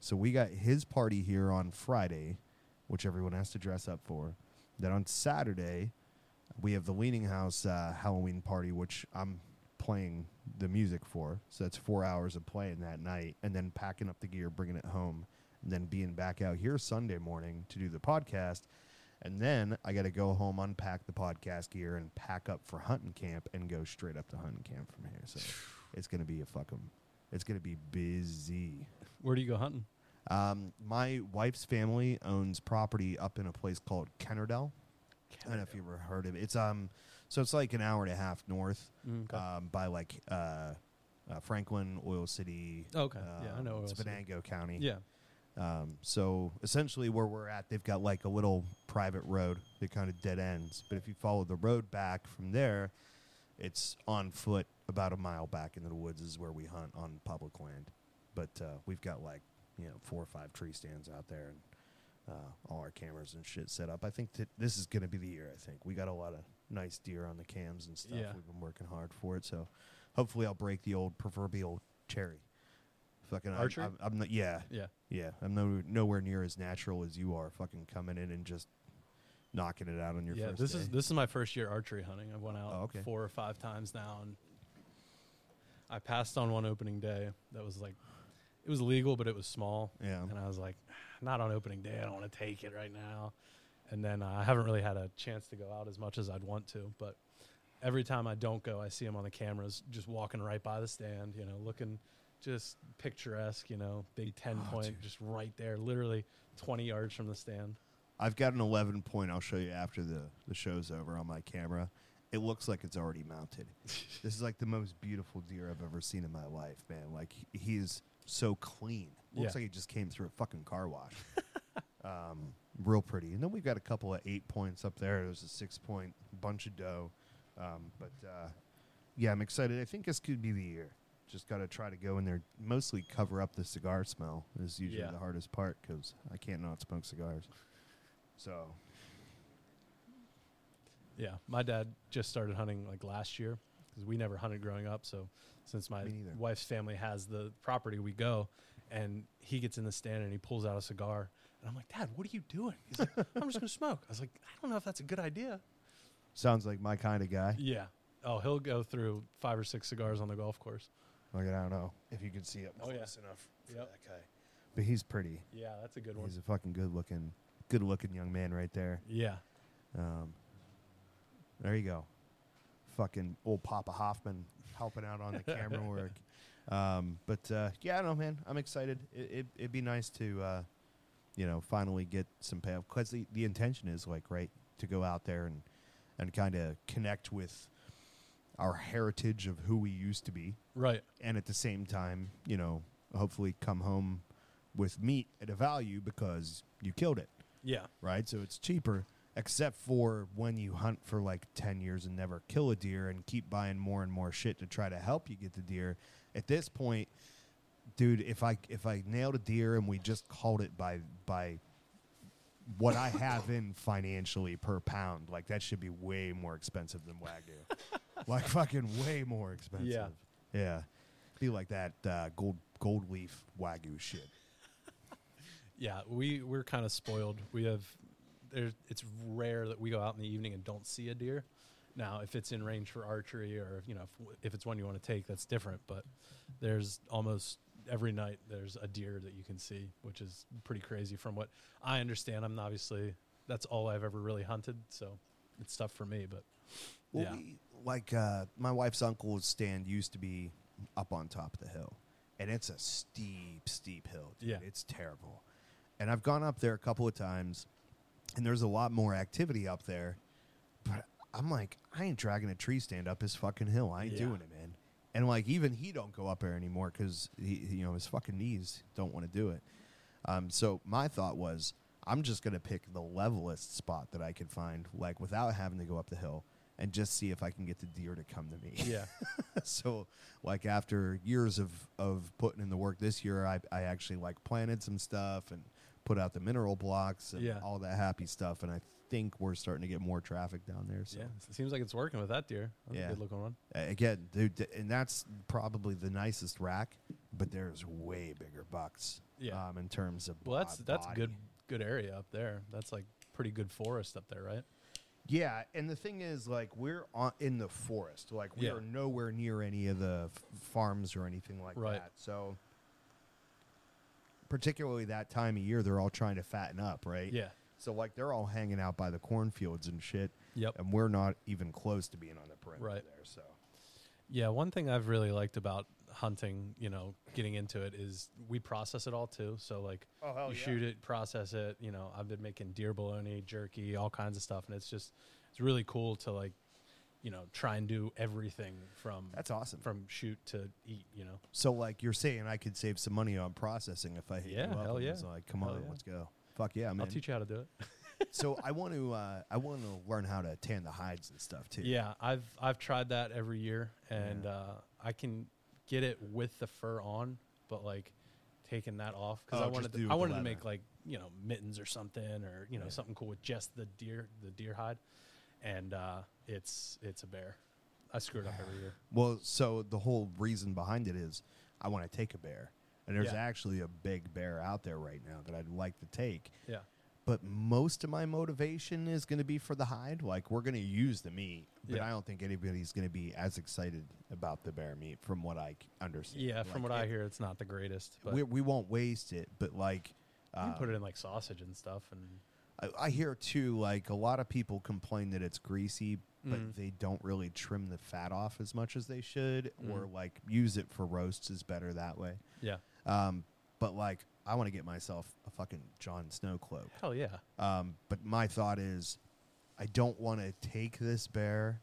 Speaker 3: so we got his party here on friday which everyone has to dress up for then on saturday we have the Leaning House uh, Halloween party, which I'm playing the music for. So that's four hours of playing that night, and then packing up the gear, bringing it home, and then being back out here Sunday morning to do the podcast. And then I got to go home, unpack the podcast gear, and pack up for hunting camp, and go straight up to hunting camp from here. So it's gonna be a fucking, it's gonna be busy.
Speaker 4: Where do you go hunting?
Speaker 3: Um, my wife's family owns property up in a place called Kennerdell. I don't know if you ever heard of it. It's um, so it's like an hour and a half north,
Speaker 4: Mm,
Speaker 3: um, by like uh, uh, Franklin, Oil City.
Speaker 4: Okay, yeah, I
Speaker 3: um,
Speaker 4: know Oil
Speaker 3: It's
Speaker 4: City.
Speaker 3: Venango County.
Speaker 4: Yeah.
Speaker 3: Um, so essentially, where we're at, they've got like a little private road that kind of dead ends. But if you follow the road back from there, it's on foot about a mile back into the woods is where we hunt on public land. But uh, we've got like you know four or five tree stands out there and uh, all our cameras and shit set up. I think that this is gonna be the year. I think we got a lot of nice deer on the cams and stuff.
Speaker 4: Yeah.
Speaker 3: We've been working hard for it, so hopefully I'll break the old proverbial cherry. Fucking I'm-
Speaker 4: Archery?
Speaker 3: I'm, I'm not. Yeah,
Speaker 4: Yeah.
Speaker 3: yeah, I'm no, nowhere near as natural as you are. Fucking coming in and just knocking it out on your
Speaker 4: yeah.
Speaker 3: first
Speaker 4: This
Speaker 3: day.
Speaker 4: is this is my first year archery hunting. I've went out
Speaker 3: Oh, okay.
Speaker 4: four or five times now, and I passed on one opening day that was like, it was legal, but it was small.
Speaker 3: Yeah.
Speaker 4: And I was like, "Ah, not on opening day. I don't want to take it right now. And then uh, I haven't really had a chance to go out as much as I'd want to, but every time I don't go, I see him on the cameras just walking right by the stand, you know, looking just picturesque, you know,
Speaker 3: Oh,
Speaker 4: big 10 point just right there, literally 20 yards from the stand.
Speaker 3: I've got an 11 point I'll show you after the, the show's over on my camera. It looks like it's already mounted. this is like the most beautiful deer I've ever seen in my life, man. Like he- he's so clean. Looks
Speaker 4: Yeah.
Speaker 3: like he just came through a fucking car wash. um, real pretty. And then we've got a couple of eight points up there. There's a six point, bunch of dough. Um, but uh, yeah, I'm excited. I think this could be the year. Just got to try to go in there, mostly cover up the cigar smell is usually
Speaker 4: Yeah.
Speaker 3: the hardest part because I can't not smoke cigars. So
Speaker 4: Yeah, my dad just started hunting like last year because we never hunted growing up. So since my
Speaker 3: Me neither.
Speaker 4: wife's family has the property, we go, and he gets in the stand and he pulls out a cigar, and I'm like, Dad, what are you doing? He's like, I'm just gonna smoke. I was like, I don't know if that's a good idea.
Speaker 3: sounds like my kind of guy.
Speaker 4: Yeah. Oh, he'll go through five or six cigars on the golf course.
Speaker 3: Like I don't know if you can see it,
Speaker 4: Oh yeah.
Speaker 2: enough for
Speaker 4: Yep.
Speaker 2: that guy.
Speaker 3: but he's pretty.
Speaker 4: Yeah, that's a good one.
Speaker 3: He's a fucking good looking, good looking young man right there.
Speaker 4: Yeah.
Speaker 3: Um, there you go. Fucking old Papa Hoffman helping out on the camera work. Um, but uh, yeah, I don't know, man. I'm excited. It, it, it'd be nice to, uh, you know, finally get some payoff because the, the intention is like right to go out there and and kind of connect with our heritage of who we used to be.
Speaker 4: Right.
Speaker 3: and at the same time, you know, hopefully come home with meat at a value because you killed it,
Speaker 4: Yeah.
Speaker 3: right? So it's cheaper, except for when you hunt for like 10 years and never kill a deer and keep buying more and more shit to try to help you get the deer. At this point, dude, if I if I nailed a deer and we just called it by by what I have in financially per pound, like that should be way more expensive than Wagyu. like fucking way more expensive.
Speaker 4: Yeah.
Speaker 3: Yeah. Be like that uh, gold gold leaf Wagyu shit.
Speaker 4: Yeah, we we're kind of spoiled. We have there's it's rare that we go out in the evening and don't see a deer. Now, if it's in range for archery or you know if, w- if it's one you want to take, that's different. But there's almost every night there's a deer that you can see, which is pretty crazy. From what I understand, I'm obviously that's all I've ever really hunted, so it's tough for me. But
Speaker 3: Well,
Speaker 4: yeah,
Speaker 3: we, like uh, my wife's uncle's stand used to be up on top of the hill, and it's a steep, steep hill. Dude.
Speaker 4: Yeah.
Speaker 3: it's terrible. And I've gone up there a couple of times, and there's a lot more activity up there. But I'm like, I ain't dragging a tree stand up his fucking hill. I ain't
Speaker 4: Yeah.
Speaker 3: doing it, man. And like, even he don't go up there anymore because he, you know, his fucking knees don't want to do it. Um, so my thought was, I'm just gonna pick the levelest spot that I could find, like without having to go up the hill, and just see if I can get the deer to come to me.
Speaker 4: yeah,
Speaker 3: so, like after years of of putting in the work this year, I I actually like planted some stuff and put out the mineral blocks and
Speaker 4: Yeah.
Speaker 3: all that happy stuff, and I think we're starting to get more traffic down there. So
Speaker 4: yeah. It seems like it's working with that deer. That's
Speaker 3: Yeah.
Speaker 4: a good looking one.
Speaker 3: uh, again, dude, th- and that's probably the nicest rack, but there's way bigger bucks.
Speaker 4: Yeah.
Speaker 3: Um, in terms of
Speaker 4: Well,
Speaker 3: bo-
Speaker 4: that's that's
Speaker 3: body.
Speaker 4: good good area up there. That's like pretty good forest up there, right?
Speaker 3: Yeah, and the thing is, like, we're on, in the forest. Like, we
Speaker 4: Yeah.
Speaker 3: are nowhere near any of the f- farms or anything like
Speaker 4: Right.
Speaker 3: that. So, particularly that time of year, they're all trying to fatten up, right?
Speaker 4: Yeah.
Speaker 3: So, like, they're all hanging out by the cornfields and shit.
Speaker 4: Yep.
Speaker 3: And we're not even close to being on the perimeter
Speaker 4: Right.
Speaker 3: there. So,
Speaker 4: Yeah, one thing I've really liked about hunting, you know, getting into it is we process it all too. So like you shoot it, process it, you know, I've been making deer bologna, jerky, all kinds of stuff and it's just it's really cool to like, you know, try and do everything from
Speaker 3: that's awesome.
Speaker 4: from shoot to eat, you know.
Speaker 3: so, like, you're saying I could save some money on processing if I hit
Speaker 4: Yeah,
Speaker 3: you up.
Speaker 4: hell
Speaker 3: and
Speaker 4: yeah.
Speaker 3: It's like, come
Speaker 4: Hell
Speaker 3: on,
Speaker 4: yeah.
Speaker 3: let's go. Fuck yeah, man.
Speaker 4: I'll teach you how to do it.
Speaker 3: so, I want to, uh, I want to learn how to tan the hides and stuff too.
Speaker 4: Yeah, I've I've tried that every year, and uh, I can get it with the fur on, but like taking that off because
Speaker 3: Oh,
Speaker 4: I
Speaker 3: just
Speaker 4: wanted
Speaker 3: do
Speaker 4: to,
Speaker 3: with
Speaker 4: I
Speaker 3: the
Speaker 4: wanted to
Speaker 3: leather.
Speaker 4: make like you know mittens or something or you know something cool with just the deer the deer hide, and uh, it's it's a bear. I screw it up every year.
Speaker 3: Well, so the whole reason behind it is I want to take a bear. And there's
Speaker 4: Yeah.
Speaker 3: actually a big bear out there right now that I'd like to take.
Speaker 4: Yeah,
Speaker 3: But most of my motivation is going to be for the hide. Like, we're going to use the meat, but
Speaker 4: Yeah.
Speaker 3: I don't think anybody's going to be as excited about the bear meat from what I c- understand.
Speaker 4: yeah. from
Speaker 3: Like,
Speaker 4: what I
Speaker 3: it-
Speaker 4: hear, it's not the greatest, but
Speaker 3: We,
Speaker 4: you
Speaker 3: we won't waste it, but like,
Speaker 4: can
Speaker 3: uh,
Speaker 4: put it in like sausage and stuff, and
Speaker 3: I, I hear too, like, a lot of people complain that it's greasy, but they don't really trim the fat off as much as they should, or like use it for roasts is better that way.
Speaker 4: Yeah.
Speaker 3: Um, but like, I want to get myself a fucking Jon Snow cloak.
Speaker 4: Hell yeah.
Speaker 3: Um, but my thought is, I don't want to take this bear,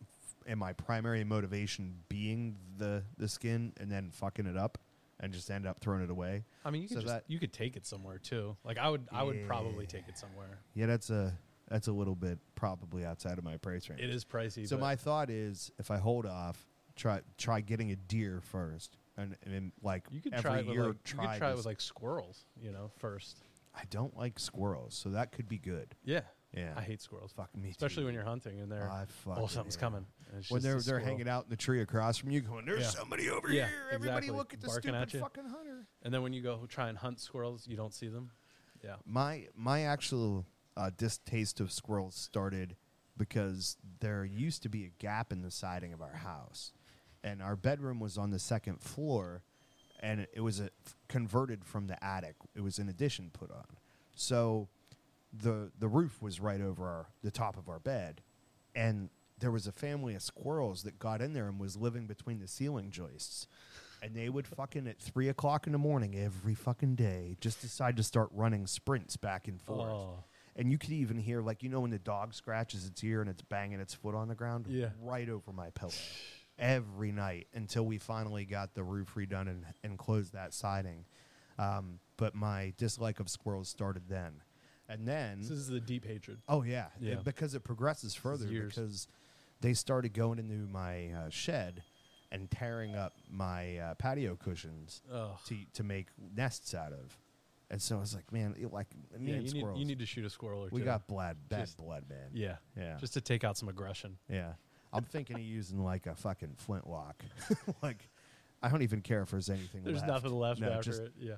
Speaker 3: f- and my primary motivation being the the skin, and then fucking it up, and just end up throwing it away.
Speaker 4: I mean, you could
Speaker 3: So
Speaker 4: just,
Speaker 3: that-
Speaker 4: you could take it somewhere too. Like I would I would probably take it somewhere.
Speaker 3: Yeah, that's a that's a little bit probably outside of my price range.
Speaker 4: It is pricey.
Speaker 3: So
Speaker 4: but-
Speaker 3: my thought is, if I hold off, try try getting a deer first, and, and then, like
Speaker 4: you could
Speaker 3: every
Speaker 4: try it with
Speaker 3: year
Speaker 4: like, you could try it
Speaker 3: this-
Speaker 4: with like squirrels, you know, first.
Speaker 3: I don't like squirrels, so that could be good.
Speaker 4: Yeah.
Speaker 3: Yeah.
Speaker 4: I hate squirrels.
Speaker 3: Fuck me,
Speaker 4: Especially
Speaker 3: too.
Speaker 4: when you're hunting and they're
Speaker 3: I
Speaker 4: oh
Speaker 3: fucking
Speaker 4: something's
Speaker 3: hate 'em.
Speaker 4: coming. and it's
Speaker 3: when
Speaker 4: just
Speaker 3: they're
Speaker 4: a
Speaker 3: they're
Speaker 4: squirrel.
Speaker 3: hanging out in the tree across from you, going, "There's
Speaker 4: Yeah.
Speaker 3: somebody over
Speaker 4: Yeah,
Speaker 3: here! Everybody,
Speaker 4: exactly.
Speaker 3: look at the
Speaker 4: Barking at
Speaker 3: stupid
Speaker 4: you.
Speaker 3: fucking hunter!"
Speaker 4: And then when you go try and hunt squirrels, you don't see them. Yeah.
Speaker 3: My my actual uh, distaste of squirrels started because there used to be a gap in the siding of our house, and our bedroom was on the second floor, and it- it was a, converted from the attic. It was an addition put on, so the the roof was right over our the top of our bed, and there was a family of squirrels that got in there and was living between the ceiling joists. And they would fucking at three o'clock in the morning every fucking day just decide to start running sprints back and forth.
Speaker 4: Oh.
Speaker 3: And you could even hear like you know when the dog scratches its ear and it's banging its foot on the ground
Speaker 4: Yeah.
Speaker 3: right over my pillow every night until we finally got the roof redone and, and closed that siding. Um, but my dislike of squirrels started then. And then
Speaker 4: This is the deep hatred.
Speaker 3: Oh yeah, It-
Speaker 4: Yeah.
Speaker 3: because it progresses further
Speaker 4: years.
Speaker 3: because they started going into my uh, shed and tearing up my uh, patio cushions
Speaker 4: Ugh.
Speaker 3: to to make nests out of. And so I was like, man, it- like me
Speaker 4: Yeah,
Speaker 3: and
Speaker 4: you need,
Speaker 3: squirrels,
Speaker 4: you need to shoot a squirrel or
Speaker 3: we
Speaker 4: two.
Speaker 3: got blood, bad
Speaker 4: Just-
Speaker 3: blood, man.
Speaker 4: yeah,
Speaker 3: Yeah.
Speaker 4: just to take out some aggression.
Speaker 3: yeah. I'm thinking of using like a fucking flintlock. like, I don't even care if there's anything.
Speaker 4: There's
Speaker 3: left.
Speaker 4: nothing left
Speaker 3: No,
Speaker 4: after
Speaker 3: just
Speaker 4: it. Yeah,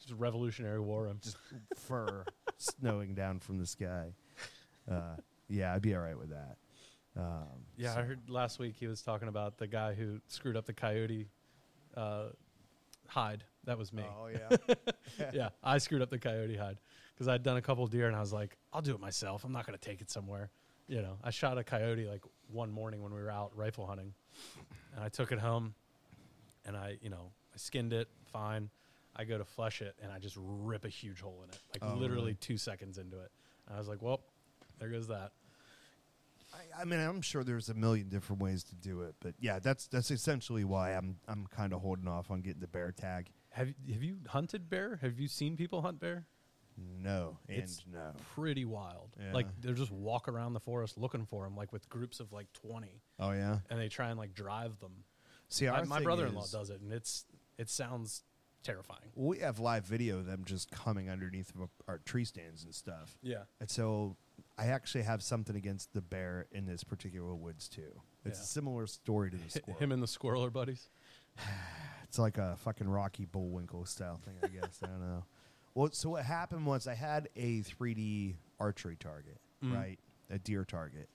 Speaker 4: just Revolutionary War him.
Speaker 3: just fur snowing down from the sky. Uh, yeah, I'd be all right with that. Um,
Speaker 4: Yeah,
Speaker 3: so-
Speaker 4: I heard last week he was talking about the guy who screwed up the coyote uh, hide. That was me.
Speaker 3: Oh yeah.
Speaker 4: yeah, I screwed up the coyote hide because I'd done a couple deer and I was like, I'll do it myself. I'm not going to take it somewhere. You know, I shot a coyote like one morning when we were out rifle hunting and I took it home and I, you know, I skinned it fine. I go to flush it and I just rip a huge hole in it, like literally two seconds into it. And I was like, well, there goes that.
Speaker 3: I, I mean, I'm sure there's a million different ways to do it, but yeah, that's that's essentially why I'm I'm kind of holding off on getting the bear tag.
Speaker 4: Have, y- have you hunted bear? Have you seen people hunt bear?
Speaker 3: No and
Speaker 4: It's-
Speaker 3: no.
Speaker 4: Pretty wild.
Speaker 3: Oh. Yeah.
Speaker 4: Like they'll just walk around the forest looking for them, like with groups of like 20
Speaker 3: Oh yeah.
Speaker 4: and they try and like drive them.
Speaker 3: See,
Speaker 4: My-
Speaker 3: our
Speaker 4: my
Speaker 3: thing
Speaker 4: brother-in-law
Speaker 3: is,
Speaker 4: does it, and it's it sounds terrifying.
Speaker 3: We have live video of them just coming underneath of our tree stands and stuff.
Speaker 4: Yeah.
Speaker 3: And so I actually have something against the bear in this particular woods too. It's
Speaker 4: Yeah.
Speaker 3: a similar story to the squirrel.
Speaker 4: Him and the squirrel are buddies.
Speaker 3: It's like a fucking Rocky Bullwinkle style thing, I guess. I don't know. Well, so what happened was I had a 3D archery target,
Speaker 4: Mm.
Speaker 3: right? A deer target.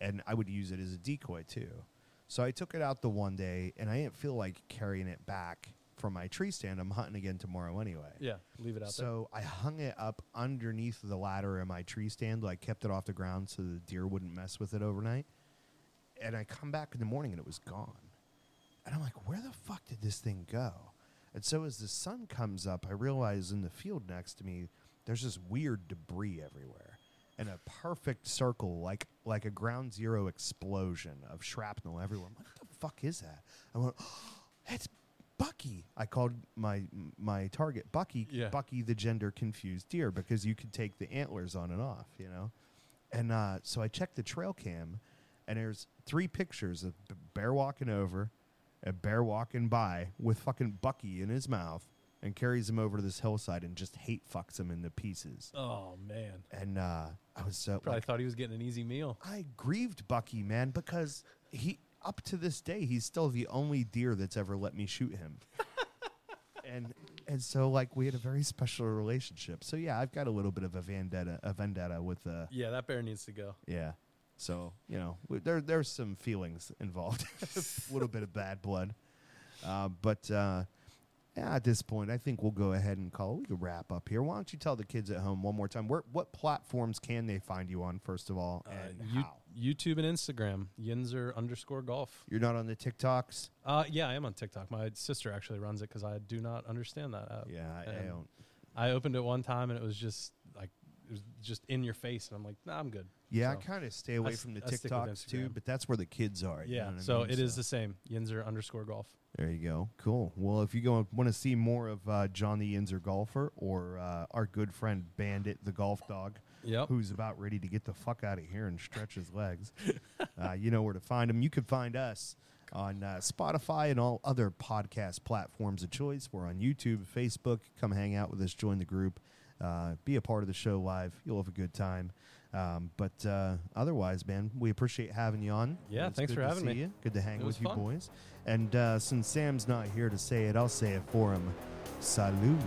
Speaker 3: And I would use it as a decoy too. So I took it out the one day and I didn't feel like carrying it back from my tree stand. I'm hunting again tomorrow anyway.
Speaker 4: Yeah, leave it out
Speaker 3: So I hung it up underneath the ladder in my tree stand, like kept it off the ground so the deer wouldn't mess with it overnight. And I come back in the morning and it was gone. And I'm like, where the fuck did this thing go? And so as the sun comes up, I realize in the field next to me, there's this weird debris everywhere. And a perfect circle, like like a ground zero explosion of shrapnel everywhere. I'm like, what the fuck is that? I went, it's Bucky. I called my my target Bucky.
Speaker 4: Yeah.
Speaker 3: Bucky the gender confused deer because you could take the antlers on and off, you know. And uh, so I checked the trail cam, and there's three pictures of b- bear walking over, a bear walking by with fucking Bucky in his mouth, and carries him over to this hillside and just hate fucks him into pieces.
Speaker 4: there. Oh man,
Speaker 3: And uh, I was so
Speaker 4: probably
Speaker 3: like,
Speaker 4: thought he was getting an easy meal.
Speaker 3: I grieved Bucky, man, because he up to this day he's still the only deer that's ever let me shoot him. and and so like we had a very special relationship. So yeah, I've got a little bit of a vendetta a vendetta with the
Speaker 4: Yeah, that bear needs to go.
Speaker 3: yeah. So, you know, w- there there's some feelings involved. a little bit of bad blood. Uh, but uh yeah, at this point, I think we'll go ahead and call. We can wrap up here. Why don't you tell the kids at home one more time? Where, what platforms can they find you on, first of all,
Speaker 4: Uh,
Speaker 3: and
Speaker 4: you-
Speaker 3: how?
Speaker 4: YouTube and Instagram, Yinzer underscore golf.
Speaker 3: You're not on the TikToks.
Speaker 4: Uh, yeah, I am on TikTok. My sister actually runs it because I do not understand that app.
Speaker 3: Yeah, I, I
Speaker 4: And
Speaker 3: don't.
Speaker 4: I opened it one time and it was just like it was just in your face, and I'm like, nah, I'm good.
Speaker 3: Yeah,
Speaker 4: So,
Speaker 3: I kind of stay away
Speaker 4: s-
Speaker 3: from the
Speaker 4: I stick with
Speaker 3: TikToks too,
Speaker 4: Instagram.
Speaker 3: but that's where the kids are. you
Speaker 4: yeah.
Speaker 3: know what I
Speaker 4: so
Speaker 3: mean?
Speaker 4: it is the same. Yinzer underscore golf.
Speaker 3: There you go. Cool. Well, if you go want to see more of uh, John the Inzer golfer or uh, our good friend Bandit the golf dog,
Speaker 4: Yep.
Speaker 3: who's about ready to get the fuck out of here and stretch his legs, uh, you know where to find him. You can find us on uh, Spotify and all other podcast platforms of choice. We're on YouTube, Facebook. Come hang out with us. Join the group. Uh, be a part of the show live. You'll have a good time. Um, but uh, otherwise, man, we appreciate having you on.
Speaker 4: Yeah,
Speaker 3: It's
Speaker 4: thanks
Speaker 3: good
Speaker 4: for
Speaker 3: to
Speaker 4: having
Speaker 3: see
Speaker 4: me.
Speaker 3: you. Good to hang
Speaker 4: It was
Speaker 3: with you
Speaker 4: fun.
Speaker 3: boys. And uh, since Sam's not here to say it, I'll say it for him. Salud.